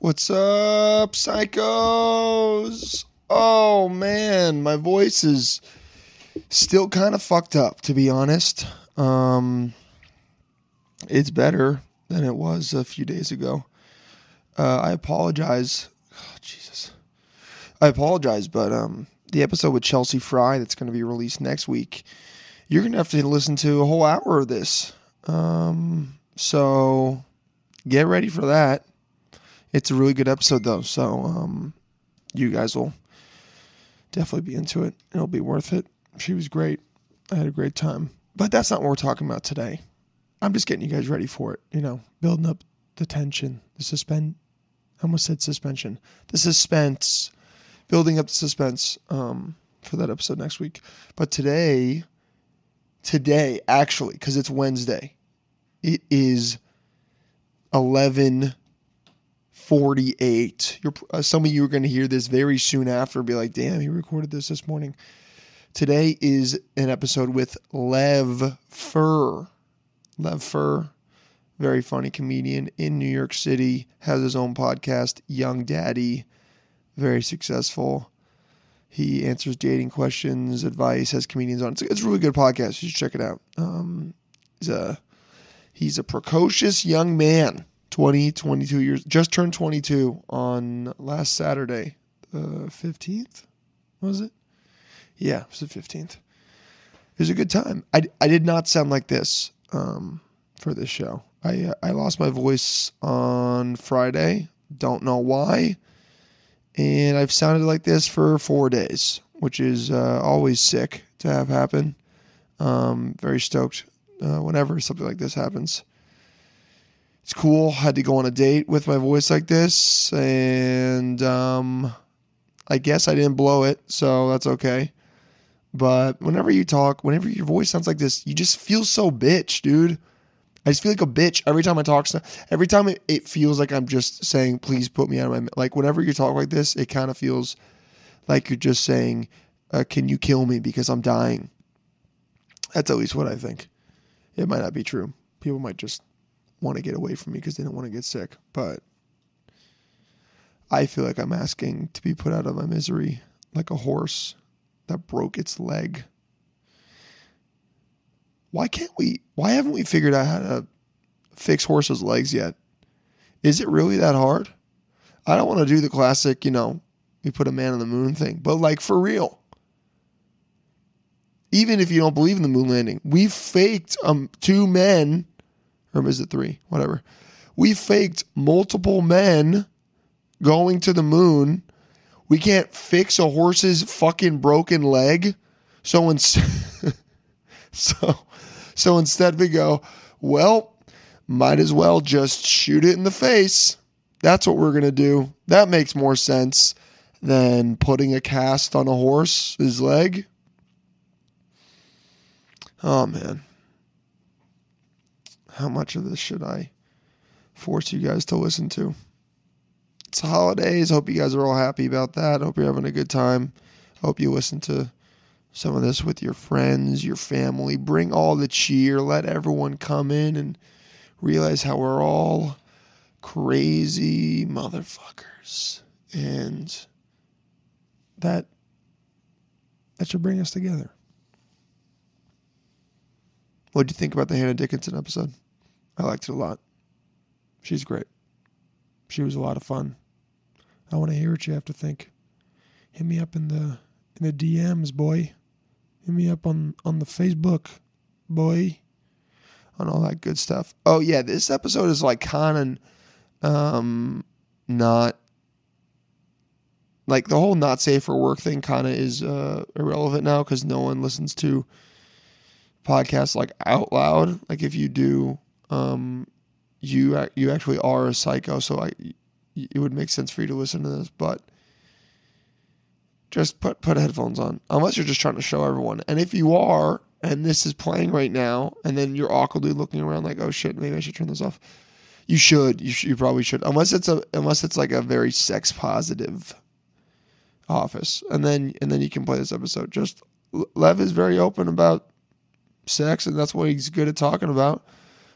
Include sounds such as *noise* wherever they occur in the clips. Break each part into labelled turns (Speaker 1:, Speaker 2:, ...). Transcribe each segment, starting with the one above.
Speaker 1: What's up, psychos? Oh man, my voice is still kind of fucked up, to be honest. Um, it's better than it was a few days ago. Uh, I apologize. Oh, Jesus, I apologize, but um, the episode with Chelsea Fry that's going to be released next week, you're going to have to listen to a whole hour of this. Um, so get ready for that. It's a really good episode though, so um, you guys will definitely be into it. It'll be worth it. She was great. I had a great time. But that's not what we're talking about today. I'm just getting you guys ready for it, you know, building up the tension, the suspend. I almost said suspension. The suspense, building up the suspense um, for that episode next week. But today, today actually, because it's Wednesday, it is eleven forty-eight. You're, uh, some of you are going to hear this very soon after and be like, "Damn, he recorded this this morning." Today is an episode with Lev Fur. Lev Fur, very funny comedian in New York City, has his own podcast, Young Daddy, very successful. He answers dating questions, advice, has comedians on. It's, it's a really good podcast. You should check it out. Um, he's a he's a precocious young man, 20, 22 years, just turned 22 on last Saturday, the 15th, was it? Yeah, it was the 15th. It was a good time. I, I did not sound like this um, for this show. I, uh, I lost my voice on Friday. Don't know why. And I've sounded like this for four days, which is uh, always sick to have happen. Um, very stoked uh, whenever something like this happens. It's cool. Had to go on a date with my voice like this. And um, I guess I didn't blow it, so that's okay. But whenever you talk, whenever your voice sounds like this, you just feel so bitch, dude. I just feel like a bitch every time I talk. so- Every time it, it feels like I'm just saying, please put me out of my. mi-" Like, whenever you talk like this, it kind of feels like you're just saying, uh, can you kill me because I'm dying? That's at least what I think. It might not be true. People might just want to get away from me because they don't want to get sick. But I feel like I'm asking to be put out of my misery like a horse that broke its leg. Why can't we why haven't we figured out how to fix horses' legs yet? Is it really that hard? I don't want to do the classic, you know, we put a man on the moon thing, but like for real. Even if you don't believe in the moon landing, we faked um two men or is it three? Whatever. We faked multiple men going to the moon. We can't fix a horse's fucking broken leg. So instead, *laughs* so so instead we go, well, might as well just shoot it in the face. That's what we're gonna do. That makes more sense than putting a cast on a horse's leg. Oh man. How much of this should I force you guys to listen to? it's the holidays. Hope you guys are all happy about that. Hope you're having a good time. Hope you listen to some of this with your friends, your family. Bring all the cheer. Let everyone come in and realize how we're all crazy motherfuckers. And that that should bring us together. What do you think about the Hannah Dickinson episode? I liked it a lot. She's great. She was a lot of fun. I want to hear what you have to think. Hit me up in the in the DMs, boy. Hit me up on on the Facebook, boy. On all that good stuff. Oh yeah, this episode is like kind of um not like the whole not safe for work thing kind of is uh irrelevant now cuz no one listens to podcasts like out loud. Like if you do um you ac- you actually are a psycho, so I it would make sense for you to listen to this, but just put put headphones on unless you're just trying to show everyone. And if you are, and this is playing right now, and then you're awkwardly looking around like, oh shit, maybe I should turn this off. You should, you, sh- you probably should, unless it's a unless it's like a very sex positive office, and then and then you can play this episode. Just Le- Lev is very open about sex, and that's what he's good at talking about.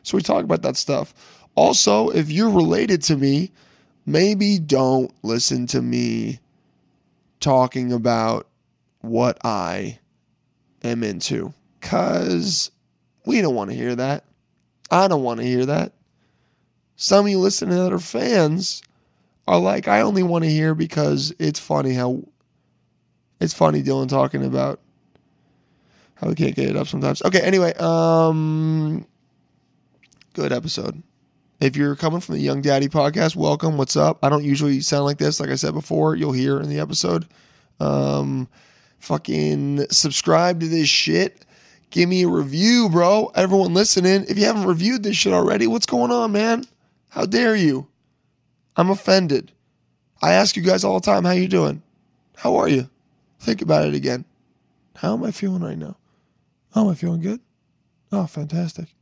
Speaker 1: So we talk about that stuff. Also, if you're related to me, maybe don't listen to me talking about what I am into because we don't want to hear that. I don't want to hear that. Some of you listening that are fans are like, I only want to hear because it's funny how it's funny Dylan talking about how we can't get it up sometimes. Okay, anyway, um good episode. If you're coming from the Young Daddy podcast, welcome. What's up? I don't usually sound like this. Like I said before, you'll hear in the episode. Um, fucking subscribe to this shit. Give me a review, bro. Everyone listening, if you haven't reviewed this shit already, what's going on, man? How dare you? I'm offended. I ask you guys all the time, how you doing? How are you? Think about it again. How am I feeling right now? Oh, am I feeling good? Oh, fantastic.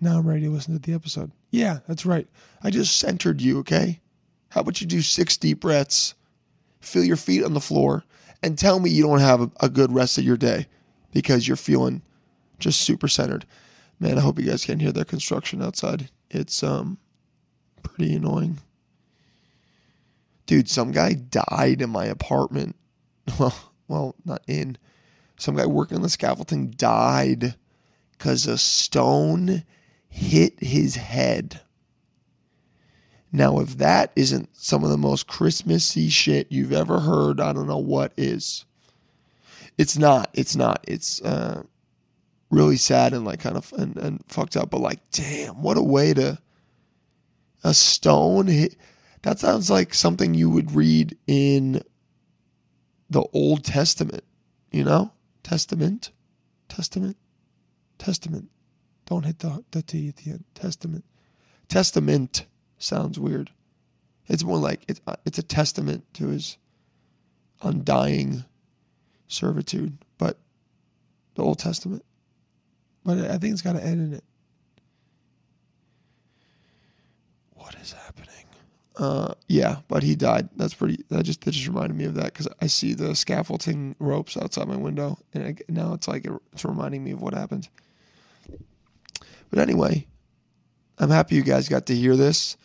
Speaker 1: Now I'm ready to listen to the episode. Yeah, that's right. I just centered you, okay? How about you do six deep breaths, feel your feet on the floor, and tell me you don't have a, a good rest of your day because you're feeling just super centered. Man, I hope you guys can hear their construction outside. It's um pretty annoying. Dude, some guy died in my apartment. *laughs* Well, well, not in. Some guy working on the scaffolding died because a stone hit his head. Now, if that isn't some of the most Christmassy shit you've ever heard, I don't know what is. It's not. It's not. It's uh, really sad and like kind of and, and fucked up. But like, damn, what a way to a stone hit. That sounds like something you would read in the Old Testament. You know, Testament, Testament, Testament. Don't hit the, the T at the end. Testament. Testament sounds weird. It's more like it's uh, it's a testament to his undying servitude, but the Old Testament. But I think it's got to end in it. What is happening? Uh, yeah, but he died. That's pretty. That just that just reminded me of that because I see the scaffolding ropes outside my window, and I, now it's like it's reminding me of what happened. But anyway, I'm happy you guys got to hear this.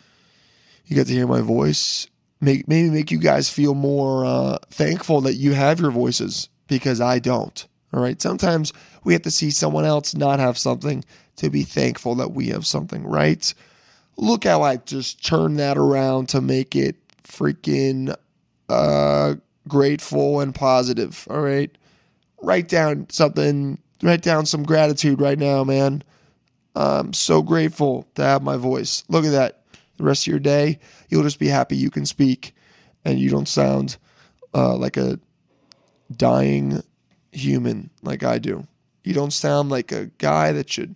Speaker 1: You got to hear my voice. Make maybe make you guys feel more uh, thankful that you have your voices because I don't. All right. Sometimes we have to see someone else not have something to be thankful that we have something. Right. Look how I just turned that around to make it freaking uh, grateful and positive. All right. Write down something. Write down some gratitude right now, man. I'm so grateful to have my voice. Look at that. The rest of your day, you'll just be happy you can speak and you don't sound uh, like a dying human like I do. You don't sound like a guy that should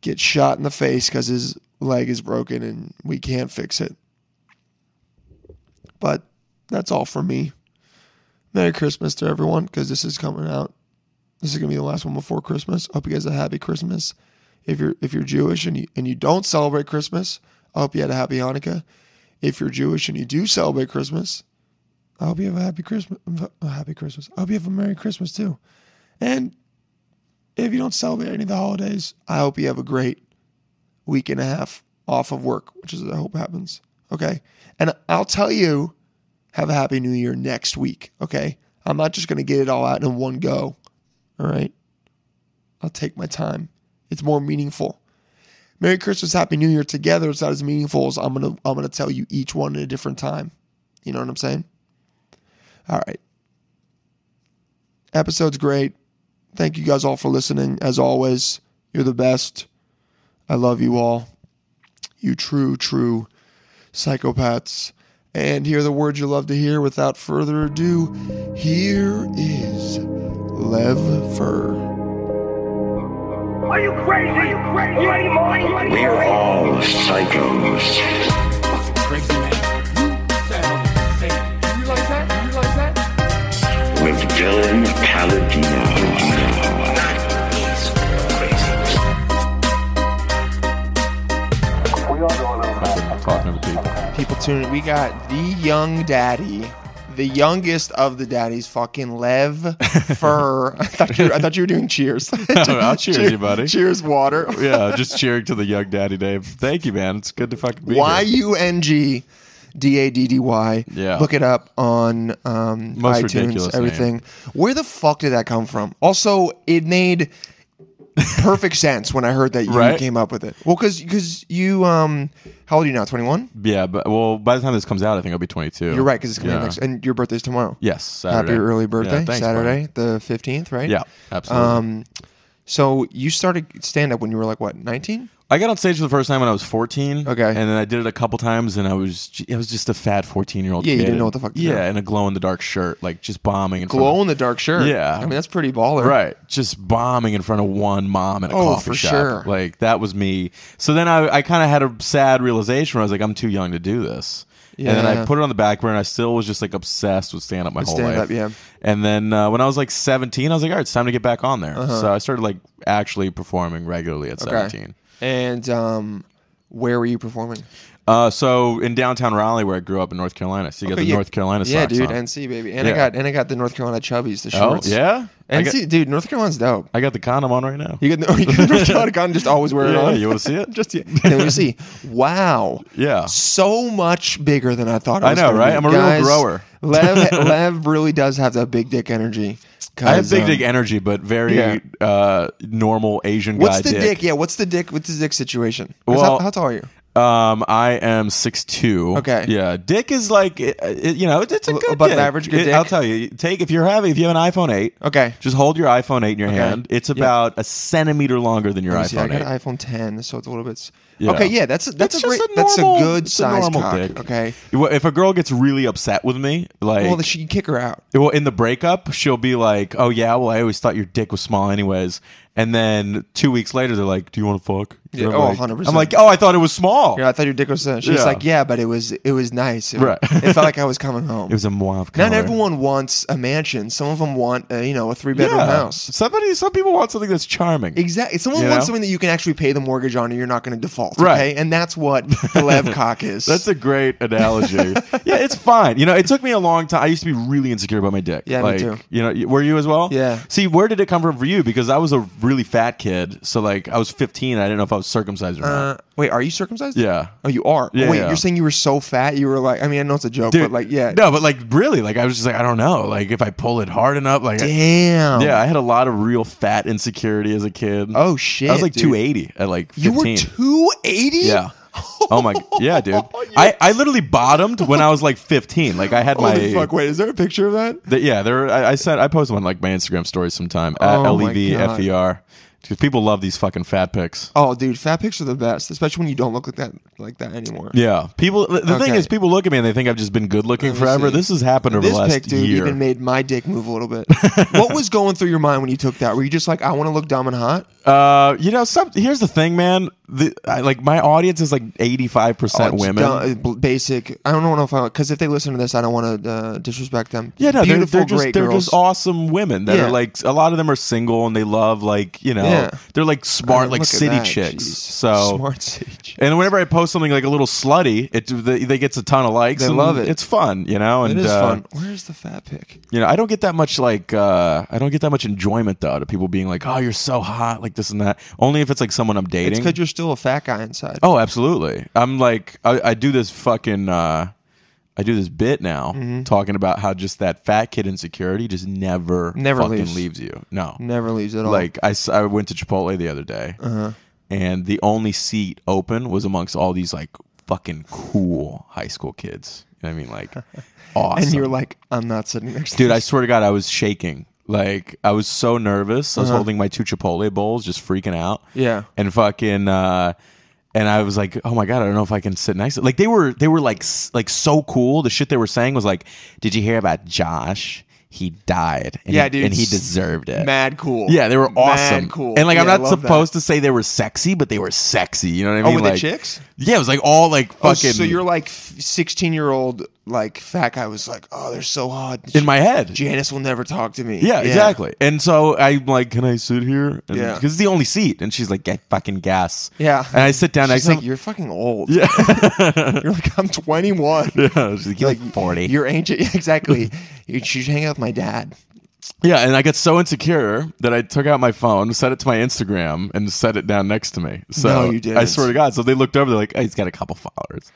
Speaker 1: get shot in the face because his leg is broken and we can't fix it. But that's all for me. Merry Christmas to everyone because this is coming out. This is going to be the last one before Christmas. Hope you guys have a happy Christmas if you're if you're Jewish and you and you don't celebrate Christmas, I hope you had a happy Hanukkah. If you're Jewish and you do celebrate Christmas, I hope you have a happy Christmas. A happy Christmas. I hope you have a Merry Christmas too. And if you don't celebrate any of the holidays, I hope you have a great week and a half off of work, which is what I hope happens. Okay. And I'll tell you, have a happy new year next week. Okay. I'm not just going to get it all out in one go. All right. I'll take my time it's more meaningful. Merry Christmas, Happy New Year together. It's not as meaningful as I'm gonna I'm gonna tell you each one at a different time. You know what I'm saying? All right. Episode's great. Thank you guys all for listening. As always, you're the best. I love you all. You true, true psychopaths. And hear the words you love to hear. Without further ado, here is Lev Fur.
Speaker 2: Are you crazy? Are you crazy? You ain't mind.
Speaker 3: We're all psychos.
Speaker 4: crazy man. You sound insane. You realize that? You realize that?
Speaker 3: With Dylan Paladino.
Speaker 1: People tuning. We got the young daddy, the youngest of the daddies, fucking Lev
Speaker 5: *laughs*
Speaker 1: Fur. I thought you were, I thought you were doing cheers.
Speaker 5: I'll cheers you, buddy.
Speaker 1: Cheers, water.
Speaker 5: *laughs* yeah, just cheering to the young daddy Dave. Thank you, man. It's good to fucking be
Speaker 1: Y
Speaker 5: here.
Speaker 1: U N G D A D D Y.
Speaker 5: Yeah.
Speaker 1: Look it up on um, iTunes,
Speaker 5: Most ridiculous
Speaker 1: everything. Where the fuck did that come from? Also, it
Speaker 5: *laughs*
Speaker 1: made perfect sense when I heard that you
Speaker 5: Right?
Speaker 1: came up with it. Well, because you, um, how old are you now? 21?
Speaker 5: Yeah, but well, by the time this comes out, I think I'll be 22.
Speaker 1: You're right, because it's coming
Speaker 5: Yeah.
Speaker 1: out next. And your birthday's tomorrow.
Speaker 5: Yes, Saturday.
Speaker 1: Happy early birthday,
Speaker 5: Yeah, thanks,
Speaker 1: Saturday,
Speaker 5: buddy.
Speaker 1: the 15th, right?
Speaker 5: Yeah, absolutely.
Speaker 1: Um, so you started stand up when you were like, what, 19?
Speaker 5: I got on stage for the first time when I was 14.
Speaker 1: Okay.
Speaker 5: and then I did it a couple times, and I was j- I was just a fat 14 year old.
Speaker 1: Yeah, you didn't know what the fuck to do.
Speaker 5: Yeah, and a glow in the dark shirt, like just bombing. In front of-
Speaker 1: Glow in the dark shirt.
Speaker 5: Yeah.
Speaker 1: I mean, that's pretty baller.
Speaker 5: Right. Just bombing in front of one mom in a
Speaker 1: Oh,
Speaker 5: coffee
Speaker 1: for
Speaker 5: shop.
Speaker 1: sure.
Speaker 5: Like that was me. So then I, I kind of had a sad realization where I was like, I'm too young to do this. And then
Speaker 1: Yeah.
Speaker 5: I put it on the back burner. I still was just like obsessed with stand up my whole
Speaker 1: stand-up,
Speaker 5: life.
Speaker 1: yeah.
Speaker 5: And then uh, when I was like 17, I was like, all right, it's time to get back on there.
Speaker 1: Uh-huh.
Speaker 5: So I started like actually performing regularly at 17.
Speaker 1: And um, where were you performing?
Speaker 5: Uh, so in downtown Raleigh, where I grew up in North Carolina, so you got
Speaker 1: Okay,
Speaker 5: the
Speaker 1: yeah.
Speaker 5: North Carolina
Speaker 1: Yeah,
Speaker 5: socks
Speaker 1: dude,
Speaker 5: on.
Speaker 1: NC baby, and I
Speaker 5: Yeah.
Speaker 1: got and I got the North Carolina Chubbies, the
Speaker 5: oh
Speaker 1: shorts.
Speaker 5: yeah, I got,
Speaker 1: NC dude, North Carolina's dope.
Speaker 5: I got the condom on right now.
Speaker 1: You got, the- *laughs* you got the North Carolina gun, just always wear it
Speaker 5: Yeah,
Speaker 1: on.
Speaker 5: you want to see
Speaker 1: *laughs*
Speaker 5: it?
Speaker 1: just
Speaker 5: *laughs*
Speaker 1: yeah. And let me see. Wow.
Speaker 5: Yeah.
Speaker 1: So much bigger than I thought. I,
Speaker 5: I
Speaker 1: was
Speaker 5: know,
Speaker 1: gonna
Speaker 5: right?
Speaker 1: be.
Speaker 5: I'm a real
Speaker 1: Guys,
Speaker 5: grower. *laughs*
Speaker 1: Lev, Lev really does have that big dick energy.
Speaker 5: I have
Speaker 1: 'cause,
Speaker 5: big
Speaker 1: um,
Speaker 5: dick energy, but very
Speaker 1: yeah.
Speaker 5: uh, normal Asian
Speaker 1: What's
Speaker 5: guy
Speaker 1: the dick.
Speaker 5: dick.
Speaker 1: Yeah. What's the dick? What's the dick situation? 'Cause how,
Speaker 5: Well-
Speaker 1: how tall are you?
Speaker 5: Um, I am six two.
Speaker 1: Okay.
Speaker 5: yeah, dick is like it, it- you know, it's a good
Speaker 1: above
Speaker 5: dick.
Speaker 1: average good
Speaker 5: It- I'll
Speaker 1: dick?
Speaker 5: tell you, take if you're having if you have an iPhone eight.
Speaker 1: Okay.
Speaker 5: Just hold your iPhone eight in your
Speaker 1: Okay.
Speaker 5: hand. It's about a centimeter longer than your
Speaker 1: Let me see, I
Speaker 5: iPhone
Speaker 1: got
Speaker 5: eight.
Speaker 1: an iPhone 10, so it's a little bit.
Speaker 5: Yeah.
Speaker 1: Okay, yeah, that's a, that's
Speaker 5: It's
Speaker 1: a great,
Speaker 5: just
Speaker 1: that's a
Speaker 5: normal-
Speaker 1: good
Speaker 5: it's
Speaker 1: size
Speaker 5: normal
Speaker 1: cock.
Speaker 5: dick.
Speaker 1: Okay,
Speaker 5: If a girl gets really upset with me, like
Speaker 1: well, she can kick her out.
Speaker 5: Well, in the breakup, she'll be like, "Oh yeah, well I always thought your dick was small, anyways." And then two weeks later, they're like, "Do you want to fuck?"
Speaker 1: Yeah,
Speaker 5: And I'm
Speaker 1: oh,
Speaker 5: like-
Speaker 1: 100%.
Speaker 5: I'm like, "Oh, I thought it was small.
Speaker 1: Yeah, I thought your dick was. She's
Speaker 5: Yeah.
Speaker 1: like, yeah, but it was it was nice. It,
Speaker 5: Right.
Speaker 1: it felt like I was
Speaker 5: *laughs*
Speaker 1: coming home.
Speaker 5: It was a mauve color."
Speaker 1: Not everyone wants a mansion. Some of them want, uh, you know, a three
Speaker 5: yeah.
Speaker 1: bedroom house.
Speaker 5: Somebody, some people want something that's charming.
Speaker 1: Exactly. Someone
Speaker 5: You
Speaker 1: wants
Speaker 5: know?
Speaker 1: something that you can actually pay the mortgage on, and you're not going to default.
Speaker 5: Right.
Speaker 1: Okay, and that's what the lev cock is.
Speaker 5: *laughs* That's a great
Speaker 1: *laughs*
Speaker 5: analogy. yeah, it's fine. You know, it took me a long time. I used to be really insecure about my dick.
Speaker 1: Yeah, me
Speaker 5: like,
Speaker 1: too.
Speaker 5: You know, were you as well?
Speaker 1: Yeah.
Speaker 5: See, where did it come from for you? Because I was a really fat kid, so like I was 15. I didn't know if I was circumcised or not.
Speaker 1: Uh, wait, are you circumcised?
Speaker 5: yeah.
Speaker 1: Oh, you are.
Speaker 5: Yeah,
Speaker 1: wait,
Speaker 5: yeah.
Speaker 1: you're saying you were so fat you were like. I mean, I know it's a joke, but like, yeah.
Speaker 5: No, but like really, like I was just like, I don't know, like if I pull it hard enough, like I-
Speaker 1: Damn.
Speaker 5: yeah, I had a lot of real fat insecurity as a kid.
Speaker 1: Oh shit.
Speaker 5: I was like
Speaker 1: dude.
Speaker 5: two eighty at like
Speaker 1: You
Speaker 5: fifteen.
Speaker 1: were 280?
Speaker 5: yeah.
Speaker 1: *laughs*
Speaker 5: Oh my, yeah, dude. I, I literally bottomed when I was like fifteen. Like I had my
Speaker 1: Holy fuck, wait, is there a picture of that?
Speaker 5: the- yeah. There, I, I sent, I posted one like my Instagram story sometime at E
Speaker 1: Oh my
Speaker 5: levfer because people love these fucking fat pics.
Speaker 1: Oh, dude, fat pics are the best, especially when you don't look like that like that anymore.
Speaker 5: Yeah, people. The the thing
Speaker 1: Okay.
Speaker 5: is, people look at me and they think I've just been good looking
Speaker 1: me
Speaker 5: forever.
Speaker 1: see.
Speaker 5: This has happened over
Speaker 1: This
Speaker 5: the last
Speaker 1: pic, dude,
Speaker 5: year.
Speaker 1: even made my dick move a little
Speaker 5: *laughs*
Speaker 1: bit. what was going through your mind when you took that? Were you just like, I want to look dumb and hot?
Speaker 5: Uh, you know, some here's the thing, man. The I, like my audience is like eighty five percent
Speaker 1: It's
Speaker 5: women.
Speaker 1: dumb- uh, bl- basic. I don't know if I because if they listen to this, I don't want to uh, disrespect them.
Speaker 5: yeah, no, they're,
Speaker 1: beautiful,
Speaker 5: they're just
Speaker 1: great
Speaker 5: they're
Speaker 1: girls.
Speaker 5: just awesome women that
Speaker 1: Yeah.
Speaker 5: are like a lot of them are single and they love like you know
Speaker 1: Yeah.
Speaker 5: they're like smart
Speaker 1: Oh, look
Speaker 5: like
Speaker 1: at
Speaker 5: city
Speaker 1: that,
Speaker 5: chicks.
Speaker 1: jeez.
Speaker 5: So
Speaker 1: smart city. chicks.
Speaker 5: and whenever I post something like a little slutty, it they, they gets a ton of likes.
Speaker 1: They
Speaker 5: and
Speaker 1: love it.
Speaker 5: It's fun, you know. And
Speaker 1: It is
Speaker 5: uh,
Speaker 1: fun. Where's the fat pic?
Speaker 5: You know, I don't get that much like uh I don't get that much enjoyment though to people being like, oh, you're so hot, like this and that. Only if it's like someone I'm dating.
Speaker 1: It's because you're still a fat guy inside.
Speaker 5: Oh, absolutely. I'm like, I, I do this fucking, uh, I do this bit now
Speaker 1: Mm-hmm.
Speaker 5: talking about how just that fat kid insecurity just never,
Speaker 1: Never
Speaker 5: fucking
Speaker 1: leaves.
Speaker 5: leaves. you. No.
Speaker 1: Never leaves at all. Uh-huh.
Speaker 5: Like, I, s- I went to Chipotle the other day and the only seat open was amongst all these like fucking cool high school kids. You know what I mean? Like,
Speaker 1: *laughs*
Speaker 5: awesome.
Speaker 1: and you're like, I'm not sitting next to
Speaker 5: dude,
Speaker 1: you.
Speaker 5: I swear to God, I was shaking. Like, I was so nervous. I was holding my two Chipotle bowls, just freaking out
Speaker 1: Uh-huh. yeah.
Speaker 5: and fucking uh and I was like, "Oh my god, I don't know if I can sit next." to Like they were, they were like, s- like so cool. The shit they were saying was like, "Did you hear about Josh? He died. And
Speaker 1: Yeah,
Speaker 5: he,
Speaker 1: dude.
Speaker 5: and he deserved it.
Speaker 1: *laughs* Mad cool.
Speaker 5: Yeah, they were awesome.
Speaker 1: Mad cool.
Speaker 5: And like,
Speaker 1: Yeah, I
Speaker 5: I'm not
Speaker 1: love that.
Speaker 5: supposed to say they were sexy, but they were sexy. You know what I
Speaker 1: Oh,
Speaker 5: mean?
Speaker 1: with the
Speaker 5: Like-
Speaker 1: chicks?
Speaker 5: Yeah, it was like all like
Speaker 1: Oh,
Speaker 5: fucking.
Speaker 1: so you're like 16 year old like fat guy was like, "Oh, they're so hot."
Speaker 5: in my head.
Speaker 1: Janice will never talk to me.
Speaker 5: Yeah, exactly. And so I'm like, "Can I sit here?" And,
Speaker 1: Yeah.
Speaker 5: because it's the only seat. And she's like, "Get fucking gas."
Speaker 1: Yeah.
Speaker 5: And I sit down.
Speaker 1: She's
Speaker 5: I
Speaker 1: like,
Speaker 5: *laughs* think,
Speaker 1: "You're fucking old."
Speaker 5: yeah.
Speaker 1: You're like, "I'm 21."
Speaker 5: yeah. She's like, "You're like 40.
Speaker 1: You're ancient. *laughs* Yeah,
Speaker 5: *laughs*
Speaker 1: exactly. you should hang out with my dad.
Speaker 5: yeah. And I got so insecure that I took out my phone, set it to my Instagram, and set it down next to me. So
Speaker 1: No, you
Speaker 5: I
Speaker 1: didn't.
Speaker 5: swear to God. So they looked over. They're like, oh, "He's got a couple followers."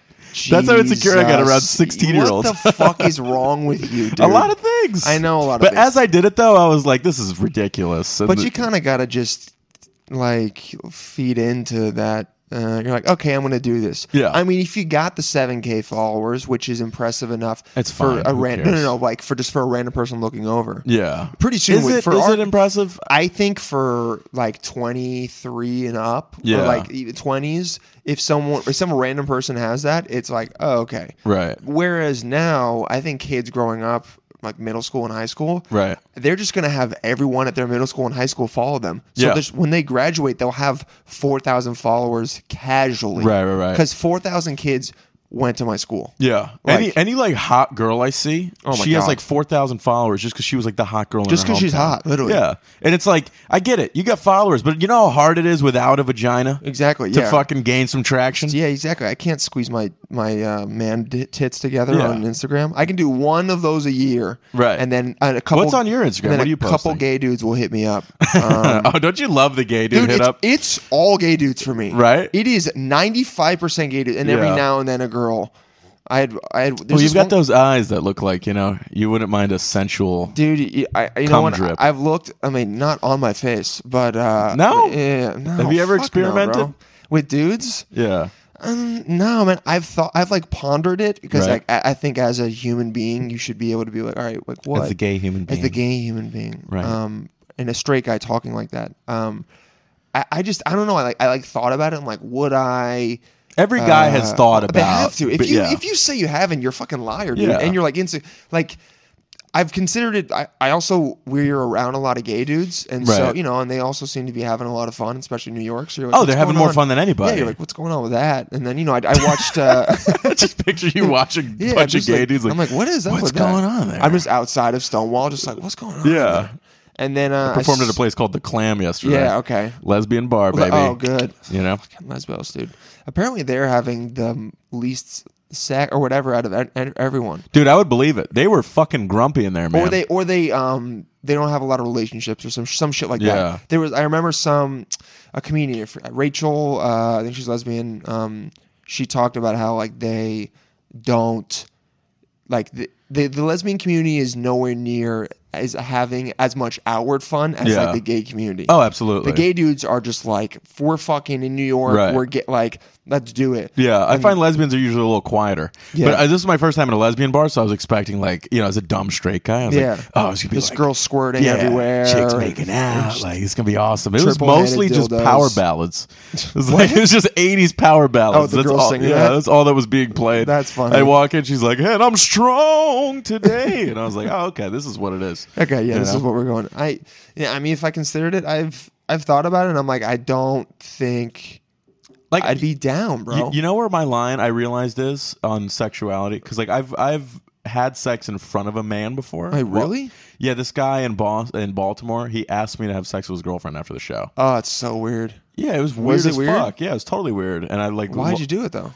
Speaker 5: That's how insecure I got around
Speaker 1: Jesus.
Speaker 5: 16-year-olds.
Speaker 1: What the fuck is wrong with you, dude?
Speaker 5: *laughs* A lot of things.
Speaker 1: I know a lot of
Speaker 5: But
Speaker 1: things.
Speaker 5: as I did it though, I was like, "This is ridiculous." And
Speaker 1: But
Speaker 5: the-
Speaker 1: you kind of gotta just like feed into that. Uh, you're like, okay, I'm gonna do this.
Speaker 5: Yeah.
Speaker 1: I mean, if you got the 7K followers, which is impressive enough,
Speaker 5: It's
Speaker 1: for
Speaker 5: fine.
Speaker 1: a
Speaker 5: Who
Speaker 1: random. No, no,
Speaker 5: cares?
Speaker 1: no. Like for just for a random person looking over.
Speaker 5: yeah.
Speaker 1: Pretty soon,
Speaker 5: is
Speaker 1: with-
Speaker 5: it,
Speaker 1: for
Speaker 5: is
Speaker 1: our-
Speaker 5: it impressive?
Speaker 1: I think for like 23 and up,
Speaker 5: Yeah.
Speaker 1: or like even 20s, if someone if some random person has that, it's like, oh, okay.
Speaker 5: Right.
Speaker 1: Whereas now, I think kids growing up, like middle school and high school,
Speaker 5: Right.
Speaker 1: they're just going to have everyone at their middle school and high school follow them. So
Speaker 5: Yeah.
Speaker 1: there's, when they graduate, they'll have 4,000 followers casually.
Speaker 5: Right, right, right.
Speaker 1: Because 4,000 kids went to my school.
Speaker 5: Yeah. any
Speaker 1: Like-
Speaker 5: any like hot girl I see,
Speaker 1: Oh my
Speaker 5: she has
Speaker 1: God.
Speaker 5: like four thousand followers just because she was like the hot girl.
Speaker 1: Just
Speaker 5: because
Speaker 1: because she's hot, literally.
Speaker 5: Yeah, and it's like I get it. You got followers, but you know how hard it is without a vagina
Speaker 1: Exactly.
Speaker 5: to
Speaker 1: yeah.
Speaker 5: fucking gain some traction.
Speaker 1: Yeah, exactly. I can't squeeze my my uh, man d- tits together
Speaker 5: Yeah.
Speaker 1: on Instagram. I can do one of those a year,
Speaker 5: Right.
Speaker 1: And then uh, a couple.
Speaker 5: What's on your Instagram?
Speaker 1: and then
Speaker 5: What are you
Speaker 1: a couple
Speaker 5: posting?
Speaker 1: gay dudes will hit me
Speaker 5: *laughs*
Speaker 1: up. Um,
Speaker 5: *laughs* oh, don't you love the gay dude,
Speaker 1: dude,
Speaker 5: hit
Speaker 1: it's,
Speaker 5: up?
Speaker 1: it's all gay dudes for me,
Speaker 5: Right?
Speaker 1: It is ninety five percent gay dudes, and every
Speaker 5: Yeah.
Speaker 1: now and then a girl. I had I had. there's
Speaker 5: well,
Speaker 1: this
Speaker 5: you've got
Speaker 1: one-
Speaker 5: those eyes that look like you know you wouldn't mind a sensual.
Speaker 1: Dude, you- I, you know
Speaker 5: Cum
Speaker 1: what?
Speaker 5: drip.
Speaker 1: I've looked. I mean, not on my face, but uh,
Speaker 5: No?
Speaker 1: yeah, no,
Speaker 5: Have you ever
Speaker 1: fuck no,
Speaker 5: experimented?
Speaker 1: bro. with dudes?
Speaker 5: Yeah,
Speaker 1: Um, no, man. I've thought. I've like pondered it because
Speaker 5: Right.
Speaker 1: like I, I think as a human being, you should be able to be like, all right, like what
Speaker 5: as a gay human
Speaker 1: as
Speaker 5: being.
Speaker 1: the gay human being,
Speaker 5: Right.
Speaker 1: Um, and a straight guy talking like that. Um, I, I just I don't know. I like I like thought about it. I'm like, would I?
Speaker 5: Every guy has
Speaker 1: uh,
Speaker 5: thought about.
Speaker 1: They have to. If
Speaker 5: but
Speaker 1: you
Speaker 5: yeah.
Speaker 1: if you say you haven't, you're a fucking liar, dude.
Speaker 5: Yeah.
Speaker 1: And you're like inse- like. I've considered it. I, I also we're around a lot of gay dudes, and so
Speaker 5: Right.
Speaker 1: you know, and they also seem to be having a lot of fun, especially in New York. So you're like,
Speaker 5: oh,
Speaker 1: what's
Speaker 5: they're having
Speaker 1: going
Speaker 5: more
Speaker 1: on?
Speaker 5: fun than anybody.
Speaker 1: Yeah, you're like, what's going on with that? And then you know, I, I watched. Uh,
Speaker 5: *laughs*
Speaker 1: *laughs*
Speaker 5: just picture you watching
Speaker 1: yeah,
Speaker 5: a bunch of
Speaker 1: just
Speaker 5: gay dudes. Like,
Speaker 1: I'm like, what is up
Speaker 5: what's
Speaker 1: with that?
Speaker 5: going on there?
Speaker 1: I'm just outside of Stonewall, just like, what's going on?
Speaker 5: Yeah.
Speaker 1: And then uh, I
Speaker 5: performed at
Speaker 1: s-
Speaker 5: a place called the Clam yesterday.
Speaker 1: Yeah, okay.
Speaker 5: lesbian bar,
Speaker 1: I was
Speaker 5: baby.
Speaker 1: like, oh, good.
Speaker 5: You know,
Speaker 1: Fucking lesbos, dude. Apparently, they're having the least sack or whatever out of e- e- everyone,
Speaker 5: dude, I would believe it. They were fucking grumpy in there, man.
Speaker 1: or they, or they, um, they don't have a lot of relationships or some some shit like
Speaker 5: Yeah.
Speaker 1: that. There was, I remember some a comedian, Rachel. Uh, I think she's lesbian. Um, she talked about how like they don't like the, the the lesbian community is nowhere near as having as much outward fun as
Speaker 5: Yeah.
Speaker 1: like the gay community.
Speaker 5: oh, absolutely.
Speaker 1: The gay dudes are just like we're fucking in New York.
Speaker 5: Right.
Speaker 1: We're get like let's do it.
Speaker 5: yeah, I find lesbians are usually a little quieter.
Speaker 1: Yeah.
Speaker 5: But uh, this is my first time at a lesbian bar, so I was expecting like, you know, as a dumb straight guy, I was
Speaker 1: Yeah.
Speaker 5: like, oh, it's gonna be
Speaker 1: This
Speaker 5: like,
Speaker 1: girl squirting
Speaker 5: yeah,
Speaker 1: everywhere.
Speaker 5: chicks making out, like it's gonna be awesome. It was
Speaker 1: Triple-headed
Speaker 5: mostly just
Speaker 1: dildos.
Speaker 5: power ballads. It
Speaker 1: *laughs*
Speaker 5: was like it was just '80s power ballads.
Speaker 1: Oh, the
Speaker 5: that's
Speaker 1: girl
Speaker 5: all,
Speaker 1: singing
Speaker 5: yeah,
Speaker 1: that?
Speaker 5: that's all that was being played.
Speaker 1: That's funny.
Speaker 5: I walk in, she's like, "Hey, and I'm strong today," and I was like, "Oh, okay, this is what
Speaker 1: *laughs*
Speaker 5: it is."
Speaker 1: Okay, yeah,
Speaker 5: You
Speaker 1: this
Speaker 5: know?
Speaker 1: is what we're going. I yeah, I mean, if I considered it, I've I've thought about it, and I'm like, I don't think
Speaker 5: like
Speaker 1: I'd be down,
Speaker 5: You-
Speaker 1: bro.
Speaker 5: You, know where my line I realized is on sexuality because like I've I've had sex in front of a man before.
Speaker 1: Wait,
Speaker 5: Well,
Speaker 1: really?
Speaker 5: yeah, this guy in Boston, in Baltimore, he asked me to have sex with his girlfriend after the show.
Speaker 1: oh, it's so weird.
Speaker 5: Yeah, it Uh, was weird
Speaker 1: Was it
Speaker 5: as
Speaker 1: weird?
Speaker 5: fuck. Yeah, it was totally weird. And I like,
Speaker 1: Why'd
Speaker 5: lo-
Speaker 1: you do it though?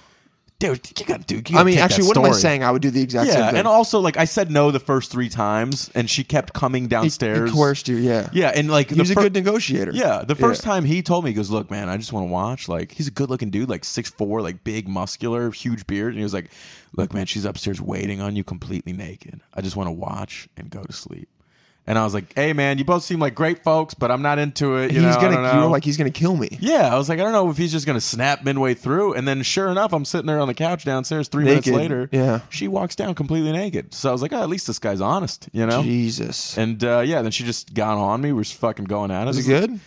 Speaker 5: dude? You gotta do. you gotta
Speaker 1: I mean,
Speaker 5: take
Speaker 1: actually,
Speaker 5: that
Speaker 1: what am I
Speaker 5: story.
Speaker 1: saying? I would do the exact same
Speaker 5: Yeah,
Speaker 1: thing.
Speaker 5: and also like I said no the first three times, and she kept coming
Speaker 1: He- he
Speaker 5: downstairs.
Speaker 1: coerced you. Yeah,
Speaker 5: Yeah, and like
Speaker 1: He was a
Speaker 5: fir-
Speaker 1: good negotiator.
Speaker 5: Yeah, the first time he told me, he goes, "Look, man, I just want to watch. Like, he's a good-looking dude, like six four, like big, muscular, huge beard." And he was like, "Look, man, she's upstairs waiting on you, completely naked. I just want to watch and go to sleep." And I was like, "Hey, man, you both seem like great folks, but I'm not into it.
Speaker 1: he's
Speaker 5: You know, I
Speaker 1: gonna.
Speaker 5: don't know."
Speaker 1: You were like, he's gonna kill me.
Speaker 5: yeah, I was like, I don't know if he's just gonna snap midway through, and then sure enough, I'm sitting there on the couch downstairs. Three minutes
Speaker 1: Naked.
Speaker 5: later,
Speaker 1: Yeah.
Speaker 5: she walks down completely naked. So I was like, oh, at least this guy's honest, you know.
Speaker 1: Jesus.
Speaker 5: And uh, yeah, then she just got on me. We are fucking going at it.
Speaker 1: was it good?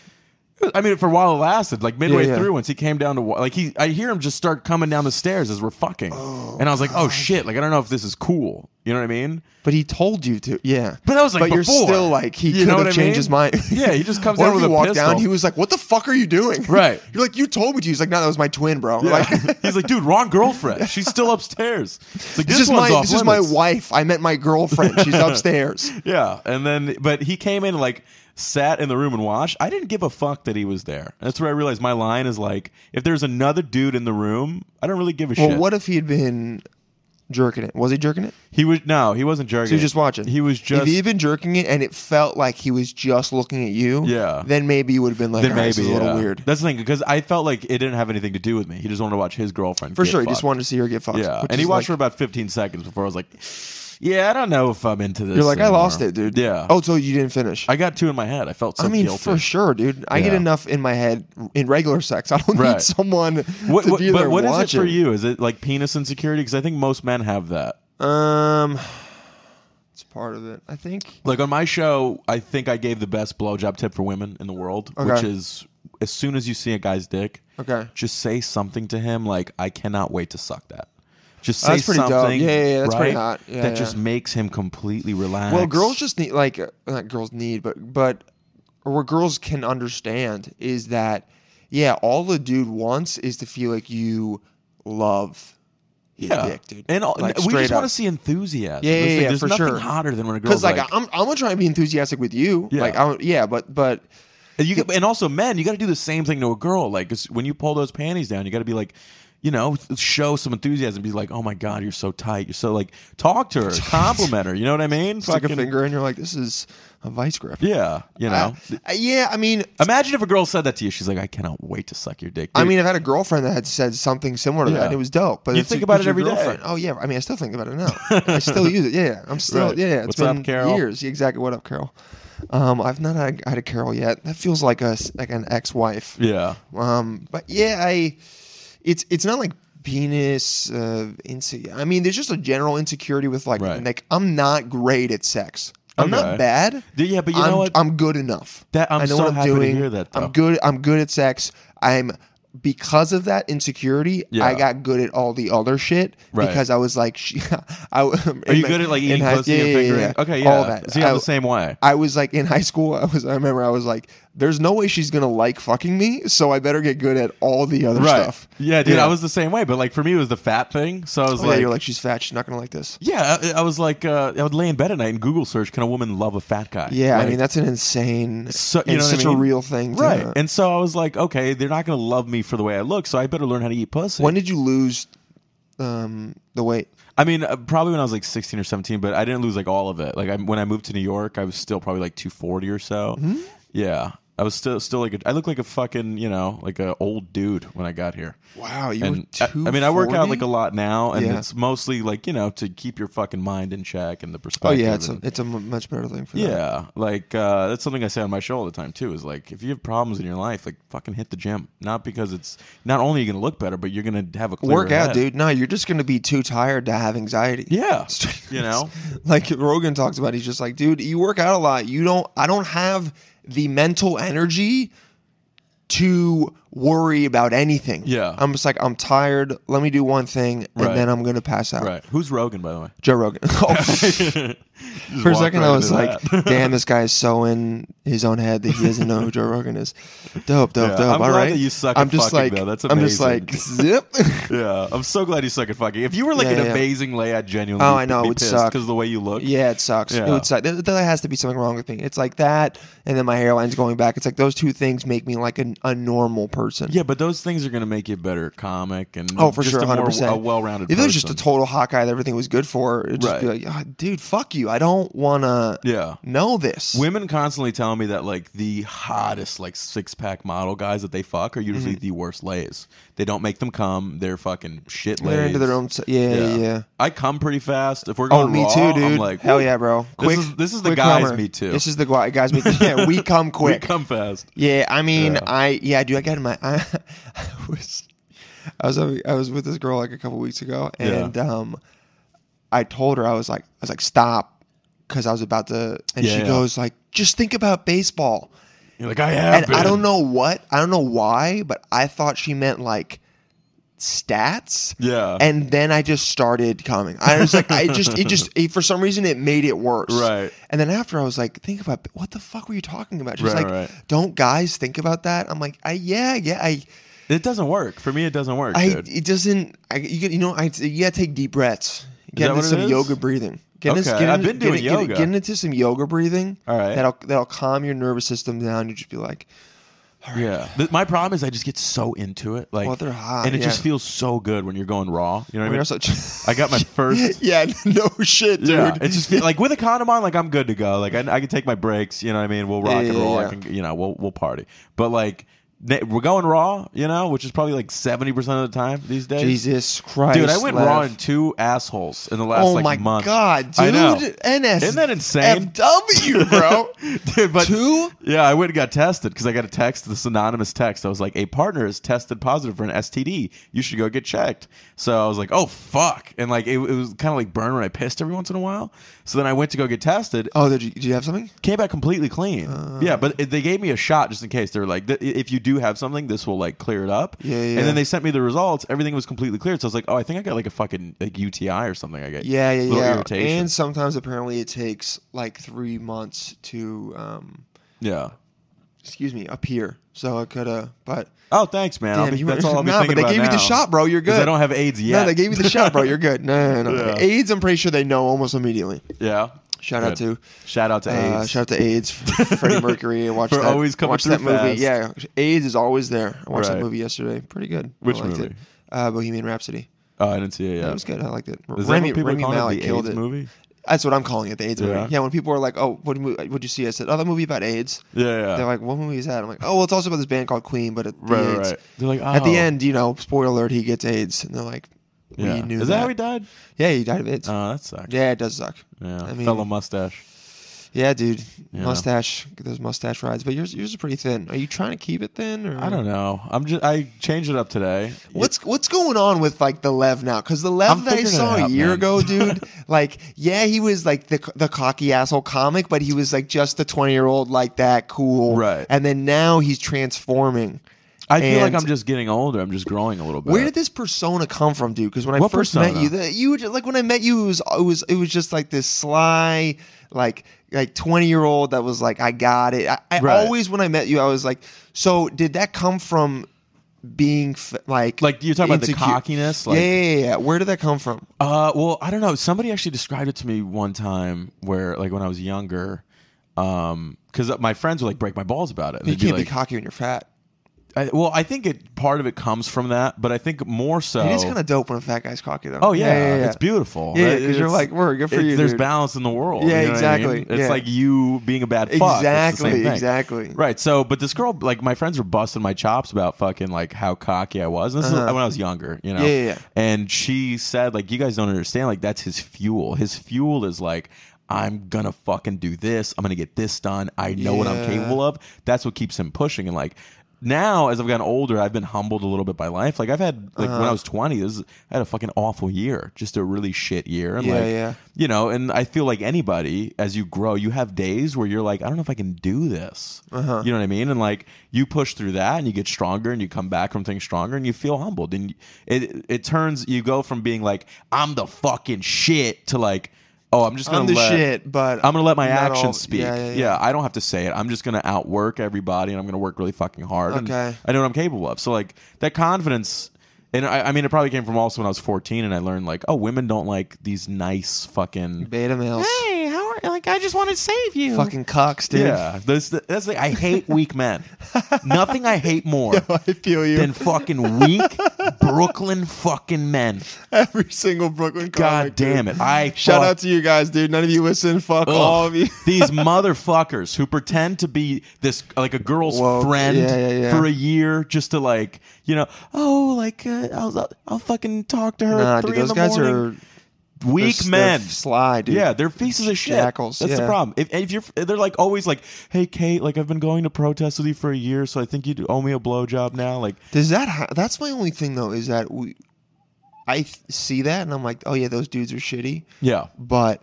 Speaker 5: I mean, for a while it lasted. Like midway
Speaker 1: yeah.
Speaker 5: through, once he came down to wa- like he, I hear him just start coming down the stairs as we're fucking, and I was like, oh shit! Like I don't know if this is cool. You know what I mean?
Speaker 1: But he told you to. Yeah.
Speaker 5: But that was like
Speaker 1: But you're
Speaker 5: before.
Speaker 1: still like he
Speaker 5: You
Speaker 1: could
Speaker 5: know
Speaker 1: have
Speaker 5: what I
Speaker 1: changed
Speaker 5: mean?
Speaker 1: his mind.
Speaker 5: *laughs* Yeah, he just
Speaker 1: *laughs*
Speaker 5: comes
Speaker 1: What if
Speaker 5: down with
Speaker 1: he
Speaker 5: a
Speaker 1: walked
Speaker 5: pistol.
Speaker 1: down? He was like, "What the fuck are you doing?" *laughs*
Speaker 5: Right.
Speaker 1: You're like, "You told me to." He's like, "No, that was my twin, bro."
Speaker 5: *laughs* Yeah.
Speaker 1: Like, *laughs*
Speaker 5: *laughs* He's like, dude, wrong girlfriend. She's still upstairs. It's like, this,
Speaker 1: this is
Speaker 5: one's
Speaker 1: my
Speaker 5: off
Speaker 1: this is my
Speaker 5: limits.
Speaker 1: wife. I meant my girlfriend.
Speaker 5: *laughs*
Speaker 1: She's upstairs.
Speaker 5: Yeah, and then but he came in and like sat in the room and watched. I didn't give a fuck that he was there. That's where I realized my line is like, if there's another dude in the room, I don't really give a
Speaker 1: Well,
Speaker 5: shit.
Speaker 1: what if he had been jerking it? Was he jerking it?
Speaker 5: He was no, he wasn't jerking.
Speaker 1: So you're just watching.
Speaker 5: He was just.
Speaker 1: If he had been jerking it and it felt like he was just looking at you,
Speaker 5: Yeah.
Speaker 1: then maybe you would have been like,
Speaker 5: then
Speaker 1: "All right,
Speaker 5: maybe
Speaker 1: this is a little
Speaker 5: yeah.
Speaker 1: weird."
Speaker 5: That's the thing because I felt like it didn't have anything to do with me. He just wanted to watch his girlfriend
Speaker 1: For
Speaker 5: get
Speaker 1: sure, he just
Speaker 5: fucked.
Speaker 1: wanted to see her get fucked.
Speaker 5: Yeah,
Speaker 1: which
Speaker 5: and he
Speaker 1: is
Speaker 5: watched for
Speaker 1: like,
Speaker 5: about 15 seconds before I was like, yeah, I don't know if I'm into this.
Speaker 1: You're like, "I
Speaker 5: anymore."
Speaker 1: lost it, dude."
Speaker 5: Yeah.
Speaker 1: Oh, so you didn't finish?
Speaker 5: I got two in my head. I felt so
Speaker 1: I mean,
Speaker 5: guilty.
Speaker 1: for sure, dude. I get
Speaker 5: Yeah.
Speaker 1: enough in my head in regular sex. I don't need
Speaker 5: Right.
Speaker 1: someone
Speaker 5: What,
Speaker 1: to
Speaker 5: what,
Speaker 1: be
Speaker 5: but
Speaker 1: there
Speaker 5: what is it
Speaker 1: watching.
Speaker 5: for you? Is it like penis insecurity? Because I think most men have that.
Speaker 1: Um, it's part of it. I think
Speaker 5: Like on my show, I think I gave the best blowjob tip for women in the world,
Speaker 1: Okay.
Speaker 5: which is as soon as you see a guy's dick,
Speaker 1: Okay.
Speaker 5: just say something to him like, "I cannot wait to suck that." Just
Speaker 1: Oh,
Speaker 5: say
Speaker 1: that's pretty dope.
Speaker 5: something,
Speaker 1: Yeah, yeah, yeah, that's
Speaker 5: right,
Speaker 1: pretty hot. Yeah,
Speaker 5: that
Speaker 1: yeah.
Speaker 5: just makes him completely relax.
Speaker 1: well, girls just need like uh, not girls need, but but or what girls can understand is that yeah, all the dude wants is to feel like you love his
Speaker 5: yeah,
Speaker 1: dick, dude,
Speaker 5: and all,
Speaker 1: Like,
Speaker 5: we
Speaker 1: straight
Speaker 5: just want
Speaker 1: up.
Speaker 5: to see enthusiasm.
Speaker 1: Yeah, yeah,
Speaker 5: It's like,
Speaker 1: yeah,
Speaker 5: There's
Speaker 1: for
Speaker 5: nothing
Speaker 1: sure.
Speaker 5: hotter than when a girl's
Speaker 1: Because like,
Speaker 5: like,
Speaker 1: I'm, I'm gonna try and be enthusiastic with you.
Speaker 5: Yeah.
Speaker 1: Like I'm yeah, but but
Speaker 5: And you and also men, you got to do the same thing to a girl. Like 'cause when you pull those panties down, you got to be like, you know, show some enthusiasm. Be like, oh my god, you're so tight. You're so like,
Speaker 1: *laughs*
Speaker 5: talk to her, compliment her. You know what I mean?
Speaker 1: stick a
Speaker 5: Fucking-
Speaker 1: finger and you're like, this is a vice grip.
Speaker 5: Yeah, you know.
Speaker 1: Uh, yeah, I mean,
Speaker 5: Imagine if a girl said that to you. She's like, I cannot wait to suck your dick.
Speaker 1: I
Speaker 5: Dude,
Speaker 1: mean, I've had a girlfriend that had said something similar to that,
Speaker 5: Yeah.
Speaker 1: and it was dope. But
Speaker 5: You
Speaker 1: it's-
Speaker 5: think
Speaker 1: it's
Speaker 5: about it
Speaker 1: your
Speaker 5: every day.
Speaker 1: girlfriend. Oh yeah, I mean, I still think about it now.
Speaker 5: *laughs*
Speaker 1: I still use it. Yeah, yeah. I'm still
Speaker 5: Right.
Speaker 1: yeah. yeah. It's
Speaker 5: What's up,
Speaker 1: been
Speaker 5: Carol?
Speaker 1: years. Yeah, exactly. What up, Carol? Um, I've not had, had a Carol yet. That feels like a s- like an ex-wife.
Speaker 5: yeah,
Speaker 1: Um, but yeah, I it's it's not like penis uh inse- I mean, there's just a general insecurity with like
Speaker 5: Right.
Speaker 1: like I'm not great at sex. I'm
Speaker 5: Okay.
Speaker 1: not bad.
Speaker 5: D- yeah, but you
Speaker 1: I'm,
Speaker 5: know what?
Speaker 1: I'm good enough.
Speaker 5: That- I'm
Speaker 1: I know
Speaker 5: so
Speaker 1: what I'm
Speaker 5: happy to
Speaker 1: doing.
Speaker 5: hear that, though.
Speaker 1: I'm good. I'm good at sex. I'm because of that insecurity.
Speaker 5: Yeah.
Speaker 1: I got good at all the other shit
Speaker 5: Right.
Speaker 1: because I was like, *laughs* sh- I,
Speaker 5: are you good at like eating pussy and fingering? Okay, yeah.
Speaker 1: all that.
Speaker 5: See, I'm
Speaker 1: I-
Speaker 5: the same way.
Speaker 1: I was like in high school. *laughs* I was. I remember. I was like, "There's no way she's gonna like fucking me, so I better get good at all the other
Speaker 5: right.
Speaker 1: stuff."
Speaker 5: Yeah, dude, I was the same way. But like for me, it was the fat thing. So I was
Speaker 1: Oh, yeah,
Speaker 5: like,
Speaker 1: you're like, she's fat. She's not gonna like this.
Speaker 5: Yeah, I, I was like, uh, I would lay in bed at night and Google search, can a woman love a fat guy?
Speaker 1: Yeah,
Speaker 5: Like,
Speaker 1: I mean that's an insane,
Speaker 5: so- you
Speaker 1: and
Speaker 5: know what I
Speaker 1: such
Speaker 5: mean?
Speaker 1: a real thing, to-
Speaker 5: *laughs* right. And so I was like, okay, they're not going to love me for the way I look, so I better learn how to eat pussy.
Speaker 1: when did you lose um, the weight?
Speaker 5: I mean, uh, probably when I was like 16 or 17, but I didn't lose like all of it. Like I, when I moved to New York, I was still probably like 240 or so.
Speaker 1: Mm-hmm.
Speaker 5: Yeah. I was still still like a, I look like a fucking, you know, like a old dude when I got here.
Speaker 1: Wow, you
Speaker 5: And
Speaker 1: were
Speaker 5: I,
Speaker 1: two.
Speaker 5: I mean, I work out like a lot now, and
Speaker 1: Yeah.
Speaker 5: it's mostly like you know to keep your fucking mind in check and the
Speaker 1: Oh
Speaker 5: perspective.
Speaker 1: yeah, it's a,
Speaker 5: and-
Speaker 1: it's a mu- much better thing for that.
Speaker 5: Yeah, like uh, that's something I say on my show all the time too. Is like if you have problems in your life, like fucking hit the gym. Not because it's not only you're gonna look better, but you're gonna have a clearer
Speaker 1: Work out,
Speaker 5: head.
Speaker 1: dude. No, you're just gonna be too tired to have anxiety. *laughs*
Speaker 5: Yeah, you know.
Speaker 1: like Rogan talks about, he's just like, dude, you work out a lot. You don't. I don't have the mental energy to worry about anything.
Speaker 5: Yeah.
Speaker 1: I'm just like, I'm tired. Let me do one thing, and
Speaker 5: Right.
Speaker 1: then I'm gonna pass out.
Speaker 5: Right? Who's Rogan, by the way? *laughs*
Speaker 1: Joe Rogan. *laughs* Oh, for a second, I was like, damn,
Speaker 5: it.
Speaker 1: this guy is so in his own head that he doesn't know who Joe Rogan is. Dope, dope,
Speaker 5: Yeah,
Speaker 1: dope.
Speaker 5: I'm
Speaker 1: All
Speaker 5: glad
Speaker 1: right.
Speaker 5: that you suck
Speaker 1: I'm
Speaker 5: at
Speaker 1: just
Speaker 5: fucking,
Speaker 1: like,
Speaker 5: though. That's
Speaker 1: I'm just
Speaker 5: amazing. *laughs*
Speaker 1: like, zip.
Speaker 5: *laughs* yeah, I'm so glad you suck at fucking. If you were like
Speaker 1: Yeah,
Speaker 5: an
Speaker 1: yeah.
Speaker 5: amazing lay, I genuinely.
Speaker 1: Oh,
Speaker 5: would
Speaker 1: I know,
Speaker 5: be
Speaker 1: it would
Speaker 5: pissed
Speaker 1: suck.
Speaker 5: because the way you look.
Speaker 1: yeah, it sucks. It
Speaker 5: Yeah.
Speaker 1: would suck. There, there has to be something wrong with me. It's like that, and then my hairline's going back. It's like those two things make me like an, a normal person.
Speaker 5: Yeah, but those things are gonna make you a better comic and
Speaker 1: Oh, for
Speaker 5: just
Speaker 1: sure,
Speaker 5: a more
Speaker 1: hundred percent.
Speaker 5: a well-rounded.
Speaker 1: If it was just a
Speaker 5: person.
Speaker 1: total Hawkeye that everything was good for, it'd just be
Speaker 5: Right.
Speaker 1: like, "Ah, dude, fuck you. I don't want to
Speaker 5: yeah.
Speaker 1: know this.
Speaker 5: Women constantly tell me that like the hottest like six pack model guys that they fuck are usually
Speaker 1: Mm-hmm.
Speaker 5: the worst lays. They don't make them come. They're fucking shit lays.
Speaker 1: They're into their own. s- Yeah, yeah, yeah.
Speaker 5: I come pretty fast. If we're
Speaker 1: Oh,
Speaker 5: going
Speaker 1: me
Speaker 5: raw,
Speaker 1: too, dude.
Speaker 5: I'm like,
Speaker 1: Hell
Speaker 5: woo.
Speaker 1: yeah, bro. Quick,
Speaker 5: this is this is the
Speaker 1: quick
Speaker 5: guys
Speaker 1: hummer.
Speaker 5: me too.
Speaker 1: This is the gui- guys
Speaker 5: *laughs*
Speaker 1: me too. Yeah, we come
Speaker 5: we
Speaker 1: quick.
Speaker 5: come fast.
Speaker 1: Yeah, I mean,
Speaker 5: Yeah.
Speaker 1: I yeah, dude, I got in my *laughs* I, was I was having- I was with this girl like a couple weeks ago,
Speaker 5: Yeah.
Speaker 1: and um, I told her I was like I was like stop because I was about to, and
Speaker 5: Yeah,
Speaker 1: she
Speaker 5: yeah.
Speaker 1: goes like just think about baseball,
Speaker 5: You're like, I have.
Speaker 1: And I
Speaker 5: been."
Speaker 1: don't know what, I don't know why, but I thought she meant like stats.
Speaker 5: Yeah.
Speaker 1: And then I just started coming. I was like, I just, it just, it, for some reason, it made it worse.
Speaker 5: Right.
Speaker 1: And then after I was like, think about what the fuck were you talking about? She's
Speaker 5: Right,
Speaker 1: like,
Speaker 5: right.
Speaker 1: don't guys think about that? I'm like, I, yeah, yeah, I,
Speaker 5: it doesn't work for me. It doesn't work,
Speaker 1: I,
Speaker 5: dude.
Speaker 1: it doesn't, I, you, get- you know, I, you gotta take deep breaths. Get
Speaker 5: that
Speaker 1: into
Speaker 5: what it
Speaker 1: some
Speaker 5: is?
Speaker 1: yoga breathing. Get into-
Speaker 5: Okay,
Speaker 1: get
Speaker 5: I've
Speaker 1: into-
Speaker 5: been doing
Speaker 1: get in- get in-
Speaker 5: yoga.
Speaker 1: Get into some yoga breathing.
Speaker 5: All right.
Speaker 1: That'll, that'll calm your nervous system down. You just be like,
Speaker 5: Yeah. Th- my problem is I just get so into it, like,
Speaker 1: Well, they're hot,
Speaker 5: and it just
Speaker 1: yeah.
Speaker 5: feels so good when you're going raw. You know what I
Speaker 1: we
Speaker 5: mean?
Speaker 1: are such.
Speaker 5: I got my
Speaker 1: *laughs*
Speaker 5: first.
Speaker 1: yeah, no shit, dude.
Speaker 5: Yeah, it's just like with a condom on, like I'm good to go. Like I, I can take my breaks. You know what I mean? We'll rock
Speaker 1: Yeah,
Speaker 5: and
Speaker 1: yeah,
Speaker 5: roll.
Speaker 1: yeah.
Speaker 5: I can, you know, we'll we'll party. But like ne- we're going raw, you know, which is probably like seventy percent of the time these days.
Speaker 1: Jesus Christ,
Speaker 5: Dude, I went
Speaker 1: Lev.
Speaker 5: raw in two assholes in the last
Speaker 1: Oh
Speaker 5: like
Speaker 1: my
Speaker 5: month.
Speaker 1: god, dude!
Speaker 5: I know.
Speaker 1: NS,
Speaker 5: Isn't that insane?
Speaker 1: FW,
Speaker 5: *laughs*
Speaker 1: bro.
Speaker 5: Dude, but
Speaker 1: Two?
Speaker 5: Yeah, I went and got tested because I got a text, this anonymous text. I was like, a partner is tested positive for an STD. You should go get checked. So I was like, oh, fuck. And like, it, it was kind of like burn when I pissed every once in a while. So then I went to go get tested.
Speaker 1: oh, Uh. did you, did you have something?
Speaker 5: Came back completely clean. yeah, but it, they gave me a shot just in case. They were like, "Th- if you do have something, this will like clear it up.
Speaker 1: Yeah, yeah, yeah.
Speaker 5: And then they sent me the results. Everything was completely cleared. So I was like, oh, I think I got like a fucking like UTI or something. I got
Speaker 1: Yeah, yeah,
Speaker 5: little
Speaker 1: yeah.
Speaker 5: irritation.
Speaker 1: And sometimes apparently it takes like three months to, um,
Speaker 5: yeah.
Speaker 1: excuse me, appear. So I could have, but
Speaker 5: Oh, thanks, man. I'll
Speaker 1: Damn,
Speaker 5: be-
Speaker 1: you were-
Speaker 5: that's all I'll
Speaker 1: *laughs*
Speaker 5: be
Speaker 1: Nah, but
Speaker 5: thinking
Speaker 1: they
Speaker 5: about
Speaker 1: gave you the
Speaker 5: now.
Speaker 1: shot, bro. You're
Speaker 5: 'Cause
Speaker 1: good.
Speaker 5: I don't have AIDS yet.
Speaker 1: no, they gave you the shot, bro. You're good. No, no, no.
Speaker 5: *laughs* Yeah.
Speaker 1: AIDS, I'm pretty sure they know almost immediately.
Speaker 5: yeah.
Speaker 1: Shout out
Speaker 5: Good.
Speaker 1: to
Speaker 5: Shout out to
Speaker 1: Uh,
Speaker 5: AIDS.
Speaker 1: shout out to AIDS,
Speaker 5: *laughs*
Speaker 1: Freddie Mercury. I watched
Speaker 5: For
Speaker 1: that,
Speaker 5: always coming
Speaker 1: watched
Speaker 5: through
Speaker 1: that movie.
Speaker 5: fast.
Speaker 1: Yeah, AIDS is always there. I watched that
Speaker 5: Right.
Speaker 1: movie yesterday. Pretty good.
Speaker 5: Which
Speaker 1: I liked It.
Speaker 5: movie?
Speaker 1: Uh, Bohemian Rhapsody.
Speaker 5: oh, I didn't see it
Speaker 1: That
Speaker 5: yet.
Speaker 1: was good. I liked it.
Speaker 5: Is that
Speaker 1: Rami,
Speaker 5: what people
Speaker 1: Rami
Speaker 5: call
Speaker 1: Malek
Speaker 5: it? The
Speaker 1: killed
Speaker 5: AIDS
Speaker 1: it.
Speaker 5: movie?
Speaker 1: That's what I'm calling it. The AIDS
Speaker 5: Yeah.
Speaker 1: movie. Yeah. When people are like, "Oh, what movie? What'd you see?" I said, "Oh, that movie about AIDS."
Speaker 5: Yeah,
Speaker 1: They're
Speaker 5: yeah.
Speaker 1: like, "What movie is that?" I'm like, "Oh, well, it's also about this band called Queen, but at the
Speaker 5: right, right,
Speaker 1: AIDS."
Speaker 5: right. They're like, oh.
Speaker 1: At the end, you know, spoiler alert, he gets AIDS, and they're like, "We
Speaker 5: yeah.
Speaker 1: knew
Speaker 5: Is that,
Speaker 1: that."
Speaker 5: how he died?
Speaker 1: Yeah, he died of AIDS.
Speaker 5: Oh, that sucks.
Speaker 1: yeah, it does suck.
Speaker 5: Yeah.
Speaker 1: I mean-
Speaker 5: Fellow mustache.
Speaker 1: Yeah, dude,
Speaker 5: Yeah.
Speaker 1: mustache. Get those mustache rides, but yours yours is pretty thin. Are you trying to keep it thin? Or?
Speaker 5: I don't know. I'm just. I changed it up today.
Speaker 1: What's what's going on with like the Lev now? Because the Lev
Speaker 5: I'm
Speaker 1: that I
Speaker 5: figuring it
Speaker 1: saw
Speaker 5: out,
Speaker 1: a year
Speaker 5: man. *laughs*
Speaker 1: ago, dude, like yeah, he was like the the cocky asshole comic, but he was like just the twenty year old like that cool,
Speaker 5: Right.
Speaker 1: And then now he's transforming.
Speaker 5: I feel like
Speaker 1: and-
Speaker 5: I'm just getting older. I'm just growing a little bit.
Speaker 1: Where did this persona come from, dude? Because when I
Speaker 5: What
Speaker 1: first met
Speaker 5: persona?
Speaker 1: you, the, you were just, like when I met you, it was it was it was just like this sly, like like twenty year old that was like, I got it. I, I
Speaker 5: Right.
Speaker 1: always when I met you, I was like, so did that come from being f- like
Speaker 5: Like, you're talking about the
Speaker 1: insecure-
Speaker 5: cockiness, like-
Speaker 1: yeah, yeah, yeah, yeah. Where did that come from?
Speaker 5: Uh, well, I don't know. Somebody actually described it to me one time where, like, when I was younger, um, because my friends would like break my balls about it. And
Speaker 1: You
Speaker 5: they'd be
Speaker 1: can't
Speaker 5: like,
Speaker 1: be cocky when you're fat.
Speaker 5: I, well, I think it part of it comes from that, but I think more so.
Speaker 1: It is kind of dope when a fat guy's cocky though.
Speaker 5: Oh yeah, it's beautiful.
Speaker 1: Yeah,
Speaker 5: It-
Speaker 1: 'cause you're
Speaker 5: it's-
Speaker 1: like, "We're good for
Speaker 5: it's-
Speaker 1: you,
Speaker 5: There's
Speaker 1: dude."
Speaker 5: balance in the world.
Speaker 1: Yeah,
Speaker 5: you know what I
Speaker 1: exactly,
Speaker 5: mean?
Speaker 1: yeah.
Speaker 5: It's like you being a bad fuck. It's the same
Speaker 1: Exactly,
Speaker 5: thing.
Speaker 1: exactly.
Speaker 5: Right. So, but this girl, like, my friends were busting my chops about fucking like how cocky I was. And this is when I was younger, you know.
Speaker 1: Uh-huh. Yeah, yeah, yeah.
Speaker 5: And she said, like, you guys don't understand. Like, that's his fuel. His fuel is like. I'm gonna fucking do this. I'm gonna get this done. I know what I'm
Speaker 1: Yeah.
Speaker 5: capable of. That's what keeps him pushing. And like now, as I've gotten older, I've been humbled a little bit by life. Like I've had like
Speaker 1: Uh-huh.
Speaker 5: when I was 20, this is, I had a fucking awful year, just a really shit year. And
Speaker 1: Yeah,
Speaker 5: like,
Speaker 1: yeah.
Speaker 5: you know, and I feel like anybody as you grow, you have days where you're like, I don't know if I can do this.
Speaker 1: Uh-huh.
Speaker 5: You know what I mean? And like you push through that and you get stronger and you come back from things stronger and you feel humbled and it it turns you go from being like I'm the fucking shit to like oh I'm just gonna
Speaker 1: I'm the
Speaker 5: let-
Speaker 1: shit, but
Speaker 5: I'm gonna let my
Speaker 1: not
Speaker 5: actions
Speaker 1: all-
Speaker 5: speak.
Speaker 1: Yeah, yeah, yeah.
Speaker 5: I don't have to say it. I'm just gonna outwork everybody, and I'm gonna work really fucking hard. and
Speaker 1: Okay.
Speaker 5: I know what I'm capable of. So like that confidence, and I, I mean, it probably came from also when I was 14, and I learned like, oh, women don't like these nice fucking.
Speaker 1: Beta males,
Speaker 5: Hey, how are like? I just want to save you.
Speaker 1: fucking cocks, dude.
Speaker 5: yeah. That's the, that's the, I hate weak men. Nothing I
Speaker 1: *laughs*
Speaker 5: hate more.
Speaker 1: I feel you.
Speaker 5: Than fucking weak Brooklyn fucking men.
Speaker 1: *laughs* Every single Brooklyn.
Speaker 5: God
Speaker 1: comic, dude.
Speaker 5: damn it! I
Speaker 1: Oh Shout
Speaker 5: fuck-
Speaker 1: out to you guys, dude. None of you listen. Fuck
Speaker 5: Ugh.
Speaker 1: all of you.
Speaker 5: These motherfuckers who pretend to be this like a girl's
Speaker 1: Whoa.
Speaker 5: friend
Speaker 1: Yeah, yeah, yeah.
Speaker 5: for a year just to like you know oh like uh, I'll I'll fucking talk to her
Speaker 1: Nah,
Speaker 5: at three
Speaker 1: dude, those
Speaker 5: in the
Speaker 1: guys
Speaker 5: morning.
Speaker 1: are
Speaker 5: Weak
Speaker 1: they're-
Speaker 5: men.
Speaker 1: they're sly, dude.
Speaker 5: Yeah, they're pieces of shit.
Speaker 1: Jackals,
Speaker 5: That's
Speaker 1: yeah.
Speaker 5: the problem. If, if you're, they're like always like, "Hey, Kate, like I've been going to protest with you for a year, so I think you owe me a blowjob now." Like,
Speaker 1: Does that? Ha- that's my only thing though. Is that we, I th- see that and I'm like, oh yeah, those dudes are shitty.
Speaker 5: yeah,
Speaker 1: But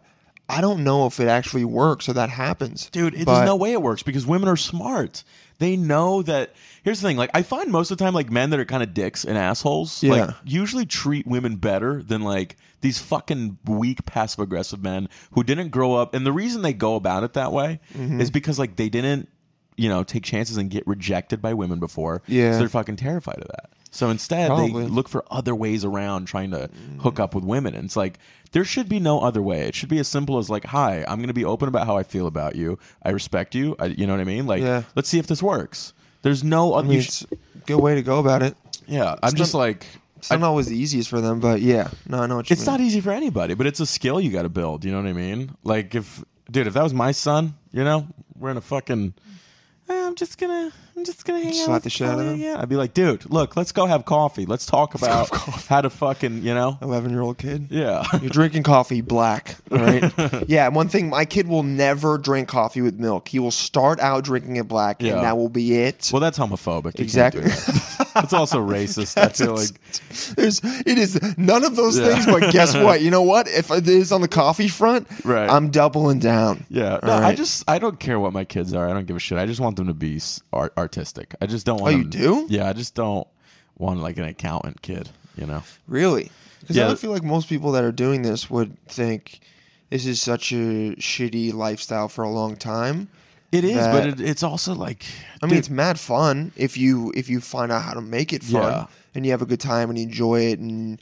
Speaker 1: I don't know if it actually works or that happens.
Speaker 5: Dude, it,
Speaker 1: But-
Speaker 5: there's no way it works because women are smart. They know that. Here's the thing: like, I find most of the time, like men that are kind of dicks and assholes, like
Speaker 1: Yeah.
Speaker 5: usually treat women better than like these fucking weak, passive aggressive men who didn't grow up. And the reason they go about it that way
Speaker 1: Mm-hmm.
Speaker 5: is because like they didn't, you know, take chances and get rejected by women before.
Speaker 1: Yeah.
Speaker 5: so they're fucking terrified of that. So instead,
Speaker 1: Probably.
Speaker 5: they look for other ways around trying to
Speaker 1: Mm.
Speaker 5: hook up with women. And it's like there should be no other way. It should be as simple as like, "Hi, I'm going to be open about how I feel about you. I respect you. I, you know what I mean? Like,
Speaker 1: Yeah.
Speaker 5: let's see if this works." There's no other.
Speaker 1: I mean, it's a good way to go about it.
Speaker 5: yeah, I'm just
Speaker 1: not-
Speaker 5: like,
Speaker 1: It's not always the easiest for them, but yeah, no, I know what you
Speaker 5: it's
Speaker 1: mean.
Speaker 5: not e- easy for anybody, but it's a skill you got to build. You know what I mean? Like, if dude, if that was my son, you know, we're in a fucking. "Eh, I'm just gonna, I'm just gonna hang
Speaker 1: Slap
Speaker 5: out. with
Speaker 1: the shit out of
Speaker 5: Kelly
Speaker 1: him?
Speaker 5: again." I'd be like, dude, look, let's go have coffee. Let's talk about how to fucking, you know,
Speaker 1: Oh. Eleven-year-old kid.
Speaker 5: yeah.
Speaker 1: You're drinking coffee black, all
Speaker 5: *laughs*
Speaker 1: right? yeah, one thing my kid will never drink coffee with milk. He will start out drinking it black,
Speaker 5: Yeah.
Speaker 1: and that will be it.
Speaker 5: Well, that's homophobic. You
Speaker 1: Exactly.
Speaker 5: can't do that. *laughs* That's also racist.
Speaker 1: *laughs*
Speaker 5: I feel like
Speaker 1: There's, it is none of those
Speaker 5: Yeah.
Speaker 1: things. But
Speaker 5: *laughs*
Speaker 1: guess what? You know what? If it is on the coffee front,
Speaker 5: Right.
Speaker 1: I'm doubling down.
Speaker 5: yeah. No, I
Speaker 1: Alright.
Speaker 5: just I don't care what my kids are. I don't give a shit. I just want them to be s- art- artistic. I just don't want.
Speaker 1: you
Speaker 5: them-
Speaker 1: do?
Speaker 5: Yeah, I just don't want like an accountant kid. You know.
Speaker 1: Really? Because I
Speaker 5: Yeah.
Speaker 1: don't feel like most people that are doing this would think this is such a shitty lifestyle for a long time.
Speaker 5: It is,
Speaker 1: That-
Speaker 5: but it, it's also like.
Speaker 1: I mean,
Speaker 5: dude,
Speaker 1: it's mad fun if you if you find out how to make it fun
Speaker 5: Yeah.
Speaker 1: and you have a good time and you enjoy it and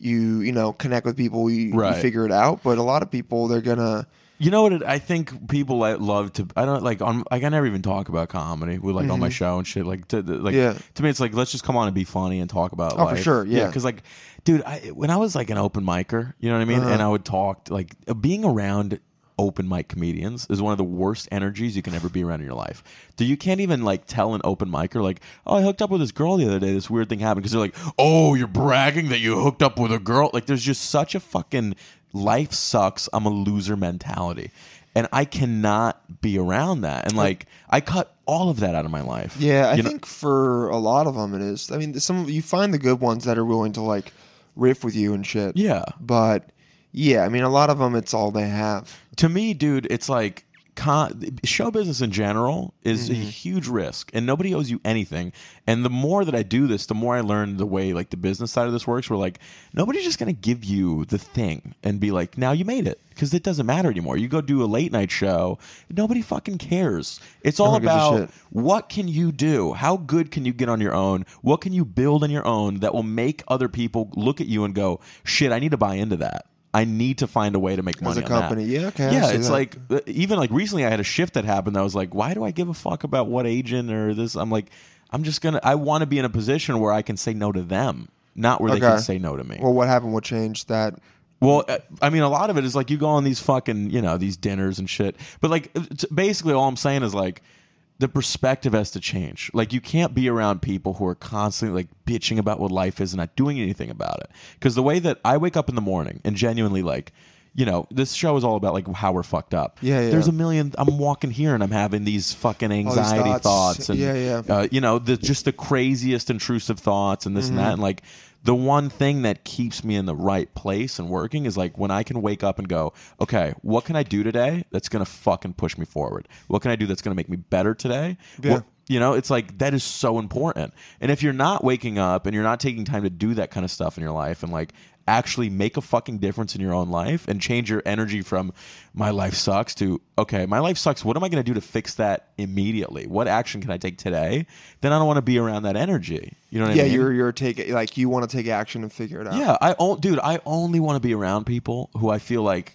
Speaker 1: you you know connect with people. You,
Speaker 5: Right.
Speaker 1: you figure it out. But a lot of people they're gonna
Speaker 5: You know what? It, I think people like, love to. I don't like on like I never even talk about comedy. We like on my show and shit. Like to, to- like
Speaker 1: Yeah.
Speaker 5: to me, it's like let's just come on and be funny and talk about.
Speaker 1: Oh, for
Speaker 5: life.
Speaker 1: sure, yeah.
Speaker 5: Because like, dude, I when I was like an open micer, you know what I mean,
Speaker 1: Uh-huh.
Speaker 5: and I would talk like being around open mic comedians is one of the worst energies you can ever be around in your life. Do you can't even like tell an open micer like, "Oh, I hooked up with this girl the other day. This weird thing happened." Cuz they're like, "Oh, you're bragging that you hooked up with a girl." Like there's just such a fucking life sucks. I'm a loser mentality. And I cannot be around that. And like I cut all of that out of my life.
Speaker 1: Yeah, I
Speaker 5: You know-
Speaker 1: think for a lot of them it is. I mean, some you find the good ones that are willing to like riff with you and shit.
Speaker 5: Yeah.
Speaker 1: but yeah, I mean, a lot of them it's all they have.
Speaker 5: to me, dude, it's like con- show business in general is
Speaker 1: Mm-hmm.
Speaker 5: a huge risk, and nobody owes you anything. And the more that I do this, the more I learn the way like the business side of this works. Where like nobody's just gonna give you the thing and be like, "Now you made it," because it doesn't matter anymore. You go do a late night show, nobody fucking cares. It's all
Speaker 1: one gives a shit.
Speaker 5: about what can you do? How good can you get on your own? What can you build on your own that will make other people look at you and go, "Shit, I need to buy into that." I need to find a way to make
Speaker 1: As
Speaker 5: money
Speaker 1: a
Speaker 5: on that."
Speaker 1: company. Yeah, okay, I
Speaker 5: Yeah,
Speaker 1: see
Speaker 5: it's
Speaker 1: that.
Speaker 5: like uh, even like recently, I had a shift that happened. That I was like, why do I give a fuck about what agent or this? I'm like, I'm just gonna. I want to be in a position where I can say no to them, not where they can say no to me.
Speaker 1: Well, what happened? What changed that?
Speaker 5: Well, uh, I mean, a lot of it is like you go on these fucking, you know, these dinners and shit. But like, it's- basically, all I'm saying is like, the perspective has to change. Like, you can't be around people who are constantly like bitching about what life is and not doing anything about it. Because the way that I wake up in the morning and genuinely like, you know, this show is all about like how we're fucked up.
Speaker 1: Yeah, yeah.
Speaker 5: There's a million. I'm walking here and I'm having these fucking anxiety
Speaker 1: thoughts.
Speaker 5: thoughts. and
Speaker 1: Yeah, yeah.
Speaker 5: uh, you know, the, just the craziest intrusive thoughts and this and
Speaker 1: Mm-hmm.
Speaker 5: that. And like the one thing that keeps me in the right place and working is like when I can wake up and go, okay, what can I do today that's going to fucking push me forward? What can I do that's going to make me better today?
Speaker 1: Yeah.
Speaker 5: What- you know, it's like that is so important. And if you're not waking up and you're not taking time to do that kind of stuff in your life and like actually make a fucking difference in your own life and change your energy from my life sucks to okay, my life sucks. What am I going to do to fix that immediately? What action can I take today? Then I don't want to be around that energy. You know what
Speaker 1: Yeah,
Speaker 5: I mean?
Speaker 1: you're uh, you're take like you want to take action and figure it out.
Speaker 5: Yeah, I o- dude, I only want to be around people who I feel like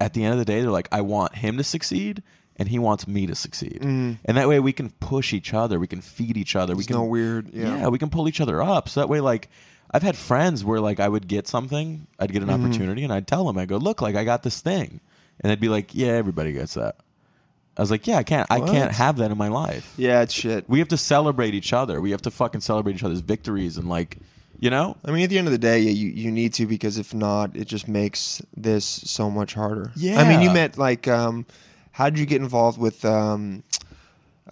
Speaker 5: at the end of the day they're like I want him to succeed and he wants me to succeed. And that way we can push each other, we can feed each other, we
Speaker 1: Mm. There's
Speaker 5: can
Speaker 1: no weird- yeah.
Speaker 5: we can pull each other up. So that way like I've had friends where like I would get something, I'd get an
Speaker 1: Mm-hmm.
Speaker 5: opportunity and I'd tell them I go, "Look, like I got this thing." And they'd be like, "Yeah, everybody gets that." I was like, "Yeah, I can't I
Speaker 1: What?
Speaker 5: can't have that in my life."
Speaker 1: yeah, it's shit.
Speaker 5: We have to celebrate each other. We have to fucking celebrate each other's victories and like, you know?
Speaker 1: I mean, at the end of the day, yeah, you, you need to because if not, it just makes this so much harder. I mean, you
Speaker 5: Yeah.
Speaker 1: met like, um, how did you get involved with um,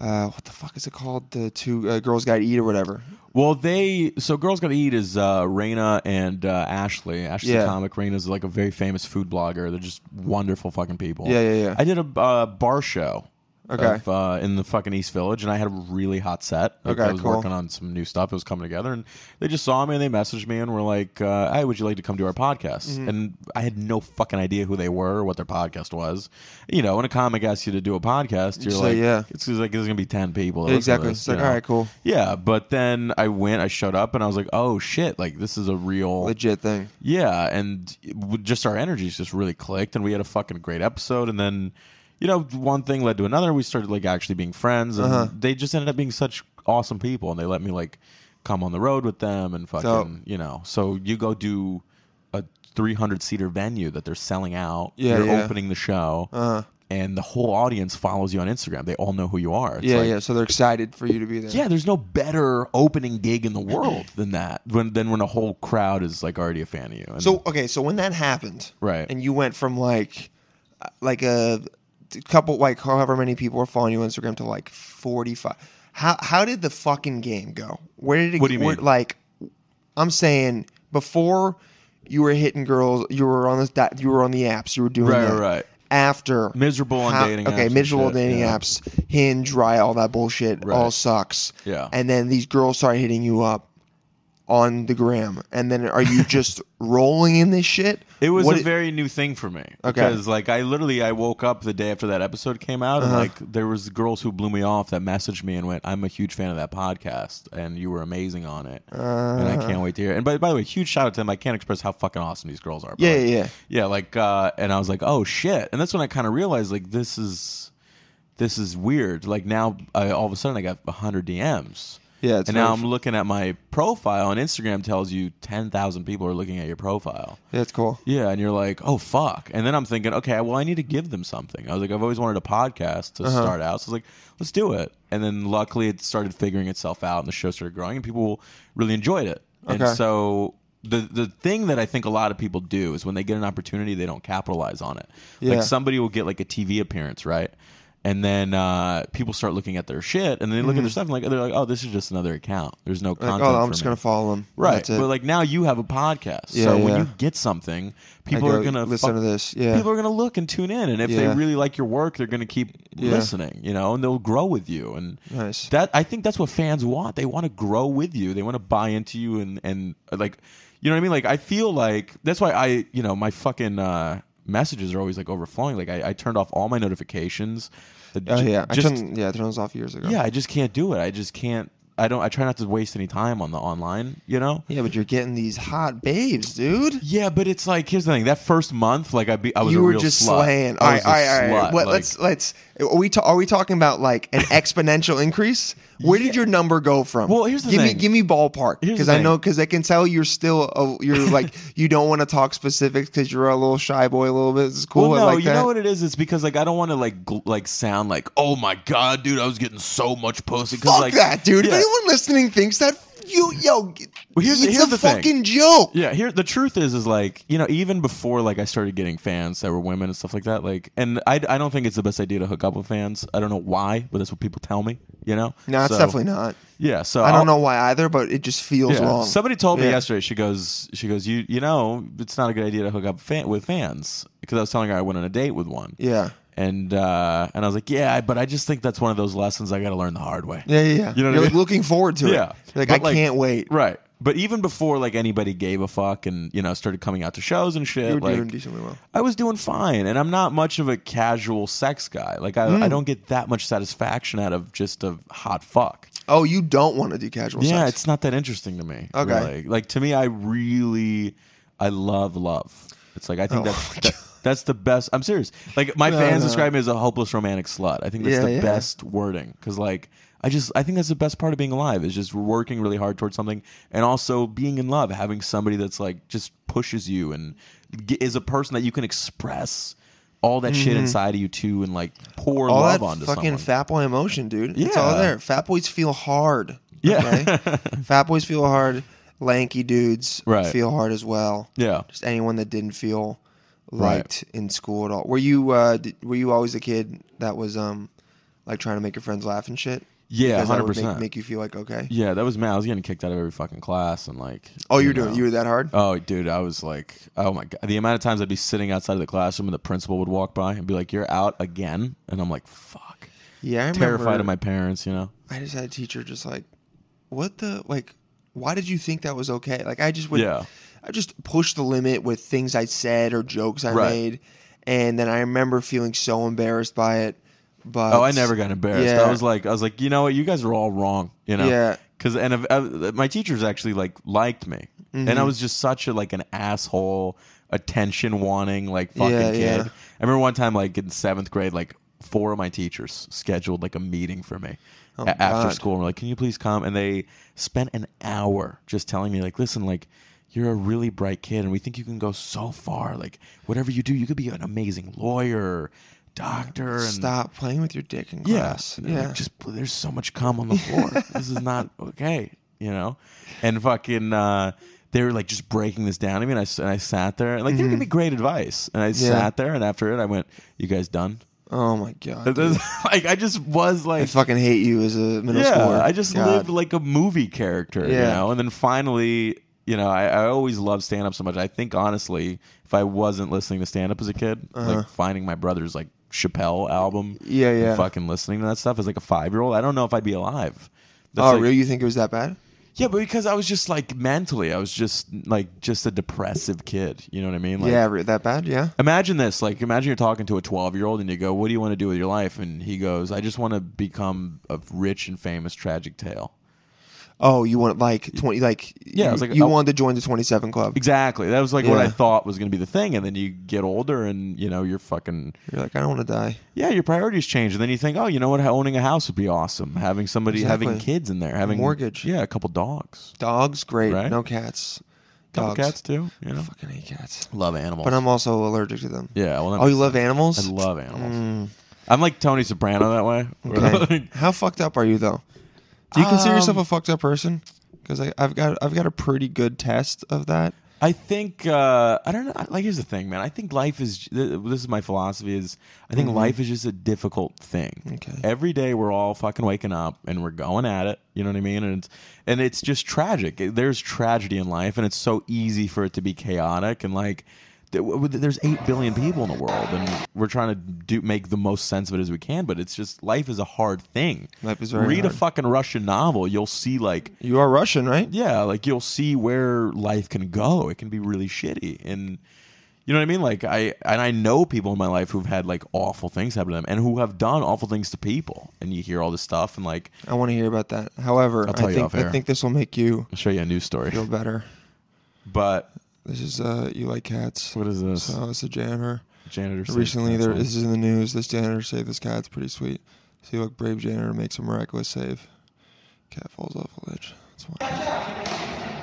Speaker 1: uh, what the fuck is it called? The two uh, girls got to eat or whatever.
Speaker 5: Well, they so girls gotta eat is uh, Raina and uh, Ashley. Ashley's
Speaker 1: Yeah.
Speaker 5: a comic. Raina's like a very famous food blogger. They're just wonderful fucking people.
Speaker 1: Yeah, yeah, yeah.
Speaker 5: I did a uh, bar show.
Speaker 1: Okay.
Speaker 5: of, uh, in the fucking East Village, and I had a really hot set. Like,
Speaker 1: Okay,
Speaker 5: I was
Speaker 1: cool.
Speaker 5: working on some new stuff. It was coming together, and they just saw me and they messaged me and were like, uh, "Hey, would you like to come do our podcast?"
Speaker 1: Mm-hmm.
Speaker 5: And I had no fucking idea who they were or what their podcast was. You know, when a comic asks you to do a podcast, you're
Speaker 1: just
Speaker 5: like,
Speaker 1: like, yeah.
Speaker 5: it's it's like there's gonna be ten people." that
Speaker 1: Yeah,
Speaker 5: listen
Speaker 1: exactly.
Speaker 5: to this,
Speaker 1: It's like,
Speaker 5: you know?
Speaker 1: all right, cool,
Speaker 5: Yeah, but then I went, I showed up, and I was like, "Oh shit! Like this is a real
Speaker 1: legit thing.
Speaker 5: yeah, and it would- just our energies just really clicked, and we had a fucking great episode. And then, you know, one thing led to another. We started like actually being friends, and
Speaker 1: Uh-huh.
Speaker 5: they just ended up being such awesome people, and they let me like come on the road with them and fucking,
Speaker 1: So-
Speaker 5: you know. So you go do a 300 seater venue that they're selling out.
Speaker 1: Yeah,
Speaker 5: You're
Speaker 1: yeah.
Speaker 5: opening the show.
Speaker 1: Uh,
Speaker 5: And the whole audience follows you on Instagram. They all know who you are. It's
Speaker 1: yeah,
Speaker 5: like,
Speaker 1: yeah. So they're excited for you to be there.
Speaker 5: yeah, there's no better opening gig in the world than that. When than when a whole crowd is like already a fan of you. And-
Speaker 1: So okay, so when that happened,
Speaker 5: Right.
Speaker 1: and you went from like, uh, like a t- couple, like however many people were following you on Instagram to like forty five. How how did the fucking game go? Where did it?
Speaker 5: What do you
Speaker 1: where-
Speaker 5: mean?
Speaker 1: Like, I'm saying before you were hitting girls, you were on the that you were on the apps, you were doing
Speaker 5: Right,
Speaker 1: that.
Speaker 5: right, right.
Speaker 1: After
Speaker 5: Miserable on dating apps
Speaker 1: okay,
Speaker 5: and
Speaker 1: miserable
Speaker 5: shit,
Speaker 1: dating
Speaker 5: yeah.
Speaker 1: apps, Hinge, Rye, all that bullshit,
Speaker 5: Right.
Speaker 1: all sucks.
Speaker 5: Yeah.
Speaker 1: and then these girls started hitting you up on the gram and then are
Speaker 5: *laughs*
Speaker 1: you just rolling in this shit
Speaker 5: It was
Speaker 1: What
Speaker 5: a very new thing for me.
Speaker 1: Okay.
Speaker 5: Because like I literally I woke up the day after that episode came out
Speaker 1: Uh-huh.
Speaker 5: and like there was girls who blew me off that messaged me and went, I'm a huge fan of that podcast and you were amazing on it. and I
Speaker 1: Uh-huh.
Speaker 5: can't wait to hear it. And by, by the way, huge shout out to them. I can't express how fucking awesome these girls are. but,
Speaker 1: Yeah,
Speaker 5: like,
Speaker 1: yeah, yeah.
Speaker 5: Yeah, like uh and I was like, Oh shit. And that's when I kinda realized like this is this is weird. Like now I, all of a sudden I got hundred DMs.
Speaker 1: Yeah, it's
Speaker 5: and now
Speaker 1: very-
Speaker 5: I'm looking at my profile, and Instagram tells you 10,000 people are looking at your profile.
Speaker 1: that's cool
Speaker 5: Yeah, and you're like, oh fuck. And then I'm thinking, okay, well, I need to give them something. I was like, I've always wanted a podcast to
Speaker 1: Uh-huh.
Speaker 5: start out, so I was like, let's do it. And then luckily, it started figuring itself out, and the show started growing, and people really enjoyed it.
Speaker 1: Okay.
Speaker 5: And so the the thing that I think a lot of people do is when they get an opportunity, they don't capitalize on it.
Speaker 1: Yeah.
Speaker 5: Like somebody will get like a TV appearance, right? And then uh, people start looking at their shit, and they look at their stuff, and like they're like, "Oh, this is just another account. There's no
Speaker 1: Mm-hmm. like
Speaker 5: content."
Speaker 1: oh i'm
Speaker 5: for
Speaker 1: just
Speaker 5: me."
Speaker 1: gonna follow them
Speaker 5: Right.
Speaker 1: That's it.
Speaker 5: But like now you have a podcast.
Speaker 1: Yeah,
Speaker 5: so when
Speaker 1: yeah.
Speaker 5: you get something, people
Speaker 1: go
Speaker 5: are gonna
Speaker 1: listen to this, yeah.
Speaker 5: People are gonna look and tune in. And if they
Speaker 1: Yeah.
Speaker 5: really like your work, they're gonna keep
Speaker 1: Yeah.
Speaker 5: listening, you know, and they'll grow with you. And
Speaker 1: Nice.
Speaker 5: that I think that's what fans want. They want to grow with you. They want to buy into you and and uh, like you know what I mean? Like I feel like that's why I you know, my fucking uh messages are always like overflowing. Like I, I turned off all my notifications.
Speaker 1: oh yeah
Speaker 5: Just-
Speaker 1: i turned yeah i turned those off years ago
Speaker 5: yeah, I just can't do it. I just can't I don't I try not to waste any time on the online, you know?
Speaker 1: yeah but you're getting these hot babes dude
Speaker 5: Yeah, but it's like here's the thing. That first month, like I, be, I was
Speaker 1: you
Speaker 5: a
Speaker 1: were
Speaker 5: real
Speaker 1: just
Speaker 5: slut.
Speaker 1: slaying. All
Speaker 5: I
Speaker 1: right,
Speaker 5: was
Speaker 1: all
Speaker 5: a
Speaker 1: right, all right.
Speaker 5: slut,
Speaker 1: What,
Speaker 5: like-
Speaker 1: let's let's. Are we ta- are we talking about like
Speaker 5: *laughs*
Speaker 1: an exponential increase? Where did your number go from?
Speaker 5: Well, here's the
Speaker 1: give me
Speaker 5: thing.
Speaker 1: give me ballpark
Speaker 5: Here's the
Speaker 1: because I
Speaker 5: thing.
Speaker 1: know because I can tell you're still a, you're
Speaker 5: *laughs*
Speaker 1: like you don't want to talk specifics because you're a little shy boy a little bit. It's cool.
Speaker 5: Well,
Speaker 1: I
Speaker 5: no,
Speaker 1: like
Speaker 5: you
Speaker 1: that.
Speaker 5: know what it is. It's because like I don't want to like gl- like sound like oh my god, dude, I was getting so much pussy. 'cause,
Speaker 1: Fuck
Speaker 5: like,
Speaker 1: that, dude. If
Speaker 5: Yeah.
Speaker 1: anyone listening thinks that you yo,
Speaker 5: Well, here's the-
Speaker 1: it's
Speaker 5: here's
Speaker 1: a
Speaker 5: the thing.
Speaker 1: fucking joke.
Speaker 5: Yeah, here the truth is is like you know even before like I started getting fans that were women and stuff like that like and I, I don't think it's the best idea to hook up with fans I don't know why but that's what people tell me you know
Speaker 1: No, it's
Speaker 5: So-
Speaker 1: definitely not.
Speaker 5: yeah so
Speaker 1: I
Speaker 5: I'll-
Speaker 1: don't know why either, but it just feels
Speaker 5: Yeah.
Speaker 1: wrong.
Speaker 5: Somebody told me
Speaker 1: Yeah.
Speaker 5: yesterday. She goes, she goes, you you know, it's not a good idea to hook up fan, with fans because I was telling her I went on a date with one.
Speaker 1: Yeah.
Speaker 5: And uh, and I was like, yeah, but I just think that's one of those lessons I got to learn the hard way.
Speaker 1: Yeah, yeah, yeah.
Speaker 5: You know what I
Speaker 1: You're
Speaker 5: mean?
Speaker 1: looking forward to it.
Speaker 5: Yeah.
Speaker 1: You're Like
Speaker 5: But,
Speaker 1: I can't wait.
Speaker 5: Right. But even before like anybody gave a fuck and you know started coming out to shows and shit,
Speaker 1: You're
Speaker 5: like
Speaker 1: doing decently well.
Speaker 5: I was doing fine, and I'm not much of a casual sex guy. Like I,
Speaker 1: Hmm.
Speaker 5: I don't get that much satisfaction out of just a hot fuck.
Speaker 1: Oh, you don't want to do casual
Speaker 5: yeah,
Speaker 1: sex.
Speaker 5: it's not that interesting to me.
Speaker 1: Okay.
Speaker 5: really. Like to me, I really, I love love. It's like I think
Speaker 1: Oh,
Speaker 5: that's
Speaker 1: my
Speaker 5: that, that's the best. I'm serious. Like my
Speaker 1: No,
Speaker 5: fans
Speaker 1: no.
Speaker 5: describe me as a hopeless romantic slut. I think that's
Speaker 1: Yeah,
Speaker 5: the
Speaker 1: yeah.
Speaker 5: best wording because like I just I think that's the best part of being alive is just working really hard towards something and also being in love, having somebody that's like just pushes you and g- is a person that you can express. All that shit inside of you too, and like pour
Speaker 1: Mm-hmm. all
Speaker 5: love
Speaker 1: that
Speaker 5: onto
Speaker 1: fucking
Speaker 5: someone.
Speaker 1: fat boy emotion, dude. It's all
Speaker 5: Yeah.
Speaker 1: there. Fat boys feel hard.
Speaker 5: *laughs* Yeah.
Speaker 1: okay? fat boys feel hard. Lanky dudes
Speaker 5: Right.
Speaker 1: feel hard as well.
Speaker 5: yeah,
Speaker 1: Just anyone that didn't feel
Speaker 5: Right.
Speaker 1: liked in school at all. Were you uh, did, were you always a kid that was um like trying to make your friends laugh and shit.
Speaker 5: Yeah,
Speaker 1: Because that
Speaker 5: hundred
Speaker 1: would make,
Speaker 5: percent.
Speaker 1: make you feel like okay.
Speaker 5: Yeah, that was mad. I was getting kicked out of every fucking class and like.
Speaker 1: Oh, you're doing
Speaker 5: know.
Speaker 1: you were that hard.
Speaker 5: Oh, dude, I was like, oh my god, the amount of times I'd be sitting outside of the classroom and the principal would walk by and be like, "You're out again," and I'm like, "Fuck."
Speaker 1: yeah, I remember.
Speaker 5: Terrified of my parents, you know.
Speaker 1: I just had a teacher just like, what the like? Why did you think that was okay? Like I just would.
Speaker 5: Yeah.
Speaker 1: I just pushed the limit with things I said or jokes I
Speaker 5: Right.
Speaker 1: made, and then I remember feeling so embarrassed by it. But
Speaker 5: Oh, I never got embarrassed.
Speaker 1: Yeah.
Speaker 5: I was like, I was like, you know what, you guys are all wrong, you know.
Speaker 1: Yeah.
Speaker 5: Because and if, uh, my teachers actually like liked me, and I
Speaker 1: Mm-hmm.
Speaker 5: was just such a like an asshole, attention wanting like fucking
Speaker 1: Yeah,
Speaker 5: kid.
Speaker 1: yeah.
Speaker 5: I remember one time like in seventh grade, like four of my teachers scheduled like a meeting for me a- after
Speaker 1: Oh, God.
Speaker 5: school. And were like, can you please come? And they spent an hour just telling me like, listen, like. You're a really bright kid, and we think you can go so far. Like whatever you do, you could be an amazing lawyer, doctor, and
Speaker 1: Stop playing with your dick in
Speaker 5: yeah.
Speaker 1: class.
Speaker 5: And
Speaker 1: Yeah.
Speaker 5: they're Uh, like, just there's so much cum on
Speaker 1: *laughs*
Speaker 5: the floor. this is not okay, you know. And fucking, uh, they were like just breaking this down. I mean, I s- and I sat there and like they were giving me
Speaker 1: Mm.
Speaker 5: great advice, and I sat there and after it, I went, "You
Speaker 1: *laughs*
Speaker 5: guys done?"
Speaker 1: oh my god. dude.
Speaker 5: like I just was like,
Speaker 1: I fucking hate you as a middle
Speaker 5: yeah,
Speaker 1: schooler.
Speaker 5: I just
Speaker 1: God.
Speaker 5: lived like a movie character, you
Speaker 1: Yeah.
Speaker 5: know. And then finally, you know, I, I always loved stand up so much. I think honestly, if I wasn't listening to stand up as a kid,
Speaker 1: Uh-huh.
Speaker 5: like finding my brother's like Chappelle album,
Speaker 1: Yeah,
Speaker 5: and
Speaker 1: yeah.
Speaker 5: fucking listening to that stuff as like a five year old, I don't know if I'd be alive. That's
Speaker 1: Oh,
Speaker 5: like-
Speaker 1: really? You think it was that bad?
Speaker 5: Yeah, but because I was just like mentally, I was just like just a depressive kid. You know what I mean? Like,
Speaker 1: yeah, re- that bad. Yeah.
Speaker 5: Imagine this. Like, imagine you're talking to a 12 year old and you go, What do you want to do with your life? And he goes, I just want to become a rich and famous tragic tale.
Speaker 1: Oh, you want like twenty? Like
Speaker 5: Yeah, I
Speaker 1: you,
Speaker 5: was like, oh.
Speaker 1: you
Speaker 5: I-
Speaker 1: wanted to join the twenty-seven club.
Speaker 5: Exactly. That was like what I
Speaker 1: Yeah.
Speaker 5: thought was going to be the thing. And then you get older and, you know, you're fucking,
Speaker 1: You're like, I don't want to die.
Speaker 5: yeah, your priorities change. And then you think, oh, you know what? Owning a house would be awesome. Having somebody, having
Speaker 1: Exactly.
Speaker 5: kids in there, having
Speaker 1: mortgage.
Speaker 5: Yeah, a couple dogs.
Speaker 1: Dogs, great.
Speaker 5: Right?
Speaker 1: No cats.
Speaker 5: couple
Speaker 1: Dogs.
Speaker 5: cats too. You know,
Speaker 1: Fucking hate cats.
Speaker 5: love animals.
Speaker 1: But I'm also allergic to them.
Speaker 5: yeah. Well, that
Speaker 1: Oh, you
Speaker 5: makes
Speaker 1: love
Speaker 5: sense.
Speaker 1: animals? Mm.
Speaker 5: I love animals. I'm like Tony Soprano that way.
Speaker 1: *laughs*
Speaker 5: *laughs*
Speaker 1: Okay. *laughs* How fucked up are you though? Do you consider yourself
Speaker 5: Um,
Speaker 1: a fucked up person? Because I've got I've got a pretty good test of that.
Speaker 5: I think uh, I don't know. Like, here's the thing, man. I think life is. th- This is my philosophy. Is I think life is just a difficult thing.
Speaker 1: Mm-hmm. Okay.
Speaker 5: Every day we're all fucking waking up and we're going at it. You know what I mean? And it's and it's just tragic. It- There's tragedy in life, and it's so easy for it to be chaotic and like. th- w- w- There's eight billion people in the world, and we're trying to do make the most sense of it as we can. But it's just life is a hard thing.
Speaker 1: Life is very
Speaker 5: read a
Speaker 1: hard.
Speaker 5: fucking Russian novel. You'll see like
Speaker 1: You are Russian, right?
Speaker 5: yeah, like you'll see where life can go. It can be really shitty, and you know what I mean. Like I and I know people in my life who've had like awful things happen to them, and who have done awful things to people. And you hear all this stuff, and like
Speaker 1: I want to hear about that. However,
Speaker 5: I'll
Speaker 1: I
Speaker 5: tell you
Speaker 1: think
Speaker 5: off
Speaker 1: I
Speaker 5: air.
Speaker 1: think this will make you
Speaker 5: I'll show you a news story.
Speaker 1: feel better.
Speaker 5: But
Speaker 1: This is uh, you like cats.
Speaker 5: what is this?
Speaker 1: So it's a janitor.
Speaker 5: Janitor said
Speaker 1: Recently, there
Speaker 5: cancel.
Speaker 1: this is in the news. This janitor saved this cat. It's pretty sweet. See, look, brave janitor makes a miraculous save. Cat falls off a ledge. That's why.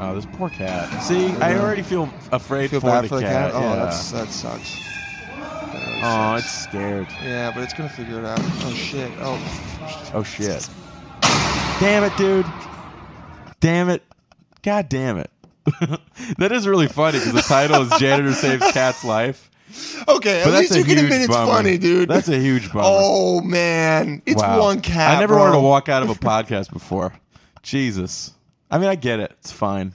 Speaker 5: Oh, this poor cat. See, I already feel afraid
Speaker 1: Feel
Speaker 5: for
Speaker 1: bad
Speaker 5: the
Speaker 1: for the
Speaker 5: cat.
Speaker 1: cat. Oh,
Speaker 5: yeah.
Speaker 1: that's that sucks. That really
Speaker 5: oh,
Speaker 1: sucks.
Speaker 5: it's scared.
Speaker 1: yeah, but it's gonna figure it out. Oh shit. Oh,
Speaker 5: Oh shit. Damn it, dude. Damn it. God damn it. *laughs* that is really funny because the title is Janitor Saves Cat's Life.
Speaker 1: okay. at
Speaker 5: But that's
Speaker 1: least
Speaker 5: a
Speaker 1: you can
Speaker 5: huge
Speaker 1: admit it's
Speaker 5: bummer.
Speaker 1: funny, dude.
Speaker 5: That's a huge bummer.
Speaker 1: Oh man, it's
Speaker 5: Wow.
Speaker 1: one cat.
Speaker 5: I never
Speaker 1: bro.
Speaker 5: wanted to walk out of a podcast before. Jesus. I mean, I get it. It's fine.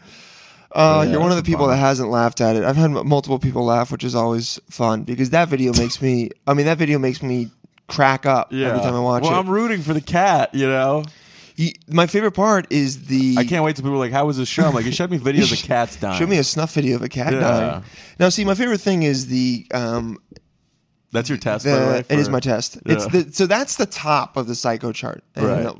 Speaker 1: Uh,
Speaker 5: Yeah,
Speaker 1: you're one of
Speaker 5: that's
Speaker 1: the
Speaker 5: a
Speaker 1: people that
Speaker 5: bummer.
Speaker 1: hasn't laughed at it. I've had m- multiple people laugh, which is always fun because that video makes me. I mean, that video makes me crack up
Speaker 5: Yeah.
Speaker 1: every time I watch
Speaker 5: well,
Speaker 1: it.
Speaker 5: I'm rooting for the cat, you know?
Speaker 1: You- my favorite part is the.
Speaker 5: I can't wait till people are like, how was this show? I'm like, you *laughs* showed me videos of cats dying.
Speaker 1: *laughs* Show me a snuff video of a cat
Speaker 5: Yeah.
Speaker 1: dying. Now, see, my favorite thing is the um,
Speaker 5: That's your test, by the way?
Speaker 1: the, it is
Speaker 5: for-
Speaker 1: my test. It's
Speaker 5: Yeah.
Speaker 1: the so that's the top of the psycho chart. And
Speaker 5: Right.
Speaker 1: uh,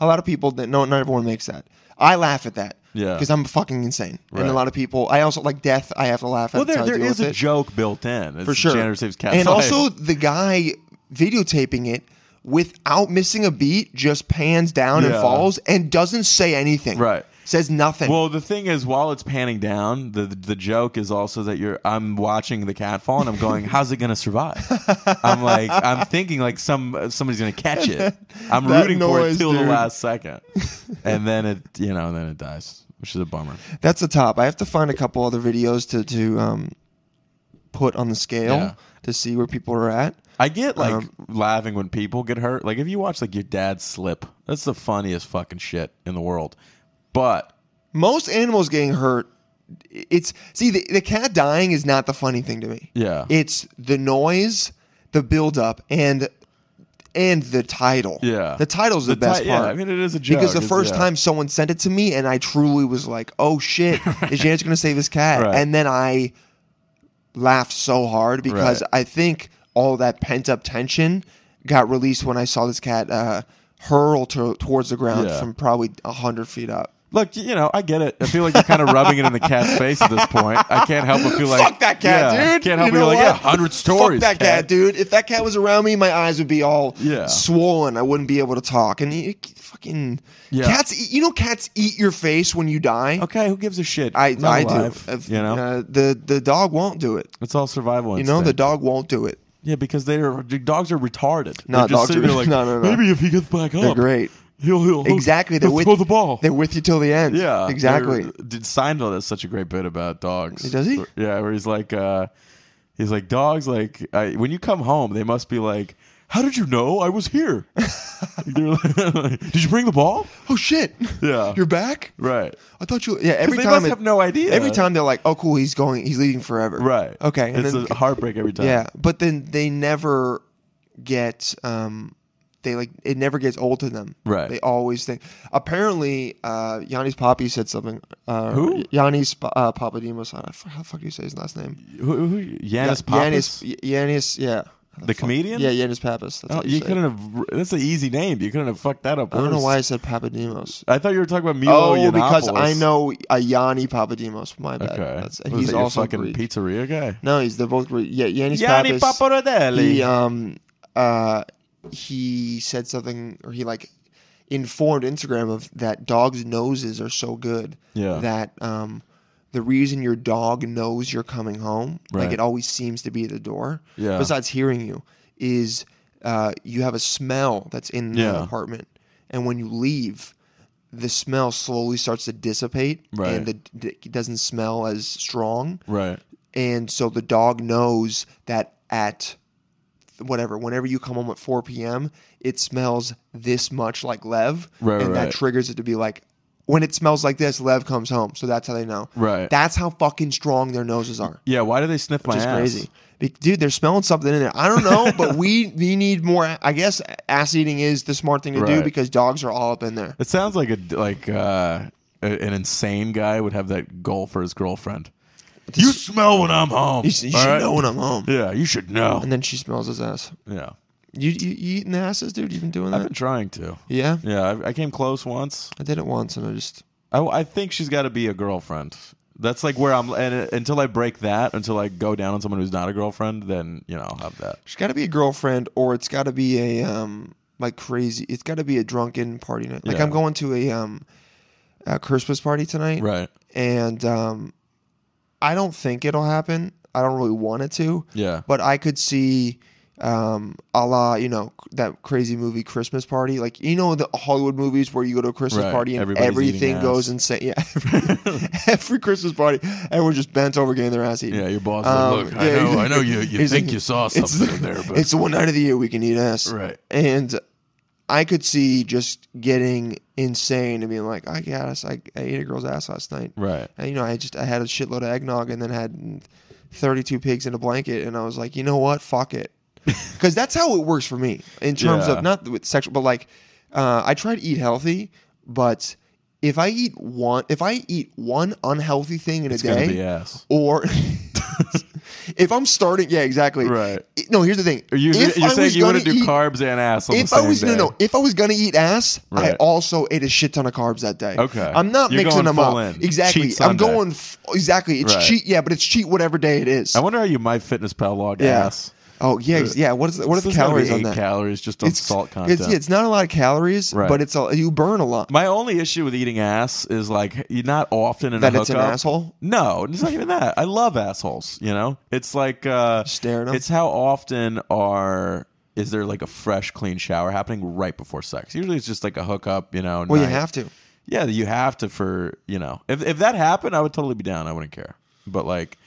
Speaker 1: A lot of people that no, not everyone makes that. I laugh at that.
Speaker 5: Yeah.
Speaker 1: Because I'm fucking insane, and
Speaker 5: Right.
Speaker 1: a lot of people. I also like death. I have to laugh at.
Speaker 5: Well,
Speaker 1: That's how
Speaker 5: there,
Speaker 1: I
Speaker 5: there
Speaker 1: deal
Speaker 5: is
Speaker 1: with
Speaker 5: a
Speaker 1: it.
Speaker 5: joke built in. It's
Speaker 1: for sure.
Speaker 5: Janitor Saves Cat's *laughs*
Speaker 1: and
Speaker 5: Life.
Speaker 1: also the guy videotaping it without missing a beat just pans down and
Speaker 5: Yeah.
Speaker 1: falls and doesn't say anything.
Speaker 5: Right.
Speaker 1: Says nothing.
Speaker 5: Well, the thing is, while it's panning down, the the joke is also that you're. I'm watching the cat fall, and I'm
Speaker 1: *laughs*
Speaker 5: going, "How's it gonna survive?" I'm like, I'm thinking like some somebody's gonna catch
Speaker 1: *laughs*
Speaker 5: it. I'm
Speaker 1: That
Speaker 5: rooting for
Speaker 1: noise,
Speaker 5: it till
Speaker 1: dude.
Speaker 5: the last second, and then it, you know, then it dies, which is a bummer.
Speaker 1: That's the top. I have to find a couple other videos to to um put on the scale
Speaker 5: Yeah.
Speaker 1: to see where people are at.
Speaker 5: I get like
Speaker 1: Um,
Speaker 5: laughing when people get hurt. Like if you watch like your dad slip, that's the funniest fucking shit in the world. But
Speaker 1: Most animals getting hurt. It's see the, the cat dying is not the funny thing to me.
Speaker 5: Yeah.
Speaker 1: it's the noise, the buildup, and and the title.
Speaker 5: Yeah.
Speaker 1: the title's the,
Speaker 5: The ti-
Speaker 1: best
Speaker 5: yeah,
Speaker 1: part.
Speaker 5: I mean, it is a
Speaker 1: because
Speaker 5: joke,
Speaker 1: the
Speaker 5: it's-
Speaker 1: first
Speaker 5: yeah.
Speaker 1: time someone sent it to me, and I truly was like, "Oh shit, is Janet going to save his cat?"
Speaker 5: Right.
Speaker 1: And then I laughed so hard because
Speaker 5: Right.
Speaker 1: I think all that pent up tension got released when I saw this cat uh, hurl to, towards the ground
Speaker 5: Yeah.
Speaker 1: from probably hundred feet up.
Speaker 5: Look, you know, I get it. I feel like you're kind of rubbing it in the cat's face at this point. I can't help but feel like
Speaker 1: Fuck that cat,
Speaker 5: yeah,
Speaker 1: dude.
Speaker 5: Can't help
Speaker 1: You
Speaker 5: but
Speaker 1: know
Speaker 5: feel like
Speaker 1: what?
Speaker 5: yeah, hundred stories.
Speaker 1: Fuck that cat. dude. If that cat was around me, my eyes would be all
Speaker 5: Yeah.
Speaker 1: swollen. I wouldn't be able to talk. And you, fucking
Speaker 5: Yeah.
Speaker 1: cats, eat, you know, cats eat your face when you die.
Speaker 5: Okay, who gives a shit?
Speaker 1: I,
Speaker 5: Not
Speaker 1: I
Speaker 5: alive,
Speaker 1: do. If-
Speaker 5: You know,
Speaker 1: uh, the the dog won't do it.
Speaker 5: it's all survival.
Speaker 1: You know, the
Speaker 5: instinct.
Speaker 1: dog won't do it.
Speaker 5: Yeah, because they are dogs are retarded.
Speaker 1: No,
Speaker 5: They're just
Speaker 1: dogs
Speaker 5: sitting
Speaker 1: are-
Speaker 5: there
Speaker 1: *laughs*
Speaker 5: like,
Speaker 1: no, no, no.
Speaker 5: Maybe if he gets back
Speaker 1: They're
Speaker 5: up,
Speaker 1: great.
Speaker 5: He'll, he'll, he'll
Speaker 1: Exactly. They're
Speaker 5: He'll
Speaker 1: with
Speaker 5: throw the ball.
Speaker 1: They're with you till the end.
Speaker 5: Yeah,
Speaker 1: Exactly.
Speaker 5: they're- Did Seinfeld has such a great bit about dogs?
Speaker 1: Does he?
Speaker 5: Yeah, where he's like, uh, he's like dogs. Like I, when you come home, they must be like, "How did you know I was
Speaker 1: *laughs*
Speaker 5: here? They're like, did you bring the ball?
Speaker 1: Oh *laughs* shit.
Speaker 5: Yeah.
Speaker 1: You're back.
Speaker 5: Right.
Speaker 1: I thought you. Yeah. Every
Speaker 5: they
Speaker 1: time.
Speaker 5: must
Speaker 1: it-
Speaker 5: have no idea.
Speaker 1: Every time they're like, "Oh, cool. He's going. He's leaving forever."
Speaker 5: Right.
Speaker 1: Okay. and
Speaker 5: It's
Speaker 1: then-
Speaker 5: a heartbreak every time.
Speaker 1: Yeah, but then they never get um they like it never gets old to them.
Speaker 5: Right.
Speaker 1: They always think. Apparently, uh Yanni's Poppy said something. Uh,
Speaker 5: Who?
Speaker 1: Yanni's uh, Papadimos. I don't- How the fuck do you say his last name?
Speaker 5: Who, who, Yanis
Speaker 1: Ya-
Speaker 5: Pappas?
Speaker 1: Yannis- Y- Yannis. Yeah. How
Speaker 5: The
Speaker 1: fuck-
Speaker 5: comedian?
Speaker 1: Yeah, Yannis Pappas. That's
Speaker 5: Oh,
Speaker 1: how
Speaker 5: you
Speaker 1: say it.
Speaker 5: couldn't have. That's an easy name. You couldn't have fucked that up.
Speaker 1: I don't know
Speaker 5: worse.
Speaker 1: why I said Papadimos.
Speaker 5: I thought you were talking about Milo
Speaker 1: Oh, because I
Speaker 5: Yiannopoulos.
Speaker 1: know a Yanni Papadimos. My bad.
Speaker 5: Okay.
Speaker 1: That's- and
Speaker 5: Was
Speaker 1: he's
Speaker 5: that your
Speaker 1: also
Speaker 5: fucking
Speaker 1: Greek.
Speaker 5: pizzeria guy.
Speaker 1: No, he's they're both Greek. Yeah, Yannis
Speaker 5: Yanni
Speaker 1: Pappas.
Speaker 5: Paparodelli.
Speaker 1: he um uh he said something or he like informed Instagram of that dogs' noses are so good
Speaker 5: Yeah.
Speaker 1: that um the reason your dog knows you're coming home, like
Speaker 5: Right.
Speaker 1: it always seems to be at the door,
Speaker 5: Yeah.
Speaker 1: besides hearing you, is uh, you have a smell that's in the
Speaker 5: Yeah.
Speaker 1: apartment. And when you leave, the smell slowly starts to dissipate
Speaker 5: Right.
Speaker 1: and the, it doesn't smell as strong
Speaker 5: right.
Speaker 1: and so the dog knows that at whatever whenever you come home at 4 p.m it smells this much like lev
Speaker 5: Right,
Speaker 1: and that
Speaker 5: right.
Speaker 1: triggers it to be like when it smells like this lev comes home so that's how they know
Speaker 5: Right.
Speaker 1: that's how fucking strong their noses are
Speaker 5: Yeah, why do they sniff my
Speaker 1: which is
Speaker 5: ass?
Speaker 1: crazy Be- dude they're smelling something in there i don't know but we *laughs* we need more i guess ass eating is the smart thing to do
Speaker 5: Right.
Speaker 1: because dogs are all up in there
Speaker 5: It sounds like a like uh, a- an insane guy would have that goal for his girlfriend. you smell when I'm home.
Speaker 1: you, s- you
Speaker 5: all
Speaker 1: should
Speaker 5: right?
Speaker 1: know when i'm home
Speaker 5: Yeah, you should know.
Speaker 1: and then she smells his ass
Speaker 5: yeah,
Speaker 1: you, you, you eating asses dude you've been doing
Speaker 5: I've
Speaker 1: that
Speaker 5: been trying to.
Speaker 1: yeah
Speaker 5: Yeah, I, I came close once.
Speaker 1: I did it once, and I just
Speaker 5: I, I think she's got to be a girlfriend. That's like where I'm. And uh, until I break that, until I go down on someone who's not a girlfriend, then you know I'll have that.
Speaker 1: she's got to be a girlfriend, or it's got to be a um like crazy. It's got to be a drunken party night. Like
Speaker 5: Yeah.
Speaker 1: I'm going to a um a Christmas party tonight,
Speaker 5: Right.
Speaker 1: and um I don't think it'll happen. I don't really want it to.
Speaker 5: Yeah.
Speaker 1: but I could see. Um, a la you know that crazy movie Christmas Party, like you know the Hollywood movies where you go to a Christmas
Speaker 5: Right,
Speaker 1: party and
Speaker 5: everybody's
Speaker 1: everything
Speaker 5: eating
Speaker 1: goes
Speaker 5: ass.
Speaker 1: insane.
Speaker 5: *laughs*
Speaker 1: Yeah, every, *laughs* every Christmas party, everyone's just bent over getting their ass eaten.
Speaker 5: Yeah, your boss.
Speaker 1: Um,
Speaker 5: like, Look, I
Speaker 1: yeah,
Speaker 5: know,
Speaker 1: he's- *laughs*
Speaker 5: I know you. You
Speaker 1: he's
Speaker 5: think
Speaker 1: like,
Speaker 5: you saw
Speaker 1: it's
Speaker 5: something
Speaker 1: *laughs* the-
Speaker 5: there, but
Speaker 1: It's the one night of the year we can eat ass.
Speaker 5: Right.
Speaker 1: And I could see just getting insane and being like, I guess I, I ate a girl's ass last night.
Speaker 5: right.
Speaker 1: And, you know, I just, I had a shitload of eggnog and then had 32 pigs in a blanket. And I was like, you know what? Fuck
Speaker 5: *laughs*
Speaker 1: it. Because that's how it works for me in terms
Speaker 5: Yeah.
Speaker 1: of not with sexual, but like, uh, I try to eat healthy, but if I eat one, if I eat one unhealthy thing in a
Speaker 5: It's
Speaker 1: day,
Speaker 5: gonna be ass.
Speaker 1: or *laughs* if I'm starting, yeah, exactly.
Speaker 5: Right.
Speaker 1: It- No, here's the thing.
Speaker 5: Are you,
Speaker 1: If
Speaker 5: you're
Speaker 1: I
Speaker 5: saying
Speaker 1: was
Speaker 5: you want to
Speaker 1: gonna
Speaker 5: do
Speaker 1: eat-
Speaker 5: carbs and ass on the
Speaker 1: If I
Speaker 5: same
Speaker 1: was no
Speaker 5: day.
Speaker 1: no, if I was gonna eat ass, I
Speaker 5: Right.
Speaker 1: also ate a shit ton of carbs that day.
Speaker 5: Okay.
Speaker 1: I'm not
Speaker 5: You're
Speaker 1: mixing
Speaker 5: going
Speaker 1: them
Speaker 5: full
Speaker 1: up.
Speaker 5: in.
Speaker 1: Exactly,
Speaker 5: Cheat
Speaker 1: I'm
Speaker 5: Sunday.
Speaker 1: going f- exactly. It's
Speaker 5: Right.
Speaker 1: cheat, yeah, but it's cheat whatever day it is.
Speaker 5: I wonder how you my fitness pal log
Speaker 1: yeah.
Speaker 5: ass.
Speaker 1: Oh yeah, ex- yeah. What is what are the
Speaker 5: There's gotta be
Speaker 1: calories on
Speaker 5: eight
Speaker 1: that?
Speaker 5: Calories just on salt content.
Speaker 1: It's, yeah, it's not a lot of calories,
Speaker 5: Right.
Speaker 1: but it's a, you burn a lot.
Speaker 5: my only issue with eating ass is like you're not often in
Speaker 1: That
Speaker 5: a
Speaker 1: it's an
Speaker 5: hookup.
Speaker 1: asshole?
Speaker 5: No, it's not even that. I love assholes. You know, it's like uh,
Speaker 1: Stare at 'em?
Speaker 5: It's how often are is there like a fresh, clean shower happening right before sex? Usually, it's just like a hookup. You know,
Speaker 1: well, you
Speaker 5: night.
Speaker 1: have to.
Speaker 5: Yeah, you have to for you know. If if that happened, I would totally be down. I wouldn't care. But like,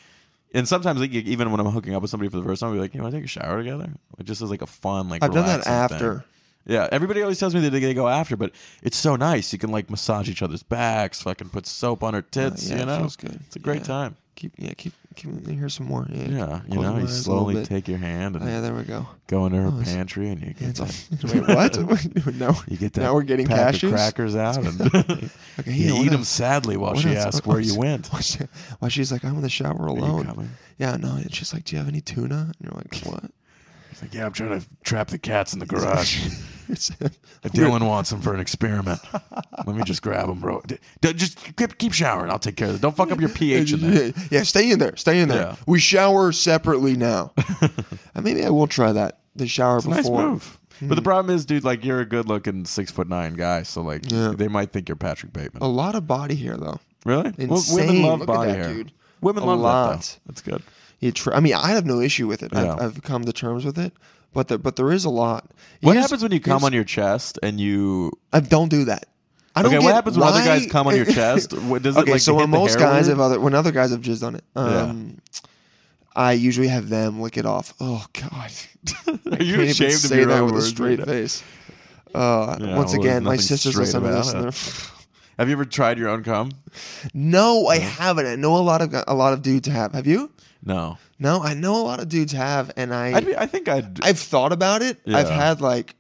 Speaker 5: And sometimes, like even when I'm hooking up with somebody for the first time, I'll be like, "You want to take a shower together?" It just is like a fun, like
Speaker 1: I've done that
Speaker 5: relaxing thing.
Speaker 1: after.
Speaker 5: Yeah, everybody always tells me that they go after, but it's so nice. You can like massage each other's backs, fucking put soap on her tits.
Speaker 1: Uh, yeah,
Speaker 5: you
Speaker 1: it
Speaker 5: know,
Speaker 1: feels good.
Speaker 5: It's a great
Speaker 1: Yeah.
Speaker 5: time.
Speaker 1: Keep yeah, keep keep. Let me hear some more. Yeah,
Speaker 5: Yeah,
Speaker 1: keep
Speaker 5: you know,
Speaker 1: closing
Speaker 5: you
Speaker 1: my eyes a
Speaker 5: slowly
Speaker 1: little bit.
Speaker 5: take your hand and
Speaker 1: Oh, yeah, there we go.
Speaker 5: go into her
Speaker 1: Oh, it's-
Speaker 5: pantry, and you
Speaker 1: Yeah,
Speaker 5: get
Speaker 1: it's
Speaker 5: that,
Speaker 1: all- *laughs* Wait,
Speaker 5: *laughs*
Speaker 1: what? no,
Speaker 5: you
Speaker 1: *laughs*
Speaker 5: get that.
Speaker 1: now we're getting
Speaker 5: pack
Speaker 1: cashews.
Speaker 5: of crackers
Speaker 1: *laughs*
Speaker 5: out, and *laughs*
Speaker 1: Okay,
Speaker 5: you
Speaker 1: yeah, what
Speaker 5: eat them
Speaker 1: else?
Speaker 5: sadly while
Speaker 1: What
Speaker 5: she
Speaker 1: else?
Speaker 5: asks
Speaker 1: What
Speaker 5: where you
Speaker 1: else?
Speaker 5: went.
Speaker 1: Why she- why she's like, I'm in the shower
Speaker 5: you
Speaker 1: alone.
Speaker 5: coming?
Speaker 1: Yeah, no. And she's like, Do you have any tuna? And you're like, What? *laughs*
Speaker 5: It's like, yeah, I'm trying to trap the cats in the *laughs* garage.
Speaker 1: It's-
Speaker 5: If Dylan wants them for an *laughs* experiment, let me just grab them, bro. D- d- just keep, keep showering. I'll take care of it. Don't fuck *laughs* up your pH
Speaker 1: *laughs*
Speaker 5: in there.
Speaker 1: yeah, yeah, stay in there. Stay in there.
Speaker 5: Yeah.
Speaker 1: We shower separately
Speaker 5: *laughs*
Speaker 1: now. and maybe I will try that. The shower
Speaker 5: Nice
Speaker 1: before.
Speaker 5: move. But the problem is, dude, like you're a good looking six foot nine guy, so like
Speaker 1: Yeah.
Speaker 5: they might think you're Patrick Bateman.
Speaker 1: A lot of body hair though.
Speaker 5: really? women
Speaker 1: insane.
Speaker 5: love
Speaker 1: Look at
Speaker 5: body
Speaker 1: that,
Speaker 5: hair.
Speaker 1: dude.
Speaker 5: Women
Speaker 1: A
Speaker 5: love that
Speaker 1: lot.
Speaker 5: though. That's good.
Speaker 1: You tr- I mean, I have no issue with it.
Speaker 5: Yeah.
Speaker 1: I've, I've come to terms with it. But there, but there is a lot.
Speaker 5: What
Speaker 1: Here's-
Speaker 5: happens when you come
Speaker 1: here's-
Speaker 5: on your chest
Speaker 1: *laughs*
Speaker 5: and you?
Speaker 1: I don't do that. I don't
Speaker 5: Okay, what
Speaker 1: get
Speaker 5: happens when other
Speaker 1: why-
Speaker 5: guys come
Speaker 1: *laughs*
Speaker 5: on your chest? What- Does it
Speaker 1: okay,
Speaker 5: like
Speaker 1: so
Speaker 5: hit
Speaker 1: when
Speaker 5: the
Speaker 1: most
Speaker 5: hair
Speaker 1: guys
Speaker 5: weird?
Speaker 1: have other when other guys have jizzed on it, um, I usually have them lick it off. Oh God, *laughs*
Speaker 5: are *laughs* you
Speaker 1: can't even
Speaker 5: ashamed of
Speaker 1: say
Speaker 5: your
Speaker 1: that
Speaker 5: own
Speaker 1: with a
Speaker 5: words,
Speaker 1: straight
Speaker 5: dude?
Speaker 1: face. Uh,
Speaker 5: Yeah, well,
Speaker 1: once
Speaker 5: there's
Speaker 1: again, my
Speaker 5: nothing
Speaker 1: sisters listen
Speaker 5: straight
Speaker 1: to
Speaker 5: about
Speaker 1: this. And
Speaker 5: it. *laughs*
Speaker 1: they're,
Speaker 5: Have you ever tried your own cum?
Speaker 1: no, I haven't. I know a lot of gu- a lot of dudes have. Have you?
Speaker 5: No.
Speaker 1: No, I know a lot of dudes have, and I
Speaker 5: I'd be, I think I'd.
Speaker 1: I've thought about it. I've
Speaker 5: Yeah.
Speaker 1: had like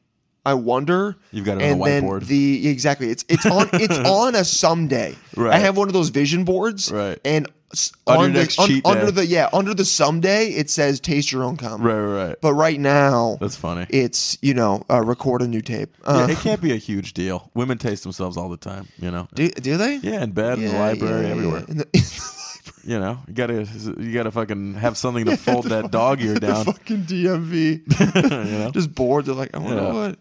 Speaker 1: I wonder.
Speaker 5: You've got it on
Speaker 1: and
Speaker 5: the
Speaker 1: then
Speaker 5: whiteboard.
Speaker 1: the exactly it's it's on
Speaker 5: *laughs*
Speaker 1: it's on a someday.
Speaker 5: Right.
Speaker 1: I have one of those vision boards.
Speaker 5: Right.
Speaker 1: And s-
Speaker 5: On your
Speaker 1: on the-
Speaker 5: next
Speaker 1: un-
Speaker 5: cheat day.
Speaker 1: under the yeah under the someday it says taste your own cum.
Speaker 5: right, right, right.
Speaker 1: But right now
Speaker 5: That's funny.
Speaker 1: it's you know uh, record a new tape. Uh,
Speaker 5: yeah, it can't be a huge deal. Women taste themselves all the time, you know.
Speaker 1: *laughs* do do they?
Speaker 5: Yeah, in bed, in the library,
Speaker 1: yeah,
Speaker 5: everywhere.
Speaker 1: yeah. In the- *laughs* in the
Speaker 5: You know, you gotta, you gotta fucking have something to
Speaker 1: *laughs*
Speaker 5: fold that dog ear
Speaker 1: library,
Speaker 5: down. *laughs*
Speaker 1: the fucking
Speaker 5: you
Speaker 1: DMV.
Speaker 5: know?
Speaker 1: Just bored. They're like, I wonder
Speaker 5: Yeah.
Speaker 1: what.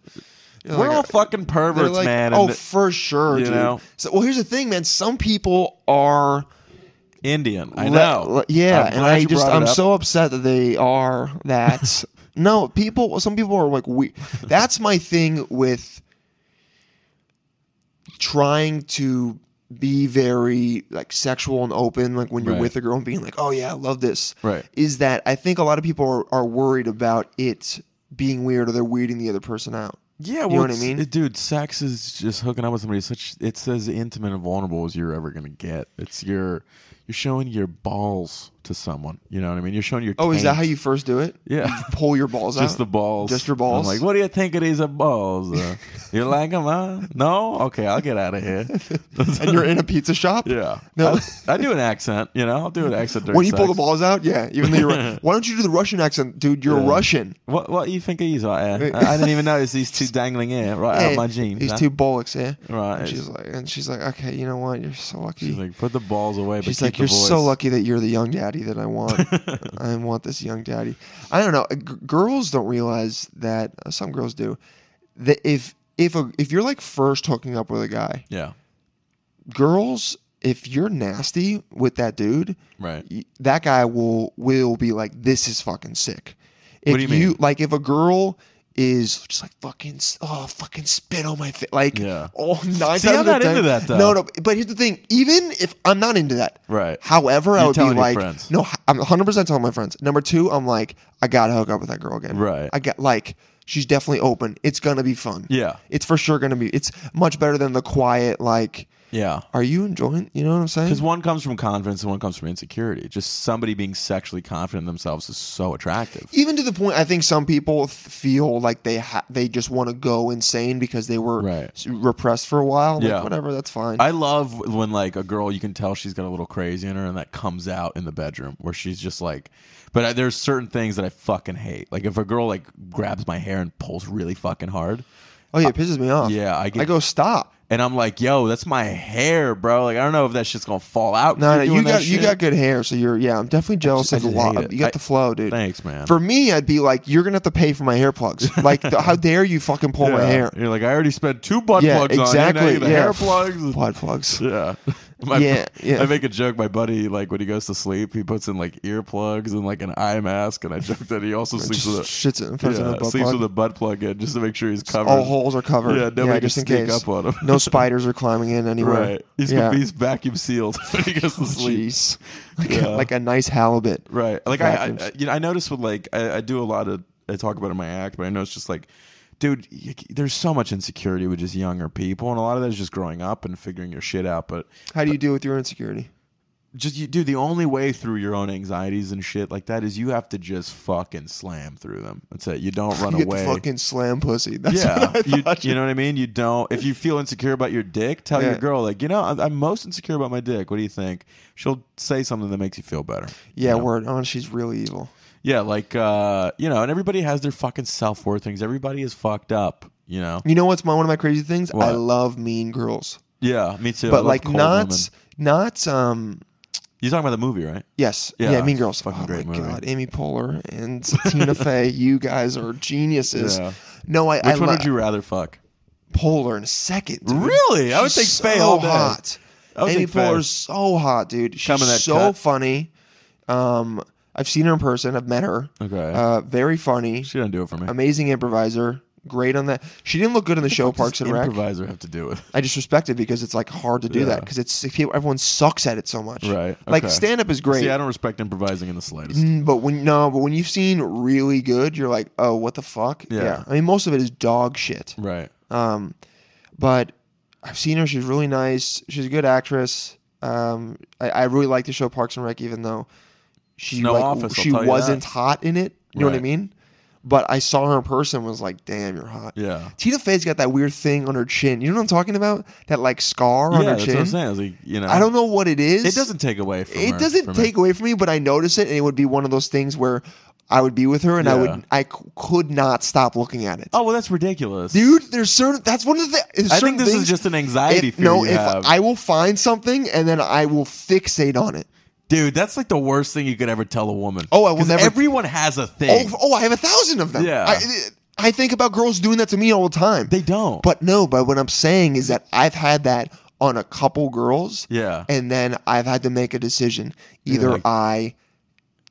Speaker 1: you know,
Speaker 5: We're
Speaker 1: like,
Speaker 5: all fucking perverts,
Speaker 1: They're like,
Speaker 5: man.
Speaker 1: Oh,
Speaker 5: and
Speaker 1: for sure,
Speaker 5: you
Speaker 1: dude.
Speaker 5: know?
Speaker 1: So, well, here's the thing, man. Some people are.
Speaker 5: Indian, I
Speaker 1: le-
Speaker 5: know.
Speaker 1: le- yeah,
Speaker 5: I'm
Speaker 1: and
Speaker 5: glad
Speaker 1: I
Speaker 5: you
Speaker 1: just
Speaker 5: brought it
Speaker 1: I'm
Speaker 5: up.
Speaker 1: so upset that they are
Speaker 5: *laughs*
Speaker 1: that. no, people. Some people are like we. That's my thing with trying to be very like sexual and open like when you're
Speaker 5: Right.
Speaker 1: with a girl and being like oh yeah i love this
Speaker 5: Right.
Speaker 1: is that i think a lot of people are, are worried about it being weird or they're weirding the other person out
Speaker 5: Yeah, well,
Speaker 1: know what I
Speaker 5: it's-
Speaker 1: mean?
Speaker 5: it- dude, sex is just hooking up with somebody. Is such it's as intimate and vulnerable as you're ever gonna get. It's your you're showing your balls to someone. You know what I mean? You're showing your
Speaker 1: oh is that
Speaker 5: taint.
Speaker 1: how you first do it *laughs*
Speaker 5: Yeah. *laughs*
Speaker 1: pull your balls out
Speaker 5: Just the balls.
Speaker 1: Just your balls?
Speaker 5: I'm like, what do you think of these balls? Uh, you like them, huh? No? Okay, I'll get out
Speaker 1: *laughs*
Speaker 5: of here.
Speaker 1: and you're in a pizza shop
Speaker 5: yeah.
Speaker 1: No.
Speaker 5: I, I do an accent, you know? I'll do an accent during
Speaker 1: when you pull the
Speaker 5: sex.
Speaker 1: balls out, yeah. Even though you're,
Speaker 5: *laughs*
Speaker 1: why don't you do the Russian accent, dude? You're
Speaker 5: Yeah.
Speaker 1: Russian.
Speaker 5: What, what do you think of these out here? I, I didn't even notice these
Speaker 1: *laughs*
Speaker 5: two dangling here right out
Speaker 1: Eh,
Speaker 5: of my jeans.
Speaker 1: These
Speaker 5: huh?
Speaker 1: two bullocks, yeah.
Speaker 5: Right.
Speaker 1: And she's like, and she's like, okay, you know what? You're so lucky.
Speaker 5: She's like, put the balls away. But
Speaker 1: She's
Speaker 5: keep
Speaker 1: like,
Speaker 5: the
Speaker 1: you're so
Speaker 5: voice."
Speaker 1: lucky that you're the young daddy that I want.
Speaker 5: *laughs*
Speaker 1: I want this young daddy. I don't know. G- girls don't realize that. uh, Some girls do. That if if a, if you're like first hooking up with a guy,
Speaker 5: Yeah.
Speaker 1: girls, if you're nasty with that dude,
Speaker 5: Right.
Speaker 1: y- that guy will will be like, "This is fucking sick." If
Speaker 5: What do you mean?
Speaker 1: like if a girl is just like fucking s- oh fucking spit on my face like
Speaker 5: Yeah.
Speaker 1: oh nine times
Speaker 5: See, I'm
Speaker 1: out of
Speaker 5: not into
Speaker 1: ten-
Speaker 5: that, though.
Speaker 1: no no but here's the thing even if I'm not into that
Speaker 5: Right.
Speaker 1: however I
Speaker 5: You're
Speaker 1: would be
Speaker 5: telling your
Speaker 1: like
Speaker 5: friends.
Speaker 1: no I'm 100 percent telling my friends number two I'm like I gotta hook up with that girl again
Speaker 5: Right.
Speaker 1: I got like she's definitely open it's gonna be fun
Speaker 5: Yeah.
Speaker 1: it's for sure gonna be it's much better than the quiet like
Speaker 5: Yeah.
Speaker 1: are you enjoying you know what I'm saying
Speaker 5: Because one comes from confidence and one comes from insecurity. Just somebody being sexually confident in themselves is so attractive.
Speaker 1: even to the point I think some people th- feel like they ha- they just want to go insane because they were
Speaker 5: Right.
Speaker 1: s- repressed for a while. Like,
Speaker 5: Yeah.
Speaker 1: whatever, that's fine.
Speaker 5: I love when like a girl you can tell she's got a little crazy in her and that comes out in the bedroom where she's just like but I, there's certain things that I fucking hate. Like if a girl like grabs my hair and pulls really fucking hard
Speaker 1: oh yeah, it pisses me off.
Speaker 5: yeah, I get-
Speaker 1: I go stop.
Speaker 5: and I'm like, "Yo, that's my hair, bro." Like I don't know if that shit's going to fall out.
Speaker 1: No, no,
Speaker 5: Keep
Speaker 1: you
Speaker 5: doing that
Speaker 1: got you
Speaker 5: shit.
Speaker 1: got good hair, so you're yeah. I'm definitely jealous
Speaker 5: just- I
Speaker 1: of the
Speaker 5: just
Speaker 1: law.
Speaker 5: hate it.
Speaker 1: You got
Speaker 5: I-
Speaker 1: the flow, dude.
Speaker 5: Thanks, man.
Speaker 1: For me, I'd be like, you're gonna have to pay for my hair
Speaker 5: *laughs*
Speaker 1: plugs. Like, th- how dare you fucking pull my
Speaker 5: Yeah.
Speaker 1: hair?
Speaker 5: You're like, "I already spent two butt
Speaker 1: Yeah,
Speaker 5: plugs *laughs* on you. Now
Speaker 1: exactly.
Speaker 5: you got
Speaker 1: yeah,
Speaker 5: hair plugs."
Speaker 1: butt plugs.
Speaker 5: yeah. My,
Speaker 1: Yeah, yeah.
Speaker 5: I make a joke. My buddy, like when he goes to sleep, he puts in like earplugs and like an eye mask, and I joke that he also sleeps
Speaker 1: *laughs* Just
Speaker 5: with a
Speaker 1: shits it in front
Speaker 5: yeah,
Speaker 1: of the butt
Speaker 5: sleeps
Speaker 1: plug.
Speaker 5: with a butt plug in just to make sure he's covered.
Speaker 1: All holes are covered.
Speaker 5: Yeah, nobody
Speaker 1: just in
Speaker 5: can sneak
Speaker 1: case.
Speaker 5: up on him.
Speaker 1: no spiders are climbing in anywhere.
Speaker 5: *laughs* right. He's,
Speaker 1: yeah. Oh,
Speaker 5: he's vacuum sealed *laughs* when he goes to sleep.
Speaker 1: Jeez. *laughs* Like, a,
Speaker 5: Yeah.
Speaker 1: like a nice halibut.
Speaker 5: Right. Like I, I,
Speaker 1: Vacuums.
Speaker 5: you know, I notice with like I, I do a lot of I talk about it in my act, but I know it's just like, dude, y- there's so much insecurity with just younger people, and a lot of that is just growing up and figuring your shit out. But
Speaker 1: How do you deal with your insecurity?
Speaker 5: just you, dude, the only way through your own anxieties and shit like that is you have to just fucking slam through them. That's it. You don't
Speaker 1: *laughs*
Speaker 5: run
Speaker 1: you get
Speaker 5: away.
Speaker 1: the fucking slam pussy. *laughs* That's
Speaker 5: yeah,
Speaker 1: what I
Speaker 5: you,
Speaker 1: thought
Speaker 5: you know what I mean. You don't. If you feel insecure about your dick, tell
Speaker 1: Yeah.
Speaker 5: your girl like, you know, I'm, I'm most insecure about my dick. What do you think? She'll say something that makes you feel better.
Speaker 1: *laughs* Yeah,
Speaker 5: you know?
Speaker 1: word. Oh, she's really evil.
Speaker 5: Yeah, like uh, you know, and everybody has their fucking self worth things. Everybody is fucked up, you know.
Speaker 1: You know what's my one of my crazy things? I
Speaker 5: What?
Speaker 1: love mean girls.
Speaker 5: Yeah, me too. I
Speaker 1: but
Speaker 5: love
Speaker 1: like
Speaker 5: cold
Speaker 1: not
Speaker 5: women.
Speaker 1: not um
Speaker 5: You're talking about the movie, right?
Speaker 1: yes. Yeah,
Speaker 5: Yeah,
Speaker 1: mean girls.
Speaker 5: fucking
Speaker 1: oh
Speaker 5: great
Speaker 1: my
Speaker 5: movie.
Speaker 1: god, Amy Poehler and Tina Fey, you guys are geniuses.
Speaker 5: *laughs* Yeah.
Speaker 1: No, I I
Speaker 5: Which one
Speaker 1: love
Speaker 5: would you rather fuck?
Speaker 1: Poehler in a second. dude.
Speaker 5: Really? I would
Speaker 1: She's
Speaker 5: take Fey
Speaker 1: so
Speaker 5: all day.
Speaker 1: hot.
Speaker 5: I would
Speaker 1: Amy
Speaker 5: take Fey.
Speaker 1: Poehler's so hot, dude. She's
Speaker 5: Come in that
Speaker 1: so
Speaker 5: cut.
Speaker 1: funny. Um I've seen her in person. I've met her.
Speaker 5: Okay.
Speaker 1: Uh, very funny.
Speaker 5: She doesn't do it for me.
Speaker 1: amazing improviser, great on that. She didn't look good in the show Parks and Rec.
Speaker 5: improviser have to do it.
Speaker 1: I just respect it because it's like hard to do that
Speaker 5: Yeah.
Speaker 1: because it's if people- everyone sucks at it so much.
Speaker 5: Right,
Speaker 1: *laughs* Like
Speaker 5: okay.
Speaker 1: stand up is great.
Speaker 5: See, I don't respect improvising in the slightest.
Speaker 1: Mm, but when no, but when you've seen really good, you're like, oh, what the fuck?
Speaker 5: Yeah.
Speaker 1: I mean, most of it is dog shit.
Speaker 5: Right.
Speaker 1: Um, but I've seen her. She's really nice. She's a good actress. Um, I, I really like the show Parks and Rec, even though she
Speaker 5: It's no
Speaker 1: like,
Speaker 5: Office, I'll
Speaker 1: she
Speaker 5: tell you
Speaker 1: wasn't
Speaker 5: that.
Speaker 1: hot in it. You know what I
Speaker 5: Right.
Speaker 1: mean? But I saw her in person. and Was like, damn, you're hot.
Speaker 5: Yeah.
Speaker 1: Tina Fey's got that weird thing on her chin. You know what I'm talking about? That like scar on
Speaker 5: yeah,
Speaker 1: her
Speaker 5: that's what
Speaker 1: chin.
Speaker 5: I'm saying. It's Like, you know,
Speaker 1: I don't know what it is.
Speaker 5: It doesn't take away from.
Speaker 1: It
Speaker 5: her-
Speaker 1: doesn't
Speaker 5: from
Speaker 1: take away from me, but I notice it, and it would be one of those things where I would be with her, and I
Speaker 5: Yeah.
Speaker 1: would I c- could not stop looking at it.
Speaker 5: Oh well, that's ridiculous,
Speaker 1: Dude, there's certain. That's one of the. there's
Speaker 5: I
Speaker 1: certain
Speaker 5: think this
Speaker 1: things-
Speaker 5: is just an anxiety
Speaker 1: if,
Speaker 5: fear
Speaker 1: no,
Speaker 5: you
Speaker 1: if
Speaker 5: have.
Speaker 1: I will find something and then I will fixate on it.
Speaker 5: Dude, that's like the worst thing you could ever tell a woman.
Speaker 1: Oh, I will
Speaker 5: 'Cause
Speaker 1: never-
Speaker 5: Everyone has a
Speaker 1: Oh,
Speaker 5: thing.
Speaker 1: oh, I have a thousand of them.
Speaker 5: Yeah.
Speaker 1: I, I think about girls doing that to me all the time.
Speaker 5: they don't.
Speaker 1: But no, but what I'm saying is that I've had that on a couple girls.
Speaker 5: Yeah.
Speaker 1: And then I've had to make a decision. Either
Speaker 5: Yeah, like-
Speaker 1: I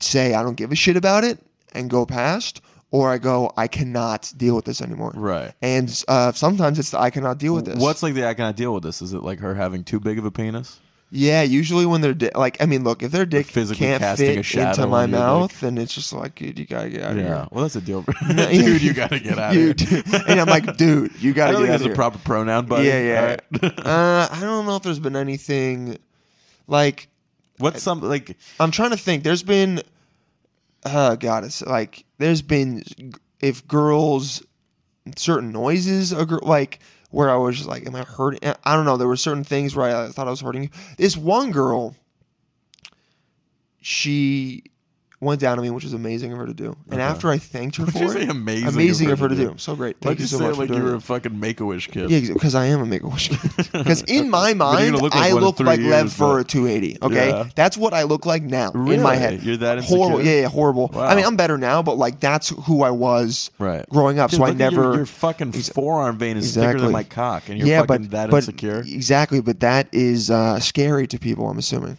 Speaker 1: say I don't give a shit about it and go past, or I go, I cannot deal with this anymore.
Speaker 5: Right.
Speaker 1: And uh, sometimes it's the, I cannot deal with this.
Speaker 5: What's like the I cannot deal with this? Is it like her having too big of a penis?
Speaker 1: yeah? Usually when they're di- like, I mean, look, if their dick
Speaker 5: physically
Speaker 1: can't
Speaker 5: casting
Speaker 1: fit
Speaker 5: a shadow
Speaker 1: into
Speaker 5: on
Speaker 1: my
Speaker 5: your dick.
Speaker 1: mouth, then it's just like, dude, you gotta get out of *laughs* here.
Speaker 5: Well, that's a deal. *laughs*
Speaker 1: *laughs*
Speaker 5: Dude, you gotta get out
Speaker 1: Dude,
Speaker 5: of here.
Speaker 1: and I'm like, *laughs* dude, you
Speaker 5: I
Speaker 1: gotta get out
Speaker 5: don't think
Speaker 1: of
Speaker 5: that's
Speaker 1: here.
Speaker 5: a proper pronoun, buddy.
Speaker 1: Yeah, yeah.
Speaker 5: All right.
Speaker 1: uh, I don't know if there's been anything like
Speaker 5: *laughs* What's some like? *laughs*
Speaker 1: I'm trying to think. There's been, oh god, it's like there's been if girls certain noises a girl like where I was just like, am I hurting? I don't know. There were certain things where I thought I was hurting. you. This one girl, she went down to me, which was amazing of her to do. And after I thanked her
Speaker 5: Would
Speaker 1: for
Speaker 5: you
Speaker 1: it,
Speaker 5: say amazing?
Speaker 1: of her to do. So great. Thank
Speaker 5: Why'd
Speaker 1: you
Speaker 5: you
Speaker 1: so
Speaker 5: say
Speaker 1: much
Speaker 5: it like
Speaker 1: for
Speaker 5: you
Speaker 1: doing
Speaker 5: were
Speaker 1: it.
Speaker 5: a fucking make a wish kid?
Speaker 1: Yeah, because I am a make a wish.
Speaker 5: *laughs*
Speaker 1: Because in my
Speaker 5: you're
Speaker 1: mind,
Speaker 5: gonna look like
Speaker 1: I
Speaker 5: one in
Speaker 1: look
Speaker 5: three
Speaker 1: like Lev
Speaker 5: years,
Speaker 1: Fur
Speaker 5: but-
Speaker 1: at 280. Okay,
Speaker 5: Yeah.
Speaker 1: that's what I look like now in my
Speaker 5: Really?
Speaker 1: head.
Speaker 5: You're that
Speaker 1: horrible.
Speaker 5: insecure?
Speaker 1: Yeah, yeah, horrible.
Speaker 5: Wow.
Speaker 1: I mean, I'm better now, but like that's who I was
Speaker 5: Right.
Speaker 1: growing up.
Speaker 5: Dude,
Speaker 1: so I
Speaker 5: look at your-
Speaker 1: never.
Speaker 5: Your, fucking forearm vein is thicker
Speaker 1: Exactly.
Speaker 5: than my cock, and you're
Speaker 1: yeah,
Speaker 5: fucking
Speaker 1: but
Speaker 5: that
Speaker 1: but
Speaker 5: insecure.
Speaker 1: exactly. But that is uh, scary to people. I'm assuming.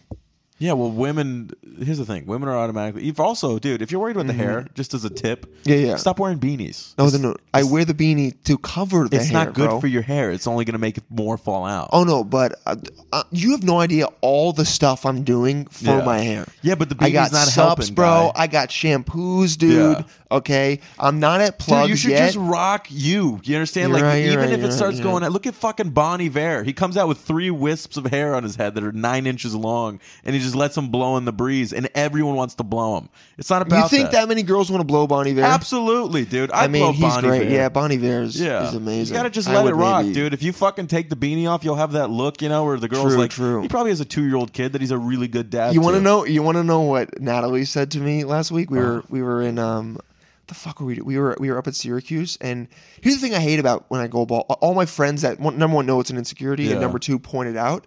Speaker 5: Yeah, well, women. Here's the thing: women are automatically. You've also, dude, if you're worried about the hair, just as a tip,
Speaker 1: Mm-hmm. Yeah, yeah.
Speaker 5: Stop wearing beanies.
Speaker 1: No,
Speaker 5: It's-
Speaker 1: no, no. I wear the beanie to cover the
Speaker 5: It's
Speaker 1: hair,
Speaker 5: not good
Speaker 1: bro.
Speaker 5: for your hair. It's only gonna make it more fall out.
Speaker 1: Oh no, but uh, uh, you have no idea all the stuff I'm doing for
Speaker 5: Yeah.
Speaker 1: my hair.
Speaker 5: Yeah, but the
Speaker 1: I
Speaker 5: baby's
Speaker 1: got
Speaker 5: not
Speaker 1: subs,
Speaker 5: helping,
Speaker 1: bro.
Speaker 5: guy.
Speaker 1: I got shampoos, dude.
Speaker 5: Yeah.
Speaker 1: Okay, I'm not at plugs
Speaker 5: Dude, you should
Speaker 1: yet.
Speaker 5: just rock you. You understand?
Speaker 1: You're
Speaker 5: like
Speaker 1: right, you're
Speaker 5: even
Speaker 1: right,
Speaker 5: if
Speaker 1: you're
Speaker 5: it
Speaker 1: right,
Speaker 5: starts
Speaker 1: you're
Speaker 5: going
Speaker 1: right.
Speaker 5: out, look at fucking Bonnie Vare. He comes out with three wisps of hair on his head that are nine inches long, and he just lets them blow in the breeze, and everyone wants to blow him. It's not about
Speaker 1: you think that. many girls want to blow Bonnie Vare?
Speaker 5: Absolutely, dude. I,
Speaker 1: I mean,
Speaker 5: blow
Speaker 1: he's
Speaker 5: Bonnie
Speaker 1: great.
Speaker 5: Vare.
Speaker 1: Yeah, Bonnie Vare is,
Speaker 5: Yeah,
Speaker 1: is amazing.
Speaker 5: You gotta just
Speaker 1: I
Speaker 5: let
Speaker 1: would
Speaker 5: it rock,
Speaker 1: maybe-
Speaker 5: dude. If you fucking take the beanie off, you'll have that look, you know, where the girl's
Speaker 1: True,
Speaker 5: like,
Speaker 1: true.
Speaker 5: he probably has a two-year-old kid that he's a really good dad.
Speaker 1: You want to
Speaker 5: to.
Speaker 1: know? You want to know what Natalie said to me last week? We
Speaker 5: Uh-huh.
Speaker 1: were we were in um, the fuck were we? We were we were up at Syracuse, and here's the thing I hate about when I go ball. All my friends that one, number one know it's an insecurity,
Speaker 5: Yeah.
Speaker 1: and number two pointed out.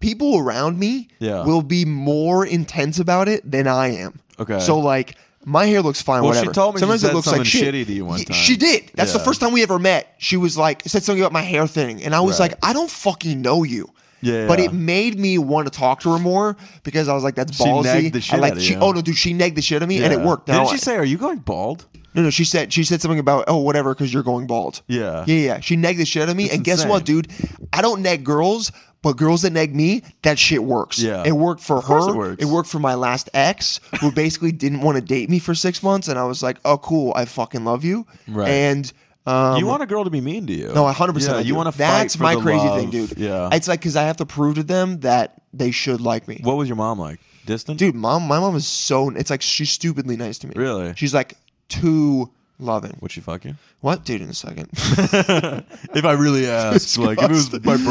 Speaker 1: People around me
Speaker 5: Yeah.
Speaker 1: will be more intense about it than I am.
Speaker 5: Okay.
Speaker 1: So like. My hair looks fine.
Speaker 5: Well, she
Speaker 1: whatever.
Speaker 5: told me she
Speaker 1: Sometimes it
Speaker 5: said
Speaker 1: looks like
Speaker 5: something
Speaker 1: shit.
Speaker 5: shitty to you one
Speaker 1: Y-
Speaker 5: time.
Speaker 1: She did. That's the
Speaker 5: Yeah.
Speaker 1: first time we ever met. She was like, said something about my hair thing, and I was
Speaker 5: Right.
Speaker 1: like, I don't fucking know you.
Speaker 5: Yeah,
Speaker 1: But
Speaker 5: yeah.
Speaker 1: it made me want to talk to her more because I was like, that's
Speaker 5: She
Speaker 1: ballsy.
Speaker 5: nagged the
Speaker 1: I
Speaker 5: shit
Speaker 1: like-
Speaker 5: out of
Speaker 1: she,
Speaker 5: you.
Speaker 1: Oh no, dude, she nagged the shit out of me and it
Speaker 5: Yeah.
Speaker 1: worked.
Speaker 5: Didn't
Speaker 1: Now
Speaker 5: she
Speaker 1: I-
Speaker 5: say, "Are you going bald?"
Speaker 1: No, no, she said she said something about oh whatever because you're going bald.
Speaker 5: Yeah.
Speaker 1: yeah, yeah. She nagged the shit out of me,
Speaker 5: That's
Speaker 1: and guess what,
Speaker 5: insane.
Speaker 1: dude? I don't nag girls, but girls that nag me, that shit works.
Speaker 5: Yeah.
Speaker 1: it worked for
Speaker 5: course
Speaker 1: her.
Speaker 5: it works.
Speaker 1: worked for my last ex,
Speaker 5: *laughs*
Speaker 1: who basically didn't want to date me for six months, and I was like, oh cool, I fucking love you.
Speaker 5: Right.
Speaker 1: And um,
Speaker 5: you want a girl to be mean to you?
Speaker 1: no, hundred percent.
Speaker 5: Yeah, you want to. fight
Speaker 1: That's
Speaker 5: for
Speaker 1: my
Speaker 5: the
Speaker 1: crazy
Speaker 5: love.
Speaker 1: thing, dude.
Speaker 5: Yeah.
Speaker 1: it's like because I have to prove to them that they should like me.
Speaker 5: what was your mom like? Distant,
Speaker 1: Dude, mom, my mom is so. It's like she's stupidly nice to me.
Speaker 5: Really?
Speaker 1: she's like too loving.
Speaker 5: Would she
Speaker 1: *laughs*
Speaker 5: fuck you? *laughs*
Speaker 1: What, dude? In a second.
Speaker 5: if I really asked, like if it was my
Speaker 1: I was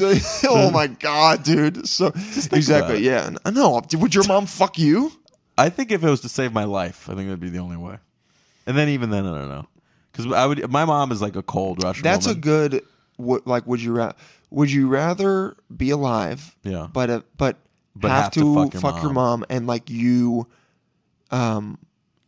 Speaker 5: birthday,
Speaker 1: like, *laughs* oh
Speaker 5: *laughs*
Speaker 1: my god, dude! So exactly,
Speaker 5: about it.
Speaker 1: yeah. I know. Dude, Would your mom fuck you?
Speaker 5: I think if it was to save my life, I think that'd be the only way. And then even then, I don't know, because I would. My mom is like a cold Russian.
Speaker 1: That's a
Speaker 5: woman.
Speaker 1: good. What like would you ra- would you rather be alive?
Speaker 5: Yeah.
Speaker 1: But uh, but,
Speaker 5: But
Speaker 1: have,
Speaker 5: have
Speaker 1: to, fuck, your, mom. and like you, um,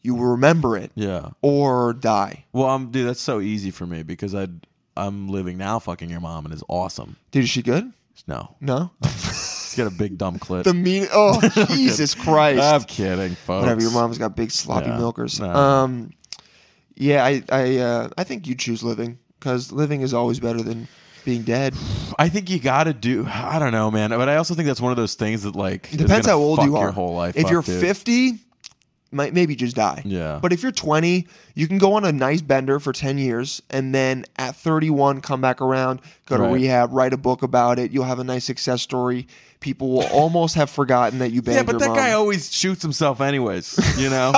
Speaker 1: you remember it
Speaker 5: yeah.
Speaker 1: or die,
Speaker 5: Well, I'm dude. That's so easy for me because I I'm living now. Fucking your mom and it's awesome.
Speaker 1: dude. Is she good?
Speaker 5: No,
Speaker 1: No.
Speaker 5: she's got a big dumb
Speaker 1: *laughs*
Speaker 5: clit.
Speaker 1: the mean.
Speaker 5: *laughs*
Speaker 1: Oh Jesus Christ!
Speaker 5: I'm kidding, folks.
Speaker 1: Whatever. Your mom's got big sloppy
Speaker 5: Yeah.
Speaker 1: milkers.
Speaker 5: No.
Speaker 1: Um, yeah, I I uh, I think you choose living because living is always better than being dead.
Speaker 5: I think you got to do. I don't know, man. But I also think that's one of those things that like
Speaker 1: It depends how old you are.
Speaker 5: Your whole life.
Speaker 1: If
Speaker 5: up,
Speaker 1: you're
Speaker 5: dude.
Speaker 1: 50, might maybe just die.
Speaker 5: Yeah.
Speaker 1: But if you're 20, you can go on a nice bender for 10 years, and then at 31, come back around, go to
Speaker 5: Right.
Speaker 1: rehab, write a book about it. You'll have a nice success story. People will almost have forgotten that you banged
Speaker 5: Yeah, but
Speaker 1: your
Speaker 5: that
Speaker 1: mom.
Speaker 5: guy always shoots himself, anyways.
Speaker 1: *laughs*
Speaker 5: You know,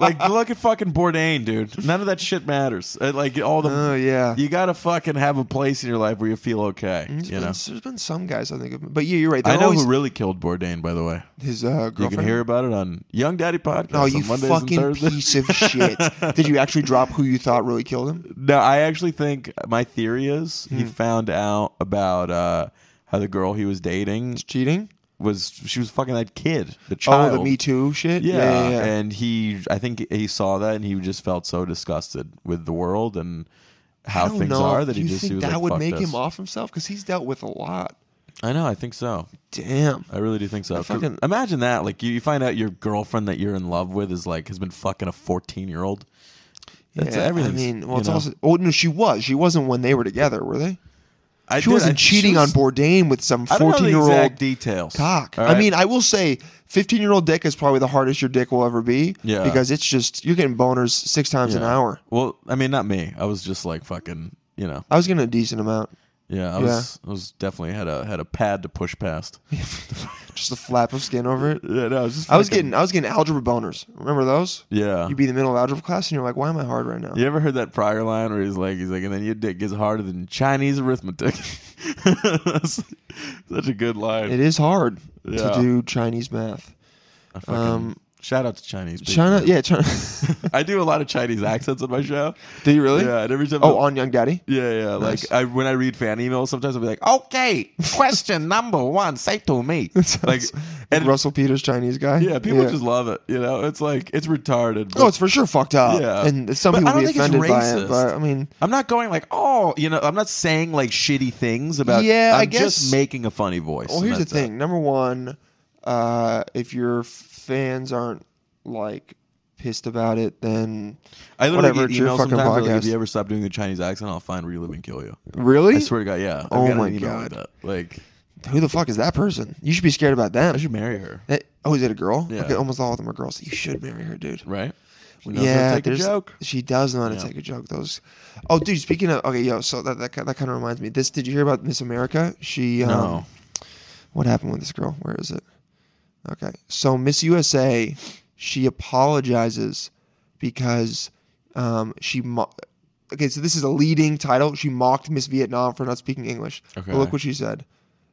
Speaker 5: like look at fucking Bourdain, dude. None of that shit matters. Uh, Like all the,
Speaker 1: Oh, yeah.
Speaker 5: you gotta fucking have a place in your life where you feel okay.
Speaker 1: There's
Speaker 5: You
Speaker 1: been-
Speaker 5: know,
Speaker 1: there's been some guys I think, of, but yeah, you're right. They're
Speaker 5: I know
Speaker 1: always
Speaker 5: who really killed Bourdain, by the way.
Speaker 1: his uh, girlfriend.
Speaker 5: You can hear about it on Young Daddy podcast.
Speaker 1: Oh, you
Speaker 5: on Mondays
Speaker 1: fucking
Speaker 5: and Thursdays.
Speaker 1: piece
Speaker 5: *laughs*
Speaker 1: of shit! Did you actually drop who you thought really killed him?
Speaker 5: No, I actually think my theory is
Speaker 1: Hmm.
Speaker 5: he found out about uh, how the girl he was dating
Speaker 1: Cheating?
Speaker 5: was she was fucking that kid, the
Speaker 1: Oh,
Speaker 5: child.
Speaker 1: the Me Too shit.
Speaker 5: Yeah,
Speaker 1: yeah, yeah.
Speaker 5: and he, I think he saw that, and he just felt so disgusted with the world and
Speaker 1: I
Speaker 5: how
Speaker 1: don't
Speaker 5: things
Speaker 1: know.
Speaker 5: are that
Speaker 1: Do
Speaker 5: he
Speaker 1: you
Speaker 5: just
Speaker 1: think
Speaker 5: he was
Speaker 1: that
Speaker 5: like,
Speaker 1: would
Speaker 5: "Fuck
Speaker 1: make
Speaker 5: this."
Speaker 1: him off himself because he's dealt with a lot.
Speaker 5: I know, I think so.
Speaker 1: Damn.
Speaker 5: I really do think so.
Speaker 1: fucking-
Speaker 5: Imagine that, like you, you find out your girlfriend that you're in love with is like has been fucking a 14 year old. That's
Speaker 1: yeah, I
Speaker 5: everything.
Speaker 1: mean, well, it's also. Oh no, she was. She wasn't when they were together, were they?
Speaker 5: I
Speaker 1: She
Speaker 5: did-
Speaker 1: wasn't
Speaker 5: I-
Speaker 1: cheating
Speaker 5: was-
Speaker 1: on Bourdain with some
Speaker 5: I don't know the
Speaker 1: fourteen-year-old
Speaker 5: exact details.
Speaker 1: cock.
Speaker 5: All
Speaker 1: I
Speaker 5: right.
Speaker 1: mean, I will say, fifteen-year-old dick is probably the hardest your dick will ever be.
Speaker 5: Yeah.
Speaker 1: Because it's just you're getting boners six times an
Speaker 5: Yeah.
Speaker 1: hour.
Speaker 5: Well, I mean, not me. I was just like fucking, you know.
Speaker 1: I was getting a decent amount.
Speaker 5: Yeah, I
Speaker 1: Yeah.
Speaker 5: was. I was definitely had a had a pad to push
Speaker 1: *laughs*
Speaker 5: past. yeah,
Speaker 1: Just a flap of skin over it.
Speaker 5: no, I was just.
Speaker 1: I was
Speaker 5: fucking-
Speaker 1: getting I was getting algebra boners. Remember those? *laughs*
Speaker 5: Yeah.
Speaker 1: You'd be in the middle of algebra class and you're like, why am I hard right now?
Speaker 5: You ever heard that prior line where he's like, he's like, and then your dick gets harder than Chinese arithmetic. *laughs* That's such a good line.
Speaker 1: It is hard
Speaker 5: Yeah.
Speaker 1: to do Chinese math.
Speaker 5: I fucking-
Speaker 1: um,
Speaker 5: shout out to Chinese people.
Speaker 1: China, yeah, China.
Speaker 5: *laughs* I do a lot of Chinese accents on my show.
Speaker 1: do you really?
Speaker 5: Yeah, and every time.
Speaker 1: Oh, on Young Daddy.
Speaker 5: Yeah, yeah.
Speaker 1: Nice.
Speaker 5: Like I, when I read fan emails, sometimes I'll be like, "Okay, *laughs* question number one, say
Speaker 1: *laughs*
Speaker 5: to me." like, and
Speaker 1: Russell Peters, Chinese guy.
Speaker 5: yeah, people just love it. You know, it's like it's retarded. but-
Speaker 1: Oh, it's for sure fucked up.
Speaker 5: Yeah.
Speaker 1: and some
Speaker 5: But
Speaker 1: people
Speaker 5: I don't
Speaker 1: be
Speaker 5: think it's
Speaker 1: offended by it.
Speaker 5: racist.
Speaker 1: But I mean,
Speaker 5: I'm not going like, oh, you know, I'm not saying like shitty things about.
Speaker 1: Yeah, I
Speaker 5: I'm
Speaker 1: guess-
Speaker 5: just making a funny voice.
Speaker 1: well,
Speaker 5: and
Speaker 1: here's the
Speaker 5: that's it.
Speaker 1: thing. Number one, uh, if your fans aren't like pissed about it, then
Speaker 5: I literally
Speaker 1: whatever.
Speaker 5: get
Speaker 1: It's your
Speaker 5: emails
Speaker 1: fucking
Speaker 5: sometimes where, like, if
Speaker 1: podcast.
Speaker 5: you ever stop doing the Chinese accent, I'll find relive and kill you.
Speaker 1: really?
Speaker 5: I swear to God, yeah. I've
Speaker 1: Oh
Speaker 5: got an
Speaker 1: my
Speaker 5: email
Speaker 1: God.
Speaker 5: like that. Like,
Speaker 1: Who the fuck is that person? You should be scared about them.
Speaker 5: I should marry her,
Speaker 1: That- oh, is it a girl?
Speaker 5: Yeah.
Speaker 1: Okay, almost all of them are girls. You should marry her, dude.
Speaker 5: right? She knows how to
Speaker 1: Yeah,
Speaker 5: take a
Speaker 1: there's-
Speaker 5: joke.
Speaker 1: She does know how to
Speaker 5: Yeah.
Speaker 1: take a joke. Those. Oh, dude. Speaking of, okay, yo. So that that, ki- that kind of reminds me. This. Did you hear about Miss America? She. Um,
Speaker 5: No.
Speaker 1: What happened with this girl? Where is it? Okay. So Miss USA, she apologizes because um, she. Mo- okay, so this is a leading title. She mocked Miss Vietnam for not speaking English.
Speaker 5: Okay.
Speaker 1: But look what she said.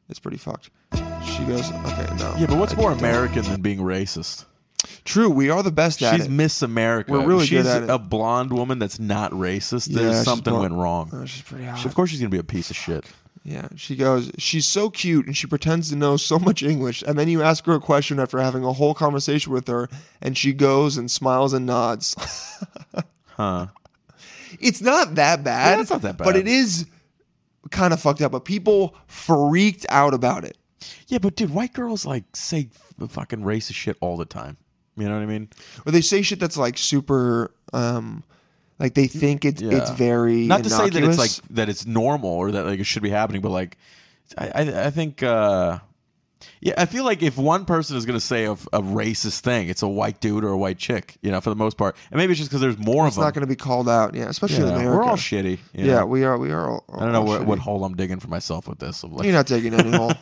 Speaker 1: It's pretty fucked. She goes, okay, no.
Speaker 5: Yeah, but what's
Speaker 1: I
Speaker 5: more
Speaker 1: can't do it."
Speaker 5: American than being racist?
Speaker 1: True, we are the best at
Speaker 5: She's
Speaker 1: it.
Speaker 5: Miss America.
Speaker 1: We're really
Speaker 5: she's
Speaker 1: good at it.
Speaker 5: a blonde woman that's not racist.
Speaker 1: Yeah,
Speaker 5: There's
Speaker 1: she's
Speaker 5: something
Speaker 1: blonde.
Speaker 5: went wrong.
Speaker 1: Oh, she's pretty hot.
Speaker 5: She- of course, she's gonna be a piece of shit.
Speaker 1: Yeah, she goes, she's so cute and she pretends to know so much English. And then you ask her a question after having a whole conversation with her, and she goes and smiles and nods. *laughs*
Speaker 5: Huh?
Speaker 1: it's not that bad.
Speaker 5: Yeah, it's not that
Speaker 1: But
Speaker 5: bad.
Speaker 1: it is kind of fucked up, but people freaked out about it.
Speaker 5: Yeah, but dude, white girls like say f- fucking racist shit all the time. You know what I mean?
Speaker 1: Or they say shit that's like super, um, like they think it's
Speaker 5: Yeah.
Speaker 1: it's very
Speaker 5: Not to say that it's
Speaker 1: innocuous.
Speaker 5: like that it's normal or that like it should be happening, but like I I, I think uh yeah, I feel like if one person is gonna say a, a racist thing, it's a white dude or a white chick. You know, for the most part, and maybe it's just because there's more
Speaker 1: it's
Speaker 5: of them.
Speaker 1: not going to be called out. Yeah, especially in
Speaker 5: Yeah,
Speaker 1: America.
Speaker 5: we're all shitty. you
Speaker 1: yeah,
Speaker 5: know?
Speaker 1: we are. We are. All,
Speaker 5: I don't know
Speaker 1: all
Speaker 5: what, what
Speaker 1: shitty.
Speaker 5: hole I'm digging for myself with this. Of like, *laughs*
Speaker 1: You're not taking any hole.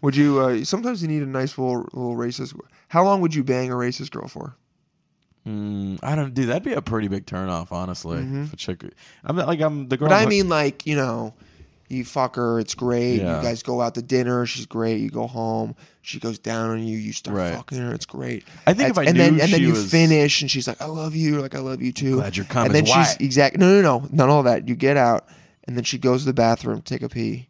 Speaker 1: Would you? Uh, sometimes you need a nice little little racist. How long would you bang a racist girl for?
Speaker 5: Mm, I don't, dude. That'd be a pretty big turnoff, honestly. If a chick, I'm not like I'm the girl.
Speaker 1: Mm-hmm. But I
Speaker 5: I'm-
Speaker 1: mean, like you know, you fuck her. It's great.
Speaker 5: Yeah.
Speaker 1: You guys go out to dinner. She's great. You go home. She goes down on you. You start
Speaker 5: Right.
Speaker 1: fucking her. It's great.
Speaker 5: I think if I
Speaker 1: and
Speaker 5: knew
Speaker 1: then and then
Speaker 5: she
Speaker 1: you
Speaker 5: was-
Speaker 1: finish, and she's like, "I love you." Like I love you too.
Speaker 5: Glad your cum
Speaker 1: And
Speaker 5: is
Speaker 1: then she's
Speaker 5: white.
Speaker 1: exact. No, no, no, not all that. You get out, and then she goes to the bathroom, take a pee,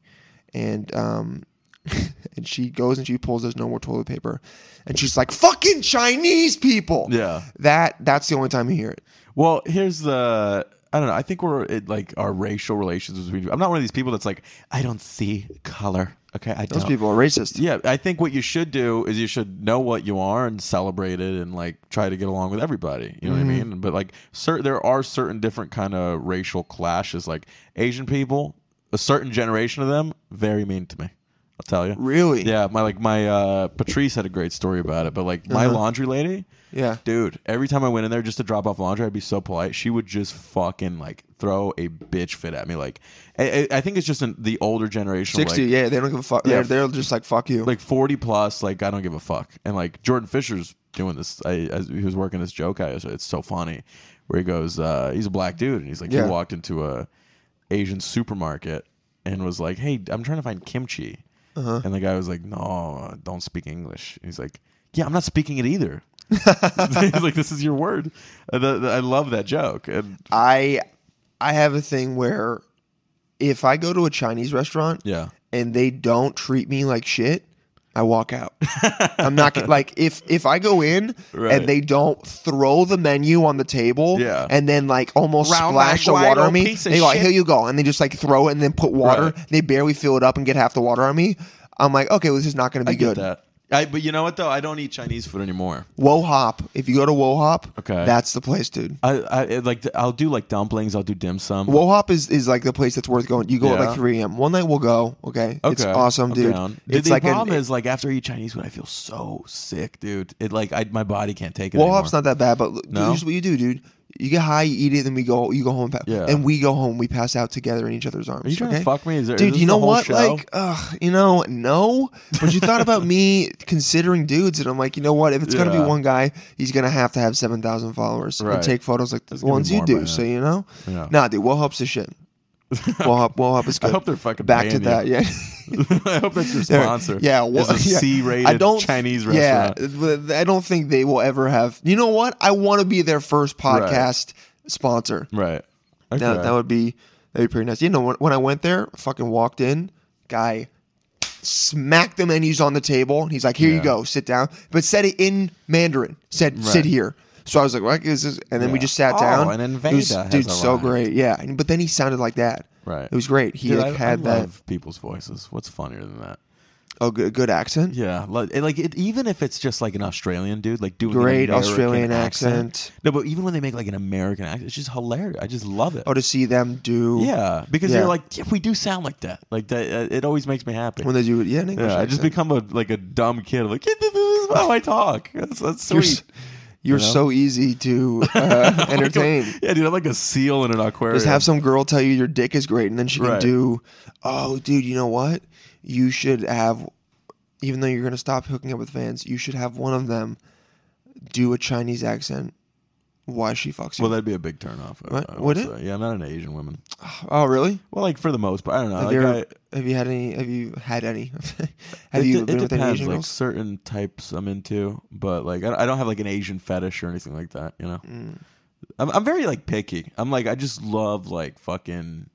Speaker 1: and um. *laughs* And she goes and she pulls. There's no more toilet paper, and she's like, "Fucking Chinese people."
Speaker 5: yeah.
Speaker 1: That that's the only time you hear it.
Speaker 5: Well, here's the. I don't know. I think we're at like our racial relations between. I'm not one of these people that's like I don't see color. Okay, I
Speaker 1: Those
Speaker 5: don't.
Speaker 1: people are racist.
Speaker 5: Yeah, I think what you should do is you should know what you are and celebrate it and like try to get along with everybody. You know what I mean? But like, cer- there are certain different kind of racial clashes. Like Asian people, a certain generation of them, very mean to me. I'll tell you.
Speaker 1: Really?
Speaker 5: Yeah, my like my uh Patrice had a great story about it, but like my laundry lady,
Speaker 1: Yeah.
Speaker 5: dude, every time I went in there just to drop off laundry, I'd be so polite. She would just fucking like throw a bitch fit at me. Like, I, I I think it's just in the older generation, like-
Speaker 1: Sixty. yeah, they don't give a fuck.
Speaker 5: Yeah.
Speaker 1: They're, they're just like fuck you.
Speaker 5: like forty plus. Like, I don't give a fuck. And like Jordan Fisher's doing this. I, I he was working this joke. I it's so funny where he goes, uh, he's a black dude, and he's like,
Speaker 1: Yeah.
Speaker 5: he walked into a Asian supermarket and was like, hey, I'm trying to find kimchi. And the guy was like, no, don't speak English. And he's like, yeah, I'm not speaking it either. *laughs* he's like, this is your word. And the- the- I love that joke. And
Speaker 1: I I have a thing where if I go to a Chinese restaurant
Speaker 5: yeah.
Speaker 1: and they don't treat me like shit, I walk
Speaker 5: *laughs*
Speaker 1: out. I'm not gonna- like if if I go in
Speaker 5: Right.
Speaker 1: and they don't throw the menu on the table
Speaker 5: Yeah.
Speaker 1: and then like almost
Speaker 5: Round
Speaker 1: splash the
Speaker 5: like wide
Speaker 1: water on
Speaker 5: old
Speaker 1: me,
Speaker 5: piece of
Speaker 1: they go
Speaker 5: shit.
Speaker 1: here you go, and they just like throw it and then put water.
Speaker 5: Right.
Speaker 1: They barely fill it up and get half the water on me. I'm like, okay, well, this is not going to
Speaker 5: I
Speaker 1: be
Speaker 5: get
Speaker 1: good.
Speaker 5: that. I, but you know what though? I don't eat Chinese food anymore.
Speaker 1: Wo Hop, if you go to Wo Hop,
Speaker 5: Okay.
Speaker 1: that's the place, dude.
Speaker 5: I, I like I'll do like dumplings. I'll do dim sum.
Speaker 1: Wohop is, is like the place that's worth going. You go at
Speaker 5: Yeah.
Speaker 1: like 3 a.m. One night we'll go. Okay. It's awesome,
Speaker 5: I'm
Speaker 1: dude.
Speaker 5: down.
Speaker 1: It's
Speaker 5: the
Speaker 1: like
Speaker 5: problem
Speaker 1: an,
Speaker 5: is like after I eat Chinese food, I feel so sick, dude. It like I, my body can't take it.
Speaker 1: Wohop's not
Speaker 5: anymore.
Speaker 1: that bad, but look, dude,
Speaker 5: No?
Speaker 1: here's what you do, dude. You get high, you eat it, then we go. You go home, and, pa-
Speaker 5: Yeah.
Speaker 1: and we go home. We pass out together in each other's arms.
Speaker 5: Are you trying
Speaker 1: okay?
Speaker 5: to fuck me? Is there, is
Speaker 1: dude?
Speaker 5: this
Speaker 1: You know
Speaker 5: the whole
Speaker 1: what?
Speaker 5: show?
Speaker 1: Like, ugh, you know, no. But you thought about me *laughs* considering dudes, and I'm like, you know what? If it's gonna
Speaker 5: Yeah.
Speaker 1: be one guy, he's gonna have to have seven thousand followers
Speaker 5: Right.
Speaker 1: and take photos like the
Speaker 5: gonna be
Speaker 1: ones you
Speaker 5: more by
Speaker 1: do. So
Speaker 5: then.
Speaker 1: you know,
Speaker 5: Yeah.
Speaker 1: nah, dude. Wohop's the shit. Wohop, Wohop is
Speaker 5: I
Speaker 1: good.
Speaker 5: hope they're fucking
Speaker 1: back to
Speaker 5: paying you.
Speaker 1: that. Yeah.
Speaker 5: *laughs* I hope that's
Speaker 1: *laughs*
Speaker 5: your
Speaker 1: They're-
Speaker 5: sponsor.
Speaker 1: Yeah,
Speaker 5: well,
Speaker 1: well, *laughs*
Speaker 5: a
Speaker 1: yeah.
Speaker 5: C-rated
Speaker 1: I don't-
Speaker 5: Chinese
Speaker 1: yeah,
Speaker 5: restaurant.
Speaker 1: th- I don't think they will ever have. You know what? I want to be their first
Speaker 5: Right.
Speaker 1: podcast sponsor.
Speaker 5: Right. Okay.
Speaker 1: That, that would be that'd be pretty nice. You know, when, when I went there, I fucking walked in, guy smacked the menus on the table. He's like, "Here you
Speaker 5: Yeah.
Speaker 1: go, sit down," but said it in Mandarin. Said,
Speaker 5: Right.
Speaker 1: "Sit here." So I was like, "What is this?" And then we
Speaker 5: Yeah.
Speaker 1: just sat
Speaker 5: Oh,
Speaker 1: down.
Speaker 5: an
Speaker 1: It was-
Speaker 5: invader has
Speaker 1: dude, so
Speaker 5: arrived.
Speaker 1: great. Yeah, And- but then he sounded like that.
Speaker 5: Right.
Speaker 1: It was great. He
Speaker 5: Dude,
Speaker 1: like,
Speaker 5: I,
Speaker 1: had
Speaker 5: I
Speaker 1: that
Speaker 5: love people's voices. What's funnier than that?
Speaker 1: oh good, good accent.
Speaker 5: Yeah, lo- it- like it, even if it's just like an Australian dude, like doing an
Speaker 1: Great
Speaker 5: American
Speaker 1: Australian accent.
Speaker 5: No, but even when they make like an American accent, it's just hilarious. I just love it.
Speaker 1: Oh, to see them do
Speaker 5: Yeah, because
Speaker 1: Yeah.
Speaker 5: you're like, yeah, we do sound like that. Like that, uh, it always makes me happy.
Speaker 1: when they do it. Yeah, in English
Speaker 5: yeah, I just
Speaker 1: accent.
Speaker 5: become a like a dumb kid. I'm like, yeah, this is how I talk. That's, that's
Speaker 1: You're,
Speaker 5: sweet.
Speaker 1: s- you're
Speaker 5: know?
Speaker 1: so easy
Speaker 5: *laughs*
Speaker 1: to uh, entertain.
Speaker 5: yeah, dude, I'm like a seal in an aquarium.
Speaker 1: Just have some girl tell you your dick is great, and then she can
Speaker 5: Right.
Speaker 1: do, oh, dude, you know what? You should have, even though you're going to stop hooking up with fans, you should have one of them do a Chinese accent Why she fucks you.
Speaker 5: Well, that'd be a big turnoff. I-
Speaker 1: What?
Speaker 5: I
Speaker 1: Would
Speaker 5: say.
Speaker 1: it?
Speaker 5: Yeah, I'm not an Asian woman.
Speaker 1: oh, really?
Speaker 5: Well, like for the most part, I don't know.
Speaker 1: Have,
Speaker 5: Like,
Speaker 1: you
Speaker 5: I,
Speaker 1: ever, have you had any? Have you had any? *laughs* have
Speaker 5: it,
Speaker 1: you
Speaker 5: de-
Speaker 1: been
Speaker 5: it
Speaker 1: with any
Speaker 5: depends.
Speaker 1: Asian
Speaker 5: like
Speaker 1: girls?
Speaker 5: certain types I'm into, but like I, I don't have like an Asian fetish or anything like that.
Speaker 1: Mm.
Speaker 5: You know, I'm, I'm very like picky. I'm like I just love like fucking.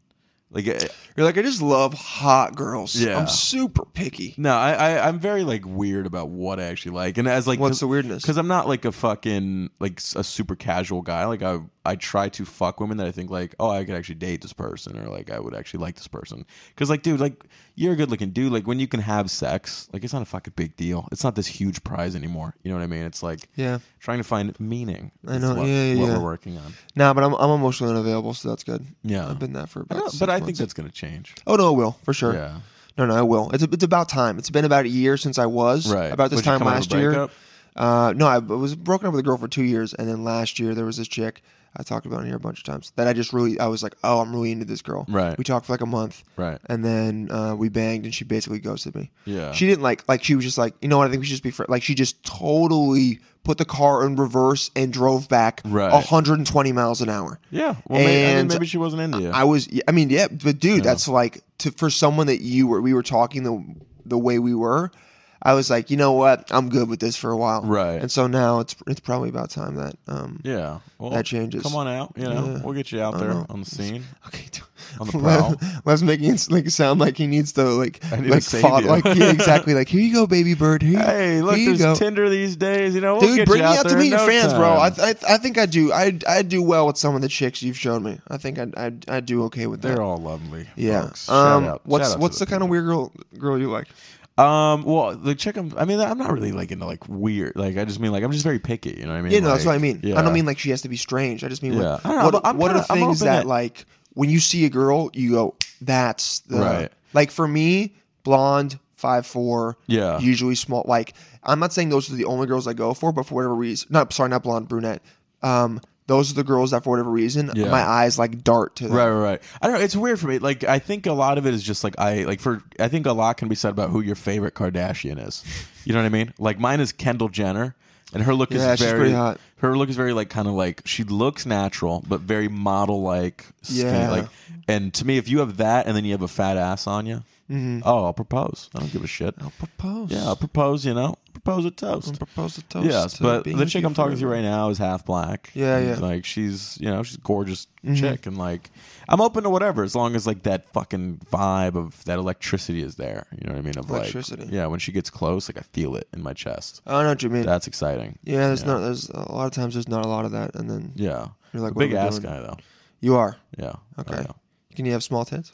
Speaker 5: Like, eh,
Speaker 1: You're like, I just love hot girls.
Speaker 5: Yeah.
Speaker 1: I'm super picky.
Speaker 5: no, I, I I'm very like weird about what I actually like, and as like
Speaker 1: What's the weirdness?
Speaker 5: Because I'm not like a fucking like s- a super casual guy. Like I I try to fuck women that I think like oh I could actually date this person or like I would actually like this person. Because like dude like you're a good looking dude. Like when you can have sex like it's not a fucking big deal. It's not this huge prize anymore. You know what I mean? It's like
Speaker 1: Yeah.
Speaker 5: trying to find meaning.
Speaker 1: I
Speaker 5: is
Speaker 1: know,
Speaker 5: What,
Speaker 1: yeah, yeah,
Speaker 5: what
Speaker 1: yeah.
Speaker 5: we're working on.
Speaker 1: Nah, but I'm, I'm emotionally unavailable, so that's good.
Speaker 5: Yeah.
Speaker 1: I've been that for
Speaker 5: I
Speaker 1: about
Speaker 5: know,
Speaker 1: six
Speaker 5: but I think
Speaker 1: months.
Speaker 5: that's gonna change.
Speaker 1: Oh, no, it will, for sure.
Speaker 5: Yeah.
Speaker 1: No, no, I will. It's, it's about time. It's been about a year since I was.
Speaker 5: Right.
Speaker 1: About this
Speaker 5: Would you
Speaker 1: time
Speaker 5: come out of a
Speaker 1: last year.
Speaker 5: breakup?
Speaker 1: Uh, no, I was broken up with a girl for two years, and then last year there was this chick I talked about on here a bunch of times that I just really I was like, oh, I'm really into this girl.
Speaker 5: Right.
Speaker 1: We talked for like a month.
Speaker 5: Right.
Speaker 1: And then uh, we banged, and she basically ghosted me.
Speaker 5: Yeah.
Speaker 1: She didn't like like she was just like you know what I think we should just be friends. Like she just totally put the car in reverse and drove back
Speaker 5: Right.
Speaker 1: 120 miles an hour.
Speaker 5: Yeah. Well, may- I mean,
Speaker 1: And
Speaker 5: maybe she wasn't into you.
Speaker 1: I was. I mean, yeah, but dude, that's like to for someone that you were. We were talking the the way we were. I was like, you know what? I'm good with this for a while,
Speaker 5: Right.
Speaker 1: And so now it's it's probably about time that um
Speaker 5: yeah. Well,
Speaker 1: that changes.
Speaker 5: Come on out. You know,
Speaker 1: Yeah.
Speaker 5: we'll get you out there
Speaker 1: know.
Speaker 5: on the scene.
Speaker 1: *laughs* Okay. dude.
Speaker 5: On
Speaker 1: *laughs*
Speaker 5: the prowl.
Speaker 1: Les making it like sound like he needs to like
Speaker 5: I need to
Speaker 1: like
Speaker 5: save
Speaker 1: fought,
Speaker 5: you.
Speaker 1: like yeah, exactly like here you go, baby bird. Here, you-
Speaker 5: Hey, look,
Speaker 1: here you
Speaker 5: there's
Speaker 1: go.
Speaker 5: Tinder these days. You know, we'll
Speaker 1: Dude,
Speaker 5: get
Speaker 1: bring
Speaker 5: you
Speaker 1: me out to
Speaker 5: there
Speaker 1: meet
Speaker 5: in
Speaker 1: your
Speaker 5: no
Speaker 1: fans,
Speaker 5: time.
Speaker 1: bro. I, I, I think I do. I, I do well with some of the chicks you've shown me. I think I, I, I do okay with that.
Speaker 5: They're all lovely.
Speaker 1: Yeah.
Speaker 5: folks. Shout
Speaker 1: Um,
Speaker 5: out-
Speaker 1: what's
Speaker 5: shout out to
Speaker 1: what's the
Speaker 5: those
Speaker 1: kind of weird girl girl you like?
Speaker 5: people. Um, well, the chick. I'm, I mean, I'm not really like into like weird. Like, I just mean like I'm just very picky. You know what I mean?
Speaker 1: You know, that's what I
Speaker 5: Like,
Speaker 1: mean.
Speaker 5: Yeah.
Speaker 1: I don't mean like she has to be strange. I just mean
Speaker 5: Yeah.
Speaker 1: like,
Speaker 5: I don't know,
Speaker 1: what,
Speaker 5: but I'm
Speaker 1: what are
Speaker 5: kinda- I'm
Speaker 1: things
Speaker 5: open
Speaker 1: that
Speaker 5: to-
Speaker 1: like when you see a girl, you go, that's the
Speaker 5: Right.
Speaker 1: like for me, blonde, five four,
Speaker 5: Yeah.
Speaker 1: usually small. Like I'm not saying those are the only girls I go for, but for whatever reason, not sorry, not blonde, brunette. Um, those are the girls that for whatever reason,
Speaker 5: Yeah.
Speaker 1: my eyes like dart to them.
Speaker 5: Right, right, right. I don't know. It's weird for me. Like, I think a lot of it is just like I like for. I think a lot can be said about who your favorite Kardashian is. You know what I mean? Like mine is Kendall Jenner, and her look
Speaker 1: Yeah,
Speaker 5: is
Speaker 1: she's
Speaker 5: very
Speaker 1: pretty hot.
Speaker 5: Her look is very like kind of like she looks natural, but very model like.
Speaker 1: Yeah.
Speaker 5: Like, and to me, if you have that, and then you have a fat ass on you, oh, I'll propose. I don't give a shit.
Speaker 1: Mm-hmm. I'll propose.
Speaker 5: Yeah, I'll propose. You know, propose a toast.
Speaker 1: I'll propose a toast.
Speaker 5: Yes,
Speaker 1: to
Speaker 5: but
Speaker 1: being
Speaker 5: the
Speaker 1: with
Speaker 5: chick
Speaker 1: you
Speaker 5: I'm talking to
Speaker 1: forever.
Speaker 5: right now is half black.
Speaker 1: Yeah,
Speaker 5: And,
Speaker 1: yeah. Mm-hmm.
Speaker 5: Like she's, you know, she's a gorgeous chick, and like I'm open to whatever as long as like that fucking vibe of that electricity is there. You know what I mean? Of like-
Speaker 1: Electricity.
Speaker 5: yeah, when she gets close, like I feel it in my chest.
Speaker 1: I don't know what you mean.
Speaker 5: That's exciting.
Speaker 1: yeah, there's not. There's a lot of times there's not a lot of that, and then
Speaker 5: Yeah.
Speaker 1: You're like,
Speaker 5: A
Speaker 1: what are
Speaker 5: big
Speaker 1: we
Speaker 5: ass
Speaker 1: doing?
Speaker 5: guy though.
Speaker 1: you are
Speaker 5: Yeah. I
Speaker 1: okay.
Speaker 5: know.
Speaker 1: Can you have small tits?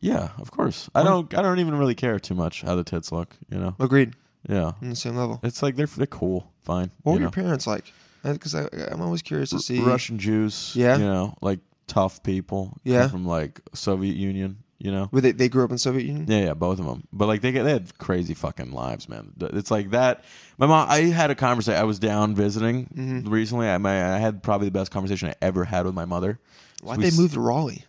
Speaker 5: Yeah, of course. I don't. I don't even really care too much how the tits look. You know.
Speaker 1: Agreed.
Speaker 5: Yeah.
Speaker 1: On the same level.
Speaker 5: It's like they're they're cool. Fine.
Speaker 1: What
Speaker 5: you
Speaker 1: were your
Speaker 5: know?
Speaker 1: parents like? Because I, I'm always curious to see.
Speaker 5: Russian Jews.
Speaker 1: Yeah.
Speaker 5: You know, like tough people. come
Speaker 1: Yeah.
Speaker 5: From like Soviet Union, you know?
Speaker 1: Were they, they grew up in Soviet Union.
Speaker 5: Yeah, yeah, both of them. But like they get, they had crazy fucking lives, man. Th- It's like that. My mom, I had a conversation. I was down visiting
Speaker 1: Mm-hmm.
Speaker 5: recently. I, my, I had probably the best conversation I ever had with my mother.
Speaker 1: Why'd
Speaker 5: So we
Speaker 1: they
Speaker 5: s-
Speaker 1: move to Raleigh?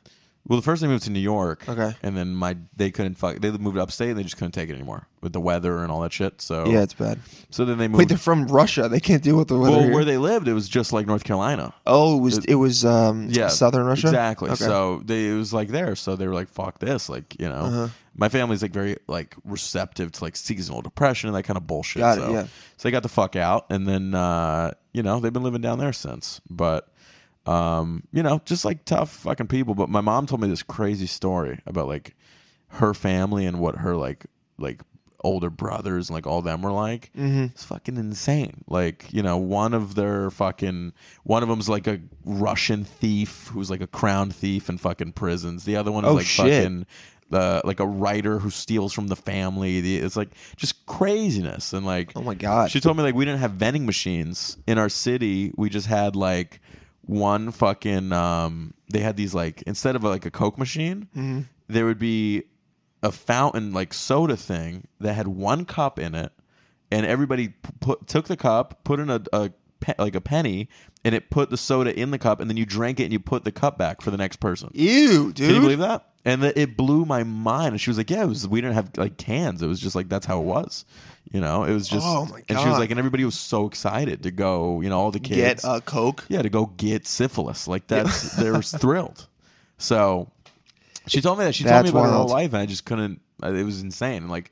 Speaker 5: Well, the first they moved to New York.
Speaker 1: Okay.
Speaker 5: And then my they couldn't fuck. They moved upstate and they just couldn't take it anymore with the weather and all that shit. So
Speaker 1: Yeah, it's bad.
Speaker 5: So then they moved.
Speaker 1: Wait, they're from Russia. They can't deal with the weather.
Speaker 5: well,
Speaker 1: here.
Speaker 5: where they lived, it was just like North Carolina.
Speaker 1: oh, it was it was um
Speaker 5: yeah,
Speaker 1: southern Russia.
Speaker 5: Exactly.
Speaker 1: Okay.
Speaker 5: So they it was like there. So they were like, "Fuck this!" Like you know,
Speaker 1: Uh-huh.
Speaker 5: my family's like very like receptive to like seasonal depression and that kind of bullshit.
Speaker 1: Got it,
Speaker 5: so,
Speaker 1: yeah.
Speaker 5: so they got the fuck out, and then uh, you know they've been living down there since. But um, you know, just like tough fucking people. But my mom told me this crazy story about like her family and what her like like older brothers and like all them were like
Speaker 1: Mm-hmm.
Speaker 5: it's fucking insane like you know one of their fucking one of them's like a russian thief who's like a crown thief in fucking prisons the other one is
Speaker 1: Oh,
Speaker 5: like
Speaker 1: shit.
Speaker 5: fucking uh, like a writer who steals from the family The- it's like just craziness and like
Speaker 1: Oh my God.
Speaker 5: she told me like we didn't have vending machines in our city we just had like one fucking um they had these like instead of like a coke machine there would be a fountain like soda thing that had one cup in it, and everybody p- put, took the cup, put in a, a pe- like a penny, and it put the soda in the cup, and then you drank it and you put the cup back for the next person.
Speaker 1: Ew, dude.
Speaker 5: Can you believe that? And th- it blew my mind. And she was like, "Yeah, it was, we didn't have like cans. It was just like that's how it was." You know, it was just.
Speaker 1: Oh, my
Speaker 5: And she was
Speaker 1: God.
Speaker 5: like, and everybody was so excited to go. You know, all the kids
Speaker 1: Get a coke.
Speaker 5: yeah, to go get syphilis. Like that's
Speaker 1: *laughs*
Speaker 5: they were thrilled. So she told me that she told me
Speaker 1: That's
Speaker 5: about her whole
Speaker 1: wild.
Speaker 5: life, and I just couldn't. uh, It was insane. Like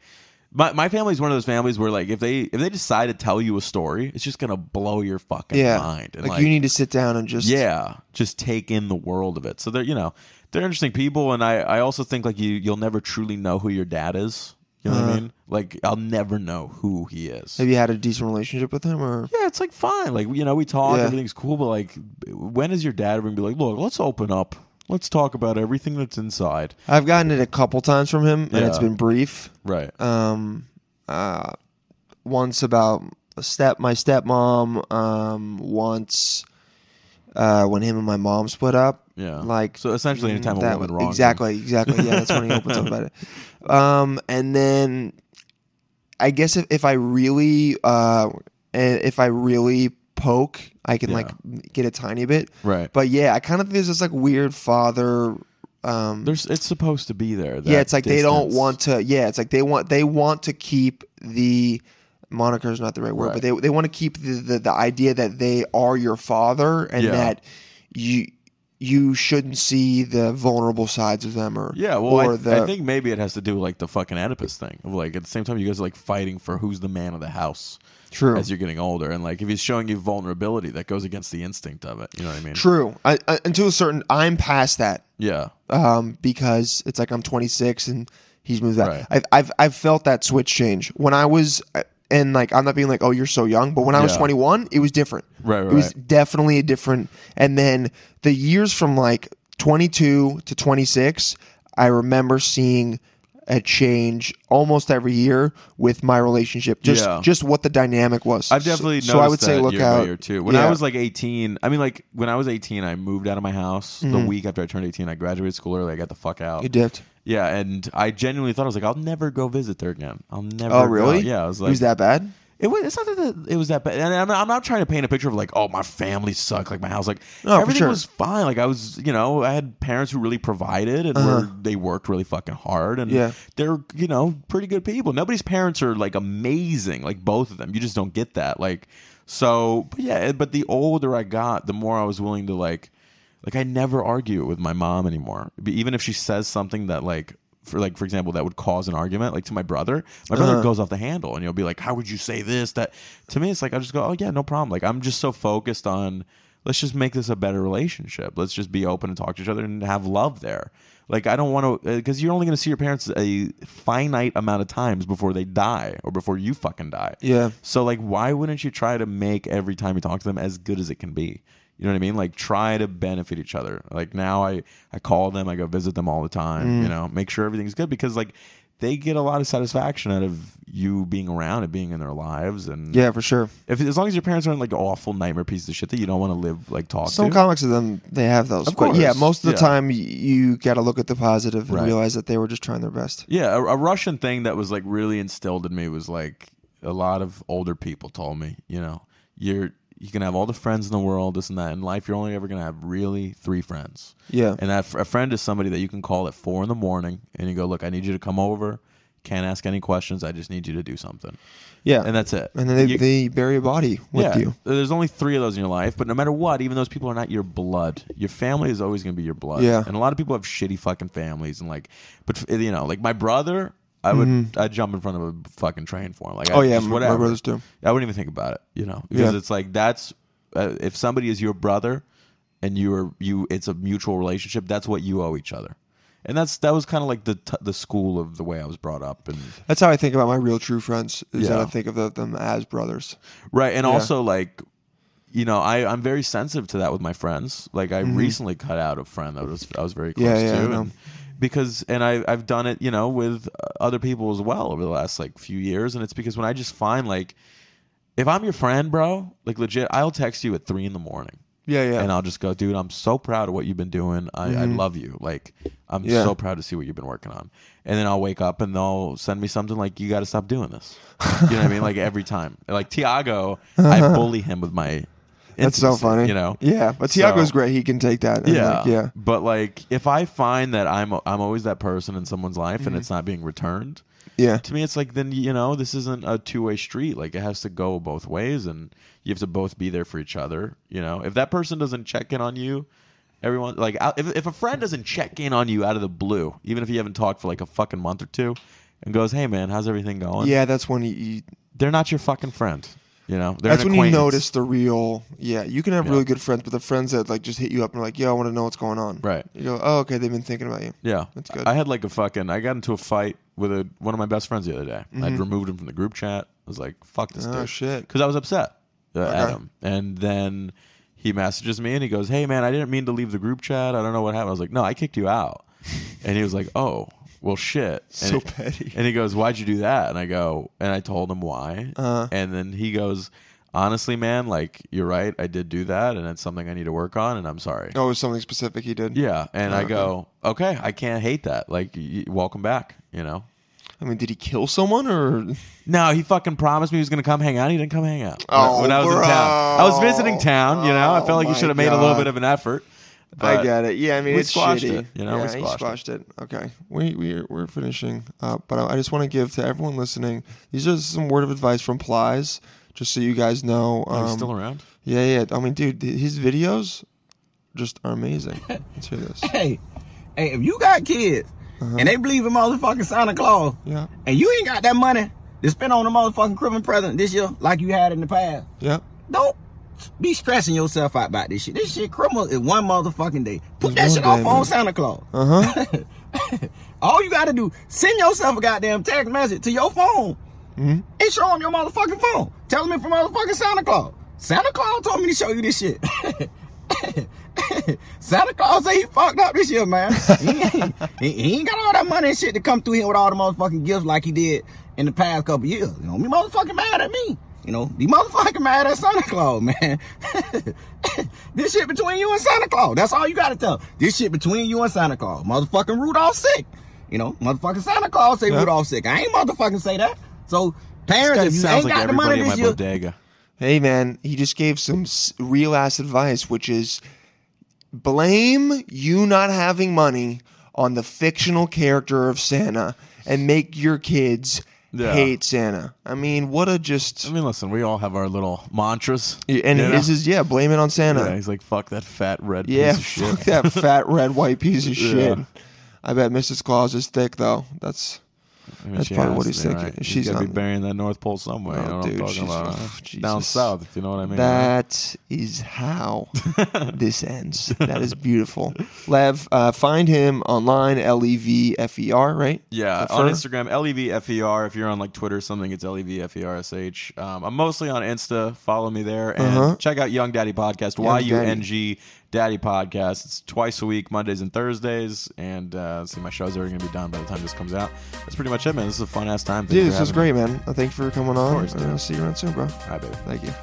Speaker 5: my, my family's one of those families where like if they if they decide to tell you a story, it's just gonna blow your fucking
Speaker 1: yeah.
Speaker 5: mind. And
Speaker 1: like, you need to sit down and just
Speaker 5: yeah, just take in the world of it. So they're you know they're interesting people, and I I also think like you you'll never truly know who your dad is. You know what I
Speaker 1: Uh-huh.
Speaker 5: mean? Like I'll never know who he is.
Speaker 1: Have you had a decent relationship with him or
Speaker 5: Yeah, it's like fine. Like you know, we talk,
Speaker 1: Yeah.
Speaker 5: everything's cool, but like, when is your dad ever gonna be like, look, let's open up, let's talk about everything that's inside,
Speaker 1: I've gotten it a couple times from him and it's
Speaker 5: Yeah.
Speaker 1: been brief.
Speaker 5: right?
Speaker 1: Um uh once about a step my stepmom, um once uh when him and my mom split up.
Speaker 5: yeah,
Speaker 1: Like
Speaker 5: so essentially, anytime Oh. a
Speaker 1: that
Speaker 5: woman
Speaker 1: would-
Speaker 5: wrongs you.
Speaker 1: Exactly, exactly. Yeah, that's when he opens up about
Speaker 5: *laughs*
Speaker 1: it. Um, and then I guess if, if I really, uh, eh, if I really poke, I can
Speaker 5: Yeah.
Speaker 1: like get a tiny bit.
Speaker 5: right? But
Speaker 1: But yeah, I kind of think there's this like weird father. Um,
Speaker 5: there's it's supposed to be there.
Speaker 1: yeah,
Speaker 5: that
Speaker 1: it's like they don't
Speaker 5: distance.
Speaker 1: want to. Yeah, it's like they want they want to keep the moniker is not the right word,
Speaker 5: Right.
Speaker 1: but they they want to keep the, the the idea that they are your father and
Speaker 5: Yeah.
Speaker 1: that you you shouldn't see the vulnerable sides of them or
Speaker 5: Yeah, well,
Speaker 1: or
Speaker 5: I,
Speaker 1: the
Speaker 5: I think maybe it has to do with, like the fucking Oedipus thing. Of, Like at the same time, you guys are like fighting for who's the man of the house
Speaker 1: true
Speaker 5: as you're getting older, and like if he's showing you vulnerability, that goes against the instinct of it. You know what I mean?
Speaker 1: true I, I, until a certain I'm past that
Speaker 5: Yeah,
Speaker 1: um, because it's like I'm 26 and he's moved out.
Speaker 5: Right.
Speaker 1: I've, I've I've felt that switch change when I was uh, and like I'm not being like oh you're so young, but when I was
Speaker 5: Yeah.
Speaker 1: 21, it was different.
Speaker 5: Right, right,
Speaker 1: It was
Speaker 5: right.
Speaker 1: definitely a different. And then the years from like 22 to 26, I remember seeing a change almost every year with my relationship. Just
Speaker 5: Yeah.
Speaker 1: just what the dynamic was.
Speaker 5: I've definitely
Speaker 1: so,
Speaker 5: noticed
Speaker 1: so I would
Speaker 5: that
Speaker 1: say look
Speaker 5: year by
Speaker 1: out
Speaker 5: year too. When
Speaker 1: Yeah.
Speaker 5: I was like 18, I mean, like when I was 18, I moved out of my house the week after I turned 18. I graduated school early. I got the fuck out.
Speaker 1: Mm-hmm. you dipped.
Speaker 5: Yeah, and I genuinely thought I was like, I'll never go visit there again. I'll never.
Speaker 1: Oh
Speaker 5: go.
Speaker 1: really?
Speaker 5: Yeah, I was
Speaker 1: it
Speaker 5: like,
Speaker 1: was that bad?
Speaker 5: It was. It's not that it was that bad. And I'm, I'm not trying to paint a picture of like, oh, my family sucked. Like my house, like
Speaker 1: No, for
Speaker 5: everything
Speaker 1: sure.
Speaker 5: was fine. Like I was, you know, I had parents who really provided and were, they worked really fucking hard. And
Speaker 1: Uh-huh. Yeah.
Speaker 5: they're, you know, pretty good people. Nobody's parents are like amazing. Like both of them. You just don't get that. Like so. But yeah. eh, But the older I got, the more I was willing to like, like I never argue with my mom anymore. Be- Even if she says something that like. For like, for example, that would cause an argument. Like to my brother, my brother goes off the handle, and you'll be like, "How would you say this?" That to me, it's like I just go, "Oh yeah, no problem." Like I'm just so focused on let's just make this a better relationship. Let's just be open and talk to each other and have love there. Like I don't want to because you're only going to see your parents a finite amount of times before they die or before you fucking die.
Speaker 1: Yeah.
Speaker 5: So like, why wouldn't you try to make every time you talk to them as good as it can be? You know what I mean? Like try to benefit each other. Like now I I call them, I go visit them all the time,
Speaker 1: Mm.
Speaker 5: you know, make sure everything's good because like they get a lot of satisfaction out of you being around and being in their lives and
Speaker 1: Yeah, for sure.
Speaker 5: if as long as your parents aren't like awful nightmare pieces of shit that you don't want to live like talk
Speaker 1: Some
Speaker 5: to.
Speaker 1: comics of them they have those.
Speaker 5: Of
Speaker 1: But yeah,
Speaker 5: course,
Speaker 1: most of the
Speaker 5: yeah.
Speaker 1: time y- you got to look at the positive and
Speaker 5: Right.
Speaker 1: realize that they were just trying their best.
Speaker 5: yeah, a, a Russian thing that was like really instilled in me was like a lot of older people told me, you know, you're you can have all the friends in the world, this and that. In life, you're only ever gonna have really three friends.
Speaker 1: Yeah.
Speaker 5: And that, a friend is somebody that you can call at four in the morning and you go, look, I need you to come over. Can't ask any questions. I just need you to do something,
Speaker 1: Yeah.
Speaker 5: and that's it.
Speaker 1: And then they,
Speaker 5: You-
Speaker 1: they bury a body with you.
Speaker 5: There's only three of those in your life, but no matter what, even those people are not your blood. Your family is always going to be your blood.
Speaker 1: Yeah.
Speaker 5: And a lot of people have shitty fucking families, and like, but f- you know, like my brother, I would I'd jump in front of a fucking train for him. Like,
Speaker 1: Mm-hmm. Oh
Speaker 5: I,
Speaker 1: yeah,
Speaker 5: just
Speaker 1: my, my
Speaker 5: whatever.
Speaker 1: brothers do.
Speaker 5: I wouldn't even think about it, you know, because
Speaker 1: Yeah.
Speaker 5: it's like that's uh, if somebody is your brother and you are you, it's a mutual relationship. That's what you owe each other, and that's that was kind of like the t- the school of the way I was brought up and.
Speaker 1: That's how I think about my real true friends. Is that
Speaker 5: Yeah.
Speaker 1: I think of the- them as brothers.
Speaker 5: Right. And also like you know, I, I'm very sensitive to that with my friends. Like I recently cut out a friend that was I was very close
Speaker 1: Mm-hmm. Yeah, yeah, I
Speaker 5: to
Speaker 1: know.
Speaker 5: and because and I I've done it, you know, with uh, other people as well over the last like few years and it's because when I just find like if I'm your friend, bro, like legit, I'll text you at three in the morning
Speaker 1: Yeah, yeah. Mm-hmm.
Speaker 5: and I'll just go, dude, I'm so proud of what you've been doing. I, I love you. Like, I'm
Speaker 1: Yeah.
Speaker 5: so proud to see what you've been working on. And then I'll wake up and they'll send me something like, you got to stop doing this. You know what I mean? Like every time. Like Tiago,
Speaker 1: *laughs*
Speaker 5: I bully him with my.
Speaker 1: that's so
Speaker 5: intimacy,
Speaker 1: funny.
Speaker 5: You know?
Speaker 1: Yeah, but
Speaker 5: So-
Speaker 1: Tiago's great. He can take that. and,
Speaker 5: Yeah,
Speaker 1: like, yeah.
Speaker 5: But like, if I find that I'm I'm always that person in someone's life
Speaker 1: Mm-hmm.
Speaker 5: and it's not being returned,
Speaker 1: Yeah.
Speaker 5: to me it's like then you know this isn't a two-way street like it has to go both ways and you have to both be there for each other you know if that person doesn't check in on you everyone like out- if, if a friend doesn't check in on you out of the blue even if you haven't talked for like a fucking month or two and goes, "Hey man, how's everything going?"
Speaker 1: Yeah, that's when you, you
Speaker 5: they're not your fucking friend. You know, they're
Speaker 1: that's
Speaker 5: an
Speaker 1: when you
Speaker 5: acquaintance.
Speaker 1: notice the real. Yeah, you can have
Speaker 5: Yeah.
Speaker 1: really good friends, but the friends that like just hit you up and are like, "Yo, I want to know what's going on."
Speaker 5: Right.
Speaker 1: You go, "Oh, okay, they've been thinking about you."
Speaker 5: Yeah,
Speaker 1: That's good.
Speaker 5: I had like a fucking. I got into a fight with a, one of my best friends the other day. I'd removed him from the group chat. I was like, "Fuck this
Speaker 1: Mm-hmm. Oh,
Speaker 5: dude,"
Speaker 1: shit.
Speaker 5: because I was upset uh, at him. And then he messages me and he goes, "Hey man, I didn't mean to leave the group chat. I don't know what happened." I was like, "No, I kicked
Speaker 1: *laughs*
Speaker 5: you out." and he was like, "Oh, well, shit." And
Speaker 1: So
Speaker 5: it-
Speaker 1: petty. *laughs*
Speaker 5: And he goes, "Why'd you do that?" And I go, and I told him why.
Speaker 1: Uh-huh.
Speaker 5: And then he goes, "Honestly, man, like you're right. I did do that, and it's something I need to work on. And I'm sorry."
Speaker 1: Oh, it was something specific he did.
Speaker 5: Yeah, and I
Speaker 1: Okay.
Speaker 5: go, okay, I can't hate that. Like, y- welcome back. You know.
Speaker 1: I mean, did he kill someone or?
Speaker 5: No, he fucking promised me he was gonna come hang out. He didn't come hang out when-
Speaker 1: Oh,
Speaker 5: when I was in
Speaker 1: bro.
Speaker 5: town. I was visiting town. You know, I
Speaker 1: Oh,
Speaker 5: felt like he
Speaker 1: my
Speaker 5: should have made a little
Speaker 1: God.
Speaker 5: bit of an effort.
Speaker 1: I get it. Yeah, I mean,
Speaker 5: we
Speaker 1: it's
Speaker 5: squashed
Speaker 1: shitty.
Speaker 5: it, you know, we
Speaker 1: yeah, he
Speaker 5: squashed it.
Speaker 1: squashed it. Okay, we we're, we're finishing up, but I, I just want to give to everyone listening. These are some word of advice from Plies, just so you guys know. Um,
Speaker 5: Oh, He's still around.
Speaker 1: Yeah, yeah. I mean, dude, th- his videos just are amazing. Let's hear
Speaker 5: *laughs*
Speaker 1: this.
Speaker 6: hey, hey, if you got kids
Speaker 1: Uh-huh.
Speaker 6: and they believe in motherfucking Santa Claus,
Speaker 1: Yeah.
Speaker 6: and you ain't got that money to spend on the motherfucking Christmas present this year like you had in the past,
Speaker 1: Yeah.
Speaker 6: don't be stressing yourself out about this shit. This shit Christmas is one motherfucking day. Put that
Speaker 1: one
Speaker 6: shit off
Speaker 1: day, man.
Speaker 6: on Santa Claus.
Speaker 1: Uh huh.
Speaker 6: All you gotta do, send yourself a goddamn text message to your phone and show them your motherfucking phone. Tell them it's from motherfucking Santa Claus. Santa Claus told me to show you this shit. *laughs* Santa Claus say he fucked up this year, man. He ain't, he- he ain't got all that money and shit to come through here with all the motherfucking gifts like he did in the past couple years. You know, be motherfucking mad at me. You know, be motherfucking mad at Santa Claus, man. *laughs* this shit between you and Santa Claus. That's all you gotta tell. This shit between you and Santa Claus. Motherfucking Rudolph sick. You know, motherfucking Santa Claus say
Speaker 1: Yeah.
Speaker 6: Rudolph sick. I ain't motherfucking say that. So
Speaker 5: This
Speaker 6: parents,
Speaker 5: guy
Speaker 6: if you ain't
Speaker 5: sounds like
Speaker 6: got the
Speaker 5: everybody
Speaker 6: money
Speaker 5: in my
Speaker 6: this year,
Speaker 5: bodega.
Speaker 1: Hey, man, he just gave some s- real ass advice, which is blame you not having money on the fictional character of Santa and make your kids
Speaker 5: Yeah.
Speaker 1: hate Santa. I mean, what a just.
Speaker 5: I mean, listen, we all have our little mantras.
Speaker 1: and
Speaker 5: you know?
Speaker 1: his is, yeah, blame it on
Speaker 5: Yeah,
Speaker 1: Santa.
Speaker 5: he's like, fuck that fat red
Speaker 1: Yeah,
Speaker 5: piece of
Speaker 1: *laughs*
Speaker 5: shit.
Speaker 1: fuck
Speaker 5: *laughs*
Speaker 1: that fat, red, white piece of shit.
Speaker 5: Yeah.
Speaker 1: I bet Mrs. Claus is thick, though. That's.
Speaker 5: I mean,
Speaker 1: That's
Speaker 5: she
Speaker 1: probably
Speaker 5: has
Speaker 1: what
Speaker 5: to
Speaker 1: he's
Speaker 5: be,
Speaker 1: thinking.
Speaker 5: Right?
Speaker 1: She's
Speaker 5: She's gotta be
Speaker 1: not-
Speaker 5: burying that North Pole somewhere.
Speaker 1: No,
Speaker 5: you know
Speaker 1: dude,
Speaker 5: what I'm talking
Speaker 1: she's-
Speaker 5: about?
Speaker 1: oh,
Speaker 5: huh? Down
Speaker 1: Jesus.
Speaker 5: south, if you know what I mean. right?
Speaker 1: That is
Speaker 5: *laughs*
Speaker 1: how this ends. That is beautiful. Lev, uh, find him online, L E V F E R, right?
Speaker 5: Yeah,
Speaker 1: The
Speaker 5: on
Speaker 1: fur?
Speaker 5: Instagram, L E V F E R. If you're on like Twitter or something, it's L E V F E R S H. Um, I'm mostly on Insta. Follow me there and
Speaker 1: Uh-huh.
Speaker 5: check out Young Daddy Podcast, Y
Speaker 1: Young
Speaker 5: U
Speaker 1: Daddy.
Speaker 5: N G Daddy Podcast. It's twice a week, Mondays and Thursdays. And uh, see, my show's already going to be done by the time this comes out. That's pretty much it, man. This is a fun ass time. Thanks
Speaker 1: Dude, this
Speaker 5: for
Speaker 1: was
Speaker 5: having me.
Speaker 1: great, man. Uh, Thank you for coming on.
Speaker 5: course,
Speaker 1: and
Speaker 5: dude.
Speaker 1: I'll see you around soon, bro.
Speaker 5: All right, baby.
Speaker 1: Thank you.